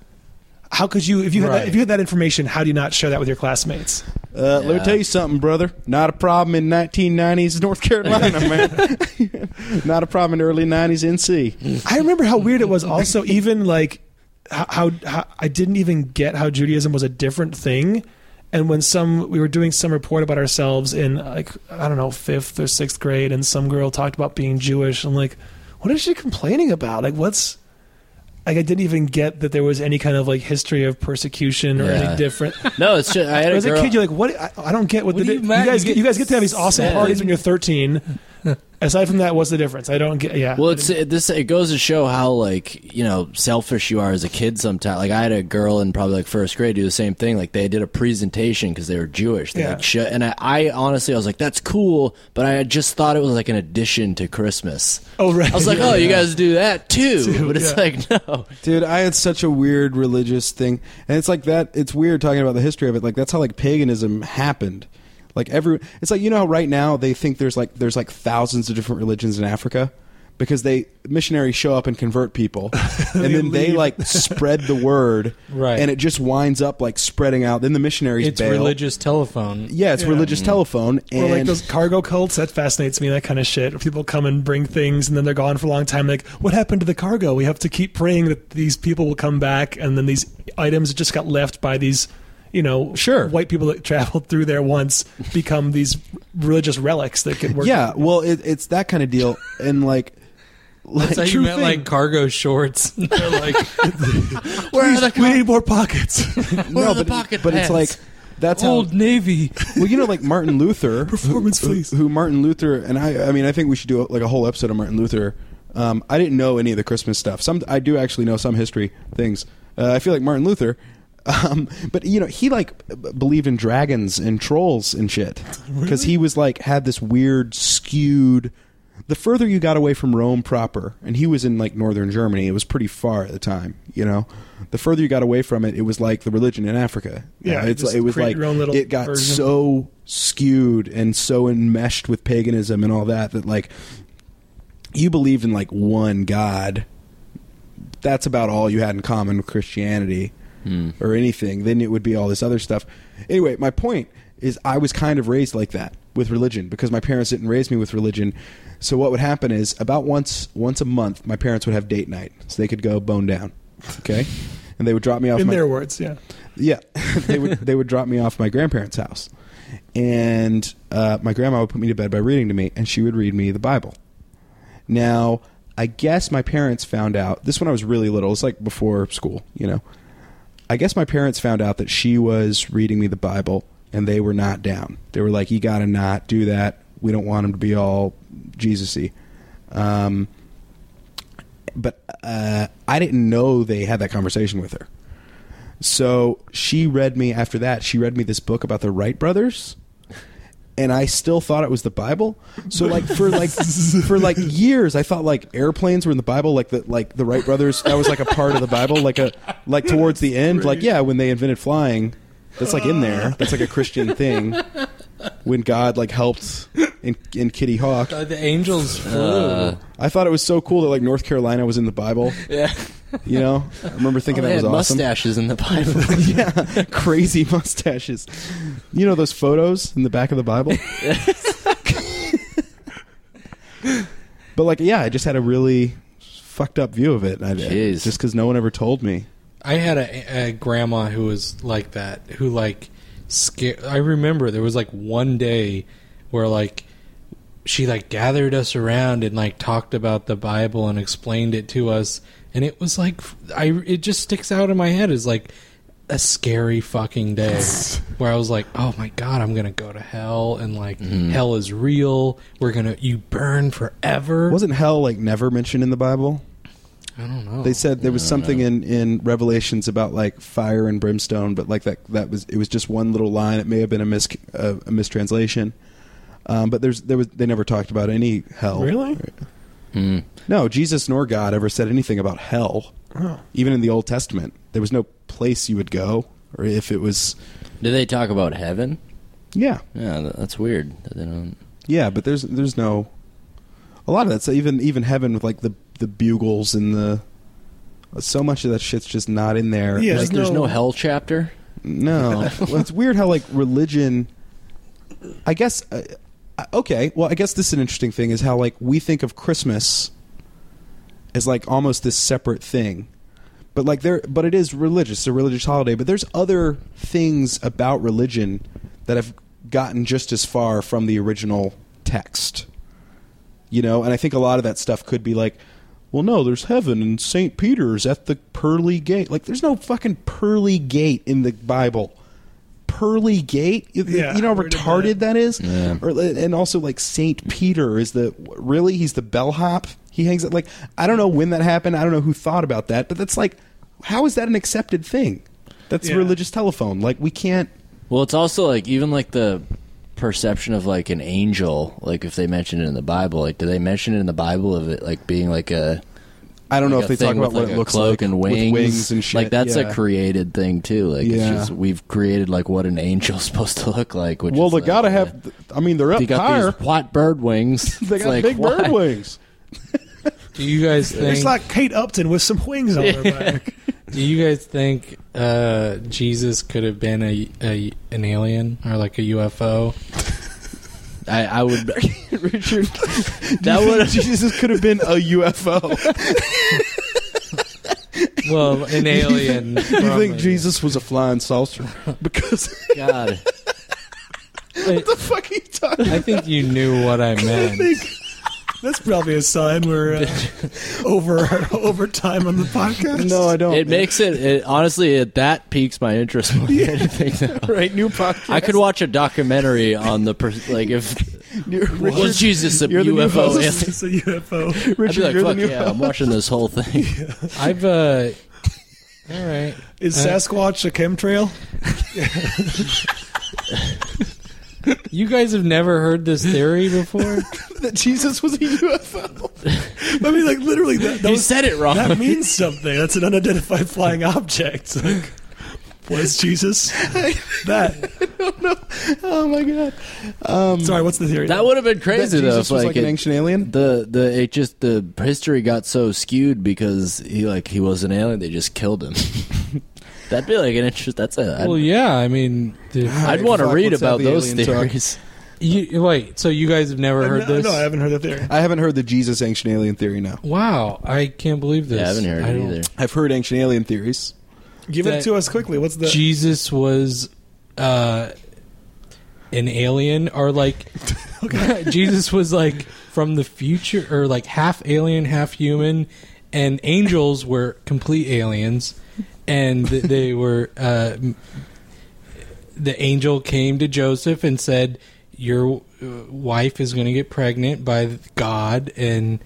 Speaker 4: How could you if you had that,
Speaker 5: Right.
Speaker 4: if you had that information? How do you not share that with your classmates?
Speaker 2: Uh, Let me
Speaker 6: Yeah.
Speaker 2: tell you something, brother. Not a problem in 1990s North Carolina, man. Not a problem in early 90s NC.
Speaker 4: I remember how weird it was. Also, even like how, how, how I didn't even get how Judaism was a different thing. And when some we were doing some report about ourselves in like I don't know fifth or sixth grade, and some girl talked about being Jewish. I'm like, what is she complaining about? Like, what's like I didn't even get that there was any kind of like history of persecution or
Speaker 6: Yeah.
Speaker 4: any different.
Speaker 6: no, it's just, I had a
Speaker 4: As a
Speaker 6: girl-
Speaker 4: kid, you're like, what? I, I don't get what,
Speaker 5: What
Speaker 4: the
Speaker 5: do
Speaker 4: di-
Speaker 5: you mean?
Speaker 4: guys
Speaker 5: You
Speaker 4: get.
Speaker 5: get
Speaker 4: You guys get to have these awesome
Speaker 6: sad.
Speaker 4: parties when you're 13. Aside from that, what's the difference? I don't get. Yeah.
Speaker 6: Well, it's it, this. It goes to show how like you know selfish you are as a kid. Sometimes, like I had a girl in probably like first grade do the same thing. Like they did a presentation because they were Jewish. They
Speaker 4: Yeah.
Speaker 6: like sh- and I, I honestly I was like that's cool, but I just thought it was like an addition to Christmas.
Speaker 4: Oh, right.
Speaker 6: I was like, oh, you guys do that too, but it's like no.
Speaker 2: Dude, I had such a weird religious thing. And it's like that it's weird talking about the history of it. Like that's how like paganism happened. Like every it's like you know how right now they think there's like there's like thousands of different religions in Africa because they missionaries show up and convert people and then they like spread the word
Speaker 5: Right.
Speaker 2: and it just winds up like spreading out then the missionaries
Speaker 5: It's
Speaker 2: bail.
Speaker 5: religious telephone.
Speaker 2: yeah it's religious telephone and
Speaker 4: Or like those cargo cults, that fascinates me, that kind of shit. Where people come and bring things and then they're gone for a long time. Like, what happened to the cargo? We have to keep praying that these people will come back and then these items that just got left by these, you know,
Speaker 2: Sure.
Speaker 4: white people that traveled through there once become these religious relics that could work.
Speaker 2: yeah well it, it's that kind of deal and like
Speaker 5: That's how you
Speaker 4: True
Speaker 5: meant
Speaker 4: thing.
Speaker 5: like cargo shorts. They're like,
Speaker 4: Please, we need more pockets.
Speaker 2: no, but, but it's like that's
Speaker 5: Old
Speaker 2: how.
Speaker 5: Navy.
Speaker 2: Well, you know, like Martin Luther,
Speaker 4: Performance,
Speaker 2: who, who-
Speaker 4: please.
Speaker 2: Who Martin Luther and I? I mean, I think we should do like a whole episode of Martin Luther. Um, I didn't know any of the Christmas stuff. Some I do actually know some history things. Uh, I feel like Martin Luther, um, but you know, he like b- believed in dragons and trolls and shit because he was like had this weird skewed the further you got away from Rome proper, and he was in like northern Germany, it was pretty far at the time, you know. The further you got away from it, it was like the religion in Africa. You
Speaker 4: Yeah,
Speaker 2: know, it's
Speaker 4: just
Speaker 2: it was
Speaker 4: create
Speaker 2: like
Speaker 4: your own little
Speaker 2: it got
Speaker 4: version.
Speaker 2: so skewed and so enmeshed with paganism and all that that like you believed in like one god. That's about all you had in common with Christianity or anything. Then it would be all this other stuff. Anyway, my point is I was kind of raised like that with religion because my parents didn't raise me with religion. So what would happen is about once once a month my parents would have date night so they could go bone down. Okay? And they would drop me off
Speaker 4: in
Speaker 2: my
Speaker 4: their words, yeah.
Speaker 2: yeah, they would they would drop me off at my grandparents' house, and uh, my grandma would put me to bed by reading to me, and she would read me the Bible. Now, I guess my parents found out this when I was really little. It's like before school, you know. I guess my parents found out that she was reading me the Bible, and they were not down. They were like, "You got to not do that. We don't want him to be all Jesus-y." Um, but uh, I didn't know they had that conversation with her. So she read me after that. She read me this book about the Wright brothers, and I still thought it was the Bible. So like for like for like years, I thought like airplanes were in the Bible, like the like the Wright brothers. That was like a part of the Bible, like a like towards the end, like yeah, when they invented flying, that's like in there. That's like a Christian thing. When God like helped in in Kitty Hawk,
Speaker 5: Uh, the angels flew.
Speaker 6: Uh,
Speaker 2: I thought it was so cool that like North Carolina was in the Bible.
Speaker 6: yeah.
Speaker 2: You know, I remember
Speaker 6: Oh,
Speaker 2: thinking
Speaker 6: they
Speaker 2: that was awesome.
Speaker 6: had mustaches in the Bible.
Speaker 2: yeah, crazy mustaches. You know those photos in the back of the Bible? but like, yeah, I just had a really fucked up view of it. I,
Speaker 6: Jeez.
Speaker 2: Just because no one ever told me.
Speaker 5: I had a, a grandma who was like that, who like scared. I remember there was like one day where like she like gathered us around and like talked about the Bible and explained it to us, and it was like I it just sticks out in my head as like a scary fucking day where I was like, oh my god, I'm gonna go to hell and like hell is real. We're gonna you burn forever.
Speaker 2: Wasn't hell like never mentioned in the Bible?
Speaker 5: I don't know.
Speaker 2: They said there was something in in Revelations about like fire and brimstone, but like that that was it was just one little line. It may have been a mis uh, a mistranslation. Um, but there's there was they never talked about any hell.
Speaker 4: Really?
Speaker 2: No, Jesus nor God ever said anything about hell. Even in the Old Testament, there was no place you would go, or if it was,
Speaker 6: Do they talk about heaven?
Speaker 2: yeah,
Speaker 6: Yeah, tha- that's weird. That they don't.
Speaker 2: yeah. But there's there's no a lot of that's even even heaven with like the the bugles and the so much of that shit's just not in there.
Speaker 4: Yeah,
Speaker 6: Like, there's no hell chapter.
Speaker 2: No, well, it's weird how like religion. I guess uh, uh, okay. Well, I guess this is an interesting thing is how like we think of Christmas as like almost this separate thing, but like there, but it is religious, a religious holiday. But there's other things about religion that have gotten just as far from the original text, you know. And I think a lot of that stuff could be like. Well, no, there's heaven and St. Peter's at the pearly gate. Like, there's no fucking pearly gate in the Bible pearly gate. You, you-
Speaker 4: Yeah,
Speaker 2: you know how
Speaker 4: where did
Speaker 2: retarded that is.
Speaker 6: Yeah.
Speaker 2: Or, and also like Saint Peter is the really he's the bellhop. He hangs out like I don't know when that happened. I don't know who thought about that, but that's like how is that an accepted thing? That's
Speaker 4: Yeah.
Speaker 2: religious telephone. Like we can't.
Speaker 6: Well, it's also like even like the perception of like an angel. Like if they mention it in the Bible, like do they mention it in the Bible of it like being like a
Speaker 2: I don't
Speaker 6: like
Speaker 2: know
Speaker 6: a
Speaker 2: if they talk
Speaker 6: thing
Speaker 2: about
Speaker 6: with,
Speaker 2: what
Speaker 6: like,
Speaker 2: it
Speaker 6: a
Speaker 2: looks
Speaker 6: cloak
Speaker 2: like
Speaker 6: and
Speaker 2: with
Speaker 6: wings.
Speaker 2: wings and shit.
Speaker 6: Like that's
Speaker 2: Yeah.
Speaker 6: a created thing too. Like it's
Speaker 2: Yeah.
Speaker 6: just we've created like what an angel's supposed to look like. Which
Speaker 2: Well,
Speaker 6: is
Speaker 2: they
Speaker 6: like,
Speaker 2: gotta
Speaker 6: uh,
Speaker 2: have. th- I mean, they're up
Speaker 6: They got
Speaker 2: higher.
Speaker 6: these white bird wings.
Speaker 2: they
Speaker 6: It's
Speaker 2: got
Speaker 6: like,
Speaker 2: big bird
Speaker 6: why?
Speaker 2: wings.
Speaker 5: Do you guys
Speaker 4: It's
Speaker 5: think?
Speaker 4: like Kate Upton with some wings on her back.
Speaker 5: Do you guys think uh, Jesus could have been a, a an alien or like a UFO?
Speaker 6: I, I would, Richard. That would
Speaker 2: Jesus could have been a UFO.
Speaker 5: Well, an alien.
Speaker 2: you
Speaker 5: from
Speaker 2: think
Speaker 5: a-
Speaker 2: Jesus was a flying saucer? Because
Speaker 6: God.
Speaker 5: I,
Speaker 2: the fuck are you talking?
Speaker 5: I think you knew what I meant.
Speaker 4: That's probably a sign we're uh, over over time on the podcast.
Speaker 2: No, I don't.
Speaker 6: It makes it, it honestly. It, that piques my interest more than anything. else.
Speaker 2: right new podcast.
Speaker 6: I could watch a documentary on the per- like if was Jesus a
Speaker 2: you're the new
Speaker 6: UFO?
Speaker 2: host.
Speaker 6: alien?
Speaker 4: it's a UFO.
Speaker 6: I'd be like,
Speaker 2: you're the
Speaker 6: fuck
Speaker 2: new
Speaker 6: yeah, I'm watching this whole thing.
Speaker 5: I've uh, all right.
Speaker 4: Is Sasquatch a chemtrail?
Speaker 5: You guys have never heard this theory before?
Speaker 4: that Jesus was a UFO. I mean, like literally, that, that,
Speaker 6: You
Speaker 4: was,
Speaker 6: said it wrong.
Speaker 4: that means something. That's an unidentified flying object. Like, was Jesus that?
Speaker 2: Oh my god.
Speaker 4: Sorry, what's the theory?
Speaker 6: That would have been crazy
Speaker 2: That
Speaker 6: though.
Speaker 2: Jesus
Speaker 6: If,
Speaker 2: was
Speaker 6: like,
Speaker 2: like an
Speaker 6: it-
Speaker 2: ancient alien?
Speaker 6: The the it just the history got so skewed because he like he was an alien. They just killed him. That'd be like an interest. That's a. I'd,
Speaker 5: well, yeah. I mean, the-
Speaker 6: I'd
Speaker 2: Alright,
Speaker 6: want to
Speaker 2: fuck,
Speaker 6: read
Speaker 2: let's
Speaker 6: about
Speaker 2: have the
Speaker 6: those
Speaker 2: alien talk.
Speaker 6: theories.
Speaker 5: you, wait. So you guys have never
Speaker 4: I
Speaker 5: heard
Speaker 4: no,
Speaker 5: this?
Speaker 4: no, I haven't heard the theory.
Speaker 2: I haven't heard the Jesus ancient alien theory now.
Speaker 5: Wow, I can't believe this.
Speaker 6: Yeah, I haven't heard it
Speaker 5: don't-
Speaker 6: either.
Speaker 2: I've heard ancient alien theories.
Speaker 4: Give
Speaker 5: That-
Speaker 4: it to us quickly. What's the?
Speaker 5: Jesus was uh, an alien, or like Jesus was like from the future, or like half alien, half human, and angels were complete aliens, and th- they were. Uh, m- the angel came to Joseph and said, "Your uh, wife is going to get pregnant by God," and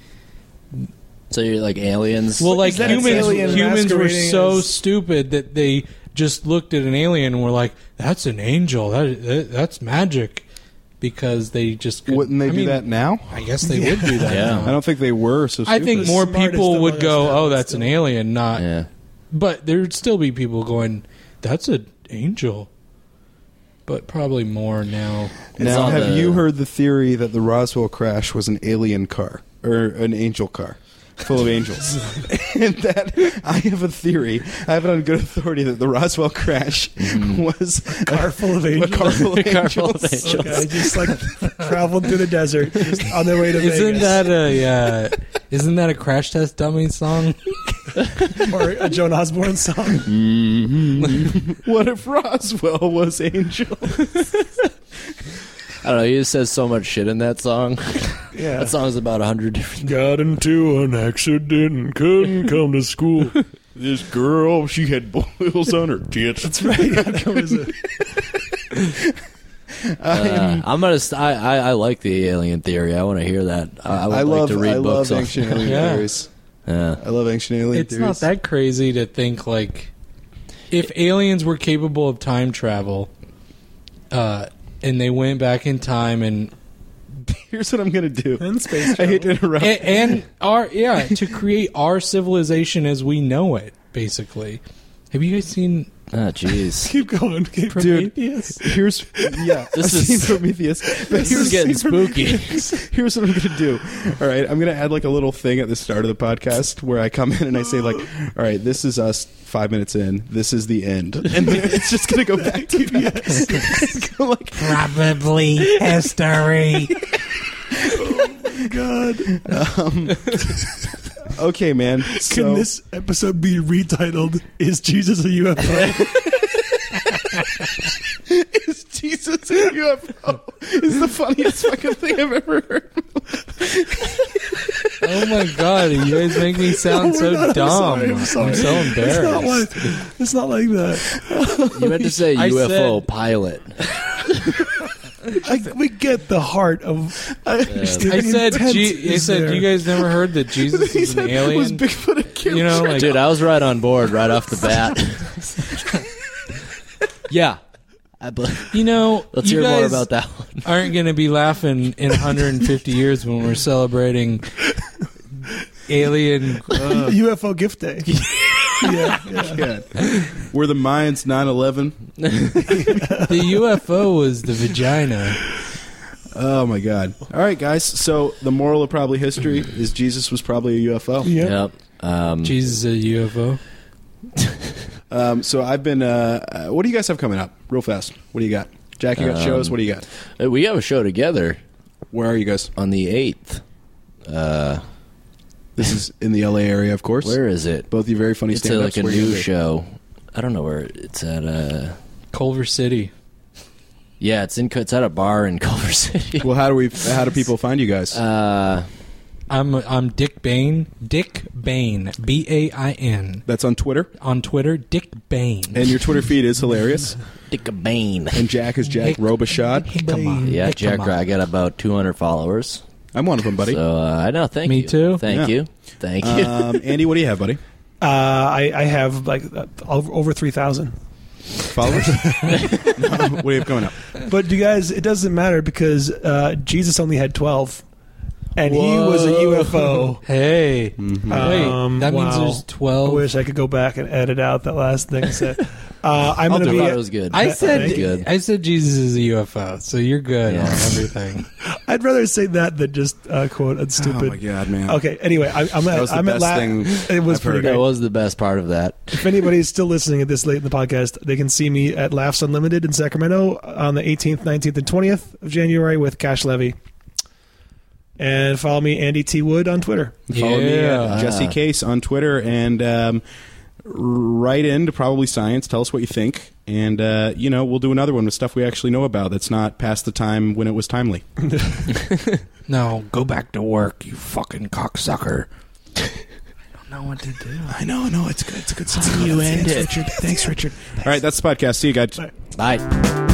Speaker 6: So you're like aliens.
Speaker 5: Well, like
Speaker 4: Is that an
Speaker 5: humans,
Speaker 4: alien
Speaker 5: humans were
Speaker 4: masquerading
Speaker 5: so
Speaker 4: as-
Speaker 5: stupid that they just looked at an alien and were like, "That's an angel. That, that that's magic," because they just couldn't-
Speaker 2: Wouldn't they
Speaker 5: I
Speaker 2: do
Speaker 5: mean,
Speaker 2: that now?
Speaker 5: I guess they would do that.
Speaker 6: Yeah.
Speaker 5: now.
Speaker 2: I don't think they were so
Speaker 5: I
Speaker 2: stupid.
Speaker 5: think more
Speaker 4: Smartest
Speaker 5: people would
Speaker 4: among
Speaker 5: go,
Speaker 4: us now,
Speaker 5: "Oh,
Speaker 4: but
Speaker 5: that's an
Speaker 4: still."
Speaker 5: alien," not.
Speaker 6: yeah.
Speaker 5: But there'd still be people going, "That's an angel," but probably more now.
Speaker 2: Now,
Speaker 6: all
Speaker 2: have
Speaker 6: the-
Speaker 2: you heard the theory that the Roswell crash was an alien car or an angel car full of angels? and that I have a theory, I have it on good authority that the Roswell crash was a
Speaker 4: Car full of
Speaker 2: a
Speaker 4: angels.
Speaker 2: car full of
Speaker 6: Car full of
Speaker 2: angels.
Speaker 6: angels.
Speaker 4: Okay, just like traveled through the desert just on their way to
Speaker 5: Isn't
Speaker 4: Vegas
Speaker 5: that a uh, isn't that a crash test dummy song?
Speaker 4: or a Joan Osborne song.
Speaker 2: What if Roswell was angel?
Speaker 6: I don't know. He just says so much shit in that song.
Speaker 4: Yeah.
Speaker 6: that song's about a hundred different.
Speaker 4: Got into an accident and couldn't come to school.
Speaker 2: This girl, she had boils on her tits.
Speaker 4: That's right. That was a-
Speaker 6: Uh, I'm gonna. St- I, I I like the alien theory. I want to hear that. I, I would
Speaker 2: I
Speaker 6: like
Speaker 2: love,
Speaker 6: to read
Speaker 2: I
Speaker 6: books
Speaker 2: love
Speaker 6: on.
Speaker 2: ancient alien
Speaker 5: Yeah.
Speaker 2: theories.
Speaker 6: Yeah.
Speaker 2: I love ancient alien
Speaker 5: it's
Speaker 2: theories.
Speaker 5: not that crazy to think like if aliens were capable of time travel uh, and they went back in time and
Speaker 2: Here's what I'm gonna do.
Speaker 4: And space
Speaker 2: I hate to interrupt.
Speaker 6: Eh.
Speaker 5: and, and our yeah to create our civilization as we know it basically have you guys seen
Speaker 6: Ah, jeez.
Speaker 4: keep going.
Speaker 2: Dude.
Speaker 4: Keep
Speaker 5: Prometheus?
Speaker 2: Here's yeah,
Speaker 6: This
Speaker 2: this I've seen
Speaker 6: is-
Speaker 2: Prometheus. But
Speaker 6: this
Speaker 2: here's
Speaker 6: is getting
Speaker 2: seen Prometheus.
Speaker 6: spooky.
Speaker 2: Here's what I'm gonna do. All right, I'm gonna add like a little thing at the start of the podcast where I come in and I say like, "All right, this is us five minutes in. This is the end," and then it's just gonna go back to back. It's gonna, like,
Speaker 5: probably history
Speaker 2: okay, man.
Speaker 4: Can
Speaker 2: So
Speaker 4: this episode be retitled "Is Jesus a UFO"?
Speaker 2: is Jesus in UFO? Is the funniest fucking thing I've ever heard.
Speaker 5: oh my god you guys make me sound
Speaker 4: No,
Speaker 5: so
Speaker 4: we're not. Oh I'm
Speaker 5: dumb
Speaker 4: sorry. I'm sorry.
Speaker 5: so
Speaker 4: it's
Speaker 5: embarrassed
Speaker 4: not like it's not like that.
Speaker 6: You meant to say
Speaker 5: I
Speaker 6: UFO
Speaker 5: said-
Speaker 6: pilot.
Speaker 4: I, we get the heart of.
Speaker 5: I said, G- I said, you guys never heard that Jesus
Speaker 2: He
Speaker 5: is an
Speaker 2: said, "Was
Speaker 5: alien.
Speaker 2: Bigfoot a kid?"
Speaker 5: You know, like
Speaker 6: Dude, I was right on board right off the bat. yeah. I bel
Speaker 5: You know,
Speaker 6: Let's
Speaker 5: you
Speaker 6: hear
Speaker 5: guys
Speaker 6: more about that one.
Speaker 5: aren't going to be laughing in 150 years when we're celebrating alien.
Speaker 4: UFO gift day. yeah, yeah.
Speaker 2: God. Were the Mayans 9/11?
Speaker 5: The UFO was the vagina.
Speaker 2: Oh my god! All right, guys. So the moral of probably history is Jesus was probably a UFO.
Speaker 4: yeah.
Speaker 6: Yep. Um,
Speaker 5: Jesus, a UFO.
Speaker 2: Um, so I've been. Uh, uh, what do you guys have coming up? Real fast. What do you got, Jack? You got
Speaker 6: Um,
Speaker 2: shows. What do you got?
Speaker 6: we have a show together
Speaker 2: Where are you guys?
Speaker 6: on the 8th. Uh,
Speaker 2: This is in the LA area, of course.
Speaker 6: where is it?
Speaker 2: Both of you very funny
Speaker 6: It's a,
Speaker 2: stand-ups.
Speaker 6: like a
Speaker 2: Where you
Speaker 6: new
Speaker 2: guys-
Speaker 6: show. I don't know where it- it's at. Uh,
Speaker 5: Culver City.
Speaker 6: yeah, it's in. It's at a bar in Culver City.
Speaker 2: Well, how do we? How do people find you guys?
Speaker 6: Uh,
Speaker 5: I'm I'm Dick Bain. Dick Bain. B A I N.
Speaker 2: That's on Twitter,
Speaker 5: On Twitter, Dick Bain.
Speaker 2: and your Twitter feed is hilarious.
Speaker 6: Dick a Bane.
Speaker 2: And Jack is Jack
Speaker 5: Hick-
Speaker 2: Robichaud.
Speaker 5: Hickama.
Speaker 6: Yeah, Jack.
Speaker 5: Hickama.
Speaker 6: I got about 200 followers.
Speaker 2: I'm one of them, buddy.
Speaker 6: So uh, I know. Thank
Speaker 5: Me
Speaker 6: you.
Speaker 5: too.
Speaker 6: Thank
Speaker 2: Yeah.
Speaker 6: you. Thank you.
Speaker 2: Uh, Um, Andy, what do you have, buddy?
Speaker 4: Uh, I, I have like uh, over, over three thousand.
Speaker 7: Followers? No, what do you have coming up?
Speaker 4: But you guys, it doesn't matter because uh, Jesus only had twelve, and he was a
Speaker 5: Whoa.
Speaker 4: UFO.
Speaker 5: Hey.
Speaker 4: Um,
Speaker 5: Wait, that means
Speaker 4: wow.
Speaker 5: there's
Speaker 4: I
Speaker 5: 12.
Speaker 4: wish I could go back and edit out that last thing. I said. Uh, I'm going
Speaker 6: I
Speaker 4: to
Speaker 6: thought
Speaker 4: be.
Speaker 6: it was good.
Speaker 5: I
Speaker 6: Thank you.
Speaker 5: said I said Jesus is a UFO, so you're good
Speaker 6: Yeah.
Speaker 5: on everything.
Speaker 4: I'd rather say that than just uh, quote "That's
Speaker 7: Oh my
Speaker 4: stupid.
Speaker 7: god, man.
Speaker 4: okay. Anyway, I, I'm at.
Speaker 7: That was the
Speaker 4: I'm
Speaker 7: best
Speaker 4: at
Speaker 7: thing
Speaker 4: la- It was
Speaker 7: I've
Speaker 4: pretty
Speaker 7: heard.
Speaker 4: good.
Speaker 6: that was the best part of that.
Speaker 4: if anybody's still listening at this late in the podcast, they can see me at Laughs Unlimited in Sacramento on the 18th, 19th, and 20th of January with Cash Levy. And follow me, Andy T. Wood, on Twitter.
Speaker 5: yeah.
Speaker 2: Follow me
Speaker 5: Uh,
Speaker 2: at Jesse
Speaker 6: Ah.
Speaker 2: Case on Twitter and um, write in to Probably Science. Tell us what you think. And, uh, you know, we'll do another one with stuff we actually know about that's not past the time when it was timely.
Speaker 5: No, go back to work, you fucking cocksucker. I don't know what to do.
Speaker 2: I know, I know. It's good. It's a good song. You end it. Richard. Thanks, Richard. All right, that's the podcast. See you guys.
Speaker 6: Bye.